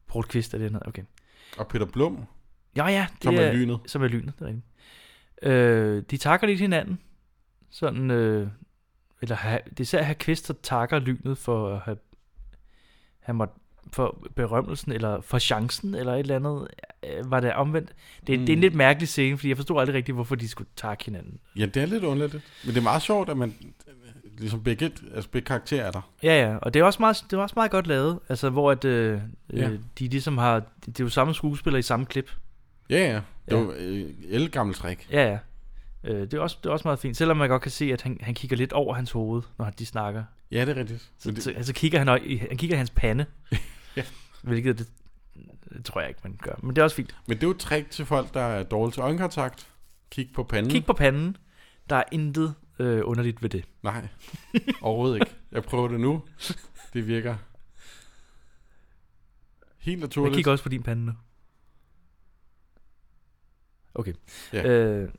S2: Paul Quist er det, han hedder, okay.
S3: Og Peter Blum.
S2: Ja, ja. Det
S3: Som er lynet.
S2: Som er lynet, det er rigtigt. Øh, de takker lidt hinanden. Sådan, øh, eller ha- det er især herr Quist, der takker lynet for at have, han måtte, for berømmelsen, eller for chancen, eller et eller andet. Øh, var det omvendt? Det, mm. det er en
S3: Mm.
S2: lidt mærkelig scene, fordi jeg forstod aldrig rigtigt, hvorfor de skulle takke hinanden.
S3: Ja, det er lidt underligt. Men det er meget sjovt, at man ligesom begge, altså begge karakterer er der.
S2: Ja, ja, og det er også meget, det er også meget godt lavet, altså hvor at, øh,
S3: Ja.
S2: ja. de ligesom har, det er jo samme skuespiller i samme klip.
S3: Ja, ja. Det er jo øh, elgammelt trick.
S2: Ja, ja. Øh, det, er også, det er også meget fint, selvom man godt kan se, at han, han kigger lidt over hans hoved, når de snakker.
S3: Ja, det er rigtigt.
S2: Så,
S3: Men det-
S2: så, altså kigger han, i- han kigger i hans pande, ja. hvilket det, det tror jeg ikke, man gør. Men det er også fint.
S3: Men det er jo et trick til folk, der er dårlige til øjenkontakt. Kig på panden.
S2: Kig på panden, der er intet øh, underligt ved det.
S3: Nej, overhovedet ikke. Jeg prøver det nu. Det virker helt naturligt.
S2: Jeg kigger også på din pande nu. Okay.
S3: Ja.
S2: Øh,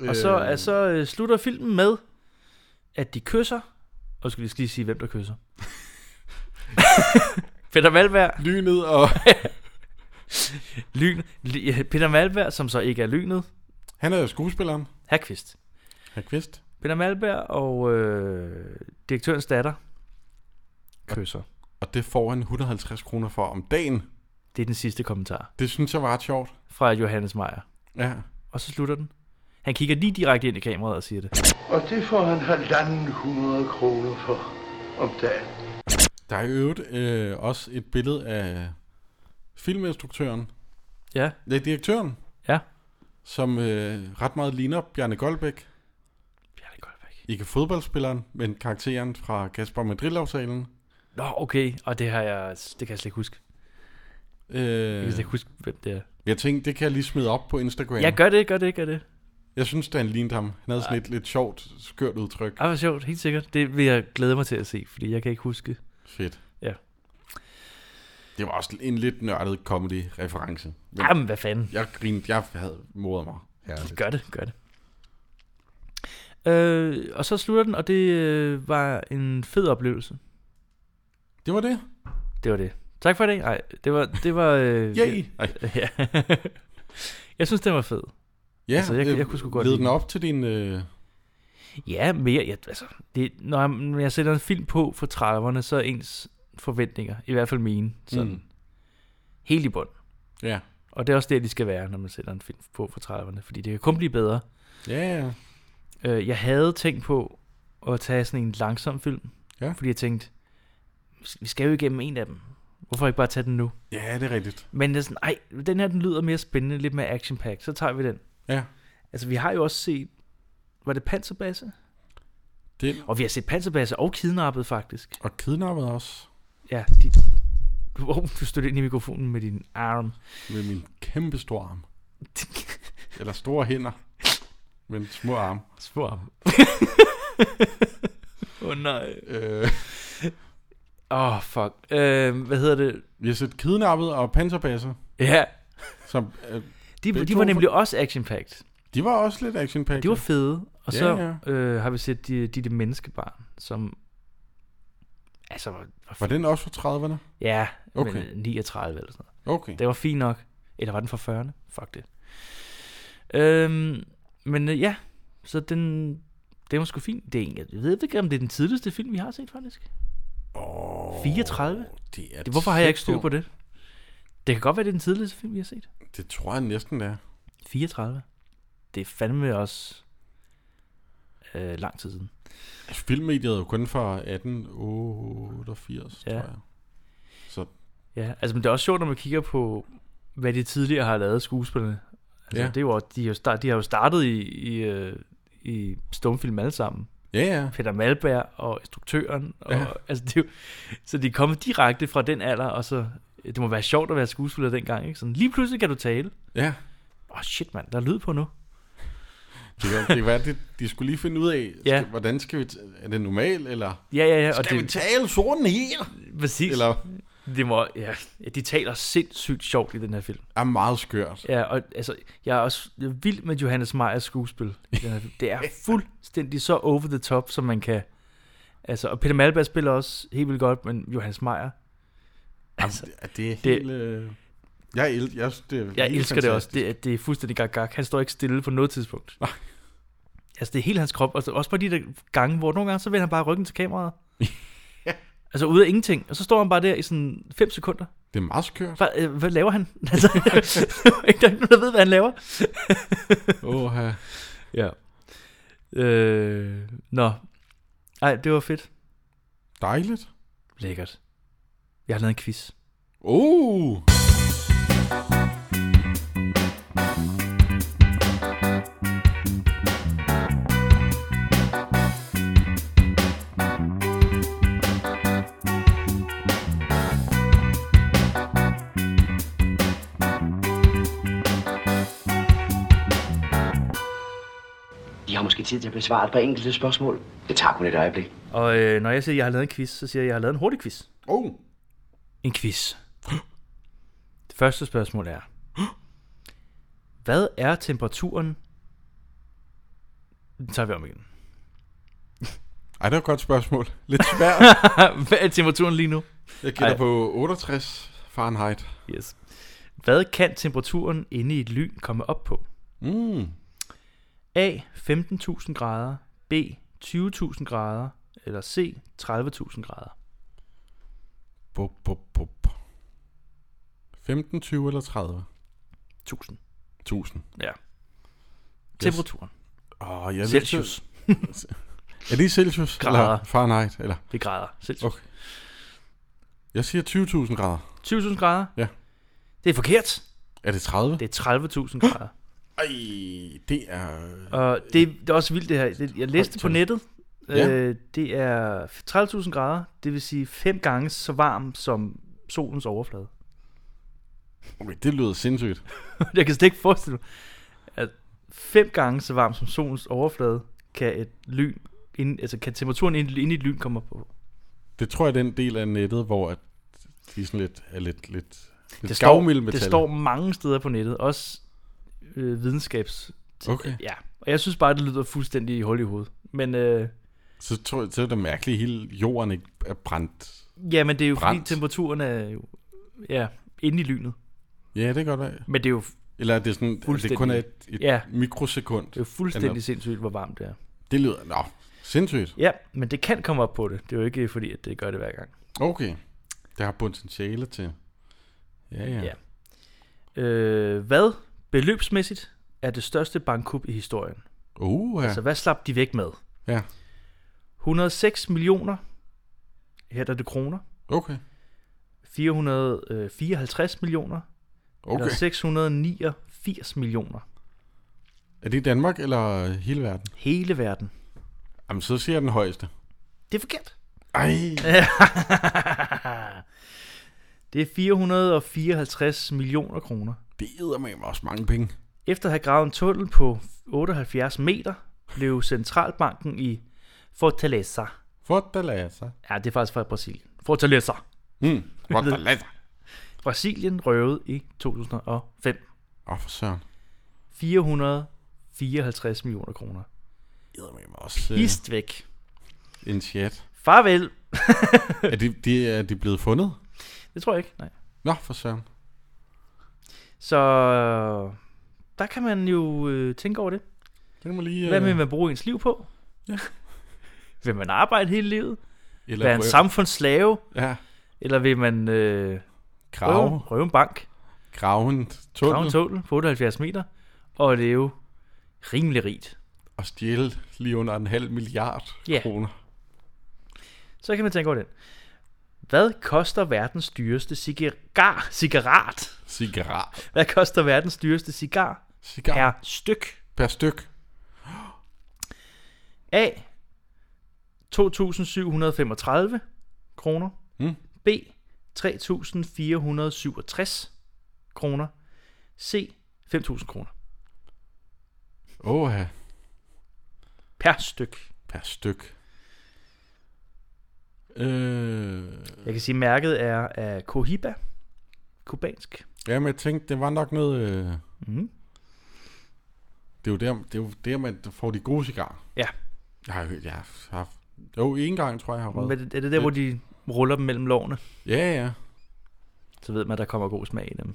S2: og så,
S3: Øh.
S2: altså, øh, slutter filmen med, at de kysser. Og skal vi skal lige sige, hvem der kysser. Peter Malberg.
S3: Lynet og...
S2: Lyn. Ly- Peter Malberg, som så ikke er lynet.
S3: Han er jo skuespilleren.
S2: Herkvist.
S3: Herkvist.
S2: Peter Malberg og øh, direktørens datter kysser.
S3: Og det får han 150 kroner for om dagen.
S2: Det er den sidste kommentar.
S3: Det synes jeg var ret sjovt.
S2: Fra Johannes Meyer.
S3: Ja.
S2: Og så slutter den. Han kigger lige direkte ind i kameraet og siger det.
S9: Og det får han halvanden hundrede kroner for om dagen.
S3: Der er i øvrigt øh, også et billede af filminstruktøren.
S2: Ja.
S3: Ja, direktøren.
S2: Ja.
S3: Som øh, ret meget ligner Bjarne Goldbæk. Bjarne
S2: Goldbæk.
S3: Ikke fodboldspilleren, men karakteren fra Kasper Madrid-aftalen.
S2: Nå, okay. Og det har jeg, det kan jeg slet ikke huske.
S3: Øh, jeg
S2: kan slet ikke huske, hvem det er.
S3: Jeg tænkte, det kan jeg lige smide op på Instagram.
S2: Ja, gør det, gør det, gør det.
S3: Jeg synes, da han lignede ham. Han havde sådan
S2: Ej.
S3: et lidt sjovt, skørt udtryk.
S2: Ej, hvor sjovt, helt sikkert. Det vil jeg glæde mig til at se, fordi jeg kan ikke huske.
S3: Fedt.
S2: Ja.
S3: Det var også en lidt nørdet comedy-reference. Men
S2: Jamen, hvad fanden.
S3: Jeg grinede, jeg havde modet mig.
S2: Gør det, gør det. Øh, og så slutter den, og det øh, var en fed oplevelse.
S3: Det var det.
S2: Det var det. Tak for i dag. Nej, det var... Det var øh,
S3: Yay!
S2: ja. jeg synes, den var fed.
S3: Ja,
S2: altså, jeg,
S3: øh,
S2: jeg kunne sgu godt
S3: led
S2: lide
S3: den op til din... Øh,
S2: Ja, mere, ja, altså, det, når jeg, når jeg sætter en film på for 30'erne, så er ens forventninger, i hvert fald mine, sådan
S3: Mm.
S2: mm. helt i bund.
S3: Ja.
S2: Og det er også der, de skal være, når man sætter en film på for 30'erne, fordi det kan kun blive bedre.
S3: Ja,
S2: ja. Øh, jeg havde tænkt på at tage sådan en langsom film,
S3: ja.
S2: fordi jeg tænkte, vi skal jo igennem en af dem. Hvorfor ikke bare tage den nu?
S3: Ja, det er rigtigt.
S2: Men det er sådan, ej, den her den lyder mere spændende, lidt mere action pack, så tager vi den.
S3: Ja.
S2: Altså, vi har jo også set, var det Panserbasse?
S3: Det...
S2: Og vi har set Panserbasse og Kidnappet, faktisk.
S3: Og Kidnappet også.
S2: Ja, de... Du, oh, du stødte ind i mikrofonen med din arm.
S3: Med min kæmpe store arm. Eller store hænder. Men små arme.
S2: Små arme. Åh oh, nej.
S3: Øh.
S2: Åh, oh, fuck. Øh, hvad hedder det?
S3: Vi har set Kidnappet og Panserbasser.
S2: Ja.
S3: Som, øh,
S2: De,
S3: begge
S2: de
S3: to
S2: var
S3: fra-
S2: nemlig også action-packed.
S3: De var også lidt action packed.
S2: De var fede. Og
S3: Ja,
S2: så
S3: ja.
S2: Øh, har vi set de, de, det menneskebarn, som... Altså, var, var,
S3: Var den også fra 30'erne?
S2: Ja, okay.
S3: Okay.
S2: men 39 eller sådan
S3: noget. Okay.
S2: Det var fint nok. Eller var den fra 40'erne? Fuck det. Øhm, men øh, ja, så den, den var sgu fint. Det er, en- jeg ved ikke, om det er den tidligste film, vi har set faktisk.
S3: Oh,
S2: 34?
S3: Det er
S2: det, hvorfor har jeg ikke
S3: tæt
S2: styr på det? Det kan godt være, det er den tidligste film, vi har set.
S3: Det tror jeg næsten, det er.
S2: 34. Det er fandme også øh, lang tid siden.
S3: Altså, Filmmediet er jo kun fra 1888, ja. tror jeg. Så
S2: Ja, altså men det er også sjovt, når man kigger på, hvad de tidligere har lavet skuespillerne. Altså,
S3: Ja.
S2: ja. det er jo, også- de, har jo start, de har jo startet i, i, øh, i stumfilm alle sammen.
S3: Ja, ja.
S2: Peter Malberg og instruktøren. Og,
S3: Ja.
S2: ja. altså, det er jo, så de er kommet direkte fra den alder, og så... Det må være sjovt at være skuespiller dengang, ikke? Sådan, lige pludselig kan du tale.
S3: Ja.
S2: Åh, oh, shit, mand, der er lyd på nu.
S3: det kan, det kan være, det, de skulle lige finde ud af,
S2: Ja.
S3: skal, hvordan skal vi... T- er det normalt, eller...
S2: Ja, ja, ja.
S3: Skal vi tale sådan her?
S2: Præcis.
S3: Eller-
S2: Det må, ja, ja, de taler sindssygt sjovt i den her film.
S3: Er meget skørt.
S2: Ja, og altså, jeg er også vild med Johannes Meyers skuespil. i den her film. Det er fuldstændig så over the top, som man kan. Altså, og Peter Malberg spiller også helt vildt godt, men Johannes Meyer... Altså,
S3: Jamen, det er
S2: det-
S3: helt... Øh, jeg, el- jeg, synes, det er
S2: Jeg
S3: helt
S2: elsker det også.
S3: fantastisk.
S2: Det, er- det er fuldstændig gak, gak. Han står ikke stille på noget tidspunkt. Nej. Altså, det er hele hans krop. Altså, også på de der gange, hvor nogle gange, så vender han bare ryggen til kameraet. Altså, ude af ingenting. Og så står han bare der i sådan 5 sekunder.
S3: Det er meget skørt.
S2: Hvad, øh, hvad laver han? Altså, ikke der er ikke nogen, der ved, hvad han laver.
S3: Åh, ja.
S2: Ja. Øh, nå. Ej, det var fedt.
S3: Dejligt.
S2: Lækkert. Jeg har lavet en quiz.
S3: Uh!
S16: De har måske tid til at besvare et par enkelte spørgsmål. Det tager kun et øjeblik.
S2: Og øh, når jeg siger, at jeg har lavet en quiz, så siger jeg, at jeg har lavet en hurtig quiz.
S3: Oh.
S2: En quiz. Det første spørgsmål er, hvad er temperaturen? Den tager vi om igen.
S3: Ej, det var et godt spørgsmål. Lidt svært.
S2: Hvad er temperaturen lige nu?
S3: Jeg gætter
S2: Ej.
S3: på 68 Fahrenheit.
S2: Yes. Hvad kan temperaturen inde i et lyn komme op på?
S3: Mm.
S2: A. 15.000 grader. B. 20.000 grader. Eller C. 30.000 grader.
S3: Bup, bup, bup. 15, 20 eller 30?
S2: 1000.
S3: 1000.
S2: Ja. Temperaturen.
S3: Åh, jeg ved-
S2: Celsius.
S3: er det i Celsius?
S2: Grader.
S3: Eller Fahrenheit? Eller?
S2: Det er grader. Celsius.
S3: Okay. Jeg siger 20.000 grader.
S2: 20.000 grader?
S3: Ja.
S2: Det er forkert.
S3: Er det 30?
S2: Det er 30.000 grader.
S3: Ej, det er...
S2: Og det, det er også vildt det her. Det- Jeg læste på
S3: tal.
S2: nettet.
S3: Ja.
S2: Øh, det er 30.000 grader, det vil sige fem gange så varm som solens overflade.
S3: Okay, det lyder sindssygt.
S2: Jeg kan slet ikke forestille mig, at fem gange så varm som solens overflade kan et lyn, ind, altså kan temperaturen inde ind i et lyn komme op på.
S3: Det tror jeg er den del af nettet, hvor at de sådan lidt, er lidt, lidt, lidt
S2: Det står,
S3: gavmilde med
S2: det
S3: tal.
S2: står mange steder på nettet, også øh, videnskabs.
S3: Okay.
S2: Ja, og jeg synes bare, det lyder fuldstændig i hul i hovedet. Men øh,
S3: Så tror jeg, så er det mærkeligt, at hele jorden ikke er brændt.
S2: ja, men det er jo
S3: brændt.
S2: fordi temperaturen er jo ja, inde i lynet.
S3: Ja, det kan godt være.
S2: Men det er jo
S3: Eller er det sådan, at det kun er et, et
S2: ja,
S3: mikrosekund?
S2: det er jo fuldstændig sindssygt, hvor varmt det er.
S3: Det lyder... Nå, sindssygt.
S2: Ja, men det kan komme op på det. Det er jo ikke fordi, at det gør det hver gang.
S3: Okay. Det har potentiale til. Ja, ja. ja.
S2: Øh, hvad beløbsmæssigt er det største bankkup i historien?
S3: Uh,
S2: Altså, hvad slap de væk med?
S3: Ja.
S2: 106 millioner. Her er det kroner.
S3: Okay.
S2: 454 millioner.
S3: Okay.
S2: Eller 689 millioner.
S3: Er det i Danmark eller hele verden?
S2: Hele verden.
S3: Jamen, så siger jeg den højeste.
S2: Det er forkert.
S3: Ej.
S2: det er 454 millioner kroner.
S3: Det æder med også mange penge.
S2: Efter at have gravet en tunnel på 78 meter, blev Centralbanken i Fortaleza.
S3: Fortaleza?
S2: Ja, det er faktisk fra Brasilien. Fortaleza.
S3: Mm, Fortaleza.
S2: Brasilien røvede i 2005.
S3: Åh, oh, for søren.
S2: 454 millioner kroner.
S3: Også, øh,
S2: Pist væk.
S3: En chat.
S2: Farvel.
S3: er, de, de, er de blevet fundet?
S2: Det tror jeg ikke, nej.
S3: Nå, for søren.
S2: Så der kan man jo øh, tænke over det.
S3: Det kan man lige... øh,
S2: Hvad vil man bruge ens liv på?
S3: Ja.
S2: Vil man arbejde hele livet?
S3: Eller
S2: Eller Være en
S3: prøve-
S2: samfundsslave?
S3: Ja.
S2: Eller vil man øh,
S3: Grave.
S2: Røve, røve en bank?
S3: Grave en tunnel.
S2: Grave en tunnel på 78 meter. Og leve rimelig rigt.
S3: Og stjæle lige under en halv milliard
S2: Ja.
S3: kroner.
S2: Så kan man tænke over den. Hvad koster verdens dyreste cigar? Cigaret?
S3: Cigaret.
S2: Hvad koster verdens dyreste cigar?
S3: Cigar.
S2: Per styk.
S3: Per styk.
S2: A. 2.735 kroner.
S3: Mm.
S2: B. 3.467 kroner. C. 5.000 kroner.
S3: Åh, ja.
S2: Per styk.
S3: Per styk. Øh...
S2: Jeg kan sige, at mærket er af Cohiba. Kubansk.
S3: Jamen, jeg tænkte, det var nok noget... Øh...
S2: Mm.
S3: Det er jo der, det er jo der man får de gode cigarer.
S2: Ja.
S3: Jeg har hørt, jeg har haft... Jo, en gang tror jeg, jeg har
S2: Men
S3: røget.
S2: er det, er det der, hvor de ruller dem mellem lovene?
S3: Ja, ja.
S2: Så ved man, at der kommer god smag i dem.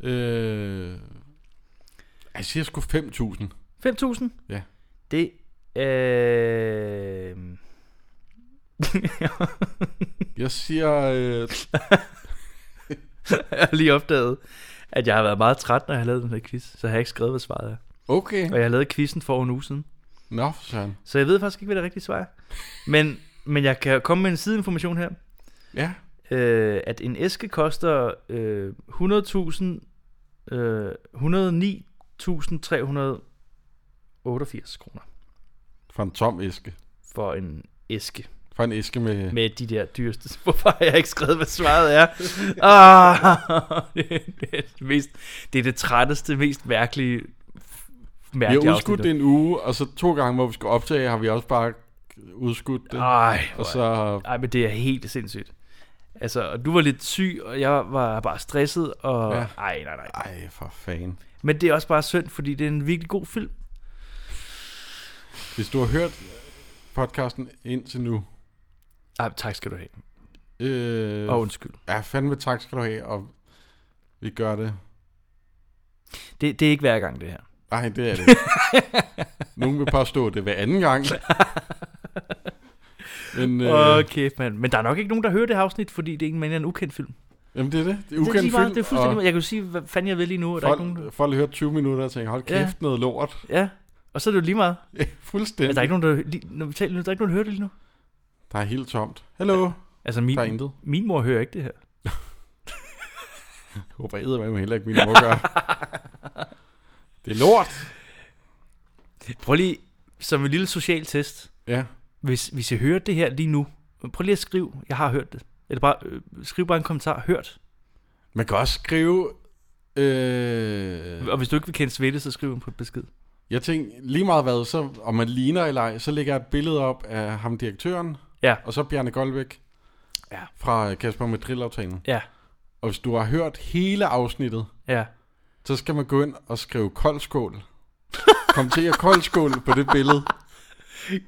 S3: Øh... Jeg siger sgu 5.000.
S2: 5.000?
S3: Ja.
S2: Det øh...
S3: Jeg siger... Øh...
S2: jeg har lige opdaget, at jeg har været meget træt, når jeg har lavet den her quiz, så jeg har ikke skrevet, hvad svaret er.
S3: Okay.
S2: Og jeg har lavet quizzen for en uge siden.
S3: Nå, for søren.
S2: Så jeg ved faktisk ikke, hvad det rigtige svar er. Men, men jeg kan komme med en sideinformation her.
S3: Ja.
S2: Øh, at en æske koster øh, 100.000... Øh, 109.388 kroner
S3: For en tom æske.
S2: for en æske.
S3: For en æske med...
S2: Med de der dyreste. Hvorfor har jeg ikke skrevet, hvad svaret er? Ah, det, er det, mest, det er det trætteste, mest mærkelige,
S3: Vi har
S2: mærkelige
S3: udskudt det en uge, og så to gange, hvor vi skulle optage, har vi også bare udskudt det.
S2: Ej,
S3: og så...
S2: Ej, men det er helt sindssygt. Altså, og du var lidt syg, og jeg var bare stresset, og...
S3: Ja.
S2: Ja. Ej, nej, nej.
S3: Ej, for fanden.
S2: Men det er også bare synd, fordi det er en virkelig god film.
S3: Hvis du har hørt podcasten indtil nu...
S2: Ej, tak skal du have.
S3: Øh,
S2: Og undskyld.
S3: Ja, fandme tak skal du have, og vi gør det.
S2: Det, det er ikke hver gang, det her.
S3: Nej, det er det. ikke. Nogen vil påstå, at det er hver anden gang. Men, øh,
S2: Åh, kæft, mand. Men der er nok ikke nogen, der hører det her afsnit, fordi det er en, men en ukendt film.
S3: Jamen, det er det. Det
S2: lige
S3: er ukendt
S2: meget-
S3: film,
S2: Det er fuldstændig...
S3: og-
S2: meget. Jeg kan jo sige, hvad fanden jeg ved lige nu, og der er
S3: folk,
S2: ikke nogen...
S3: folk har hørt 20 minutter og tænker, hold
S2: Ja.
S3: kæft, noget lort.
S2: Ja, og så er det jo lige meget.
S3: Ja, fuldstændig.
S2: Men der er ikke nogen, der, lige, når vi taler, nu, der er ikke nogen, der hører det lige nu.
S3: Der er helt tomt. Hallo.
S2: Altså, min,
S3: Der er intet.
S2: min mor hører ikke det her.
S3: Jeg håber, jeg med heller ikke min mor gør. det er lort.
S2: Prøv lige, som en lille social test.
S3: Ja.
S2: Hvis, hvis jeg hører det her lige nu, prøv lige at skrive, jeg har hørt det. Eller bare, øh, skriv bare en kommentar, hørt.
S3: Man kan også skrive... Øh,
S2: Og hvis du ikke vil kende Svette, så skriv en på et besked.
S3: Jeg tænkte, lige meget hvad, så, om man ligner eller ej, så lægger jeg et billede op af ham direktøren,
S2: ja.
S3: og så Bjarne Goldbæk
S2: ja.
S3: fra øh, Kasper med drillaftalen.
S2: Ja.
S3: Og hvis du har hørt hele afsnittet,
S2: Ja.
S3: så skal man gå ind og skrive koldskål. Kommentere koldskål på det billede.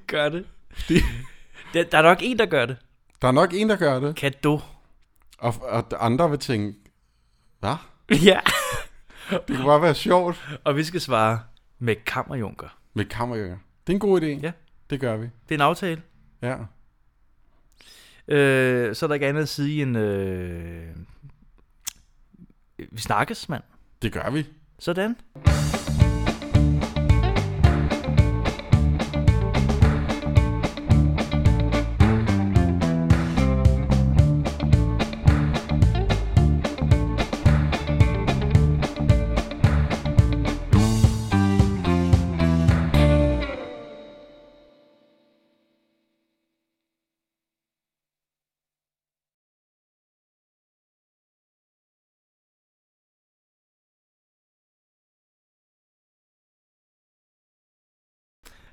S2: Gør det. Der, der er nok en, der gør det.
S3: Der er nok en, der gør det.
S2: Kan du?
S3: Og, og andre vil tænke, hvad?
S2: Ja.
S3: Det kunne bare være sjovt.
S2: Og vi skal svare, Med kammerjunker.
S3: Med kammerjunker. Det er en god idé.
S2: Ja.
S3: Det gør vi.
S2: Det er en aftale.
S3: Ja.
S2: Øh, så er der ikke andet at sige end... Øh, vi snakkes, mand.
S3: Det gør vi.
S2: Sådan.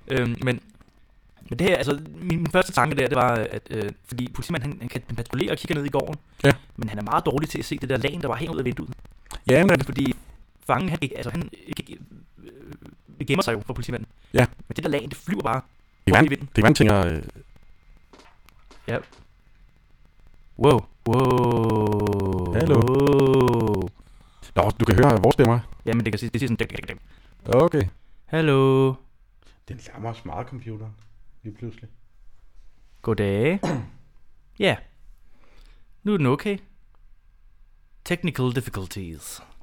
S2: Øhm, men, men det her, altså, min, min første tanke der, det var, at øh, fordi politimanden, han, han kan patrullere og kigger ned i gården,
S3: Ja.
S2: men han er meget dårlig til at se det der lagen, der var helt ud af vinduet.
S3: Ja, men-
S2: Fordi fangen, han, ikke- altså, han ikke, øh, gemmer sig jo for politimanden.
S3: Ja.
S2: Men det der lagen, det flyver bare. rundt
S3: Det kan
S2: i
S3: være,
S2: vinden.
S3: det kan være, han tænker, øh,
S2: Ja. Wow. Wow.
S3: Hallo.
S2: Wow.
S3: Nå, du kan høre vores stemmer.
S2: Jamen, det kan sige, det siger sådan, dæk, dæk, dæk.
S3: Okay.
S2: Hallo.
S3: Den larmer smart computer lige pludselig.
S2: Goddag. ja. Nu er den okay. Technical difficulties.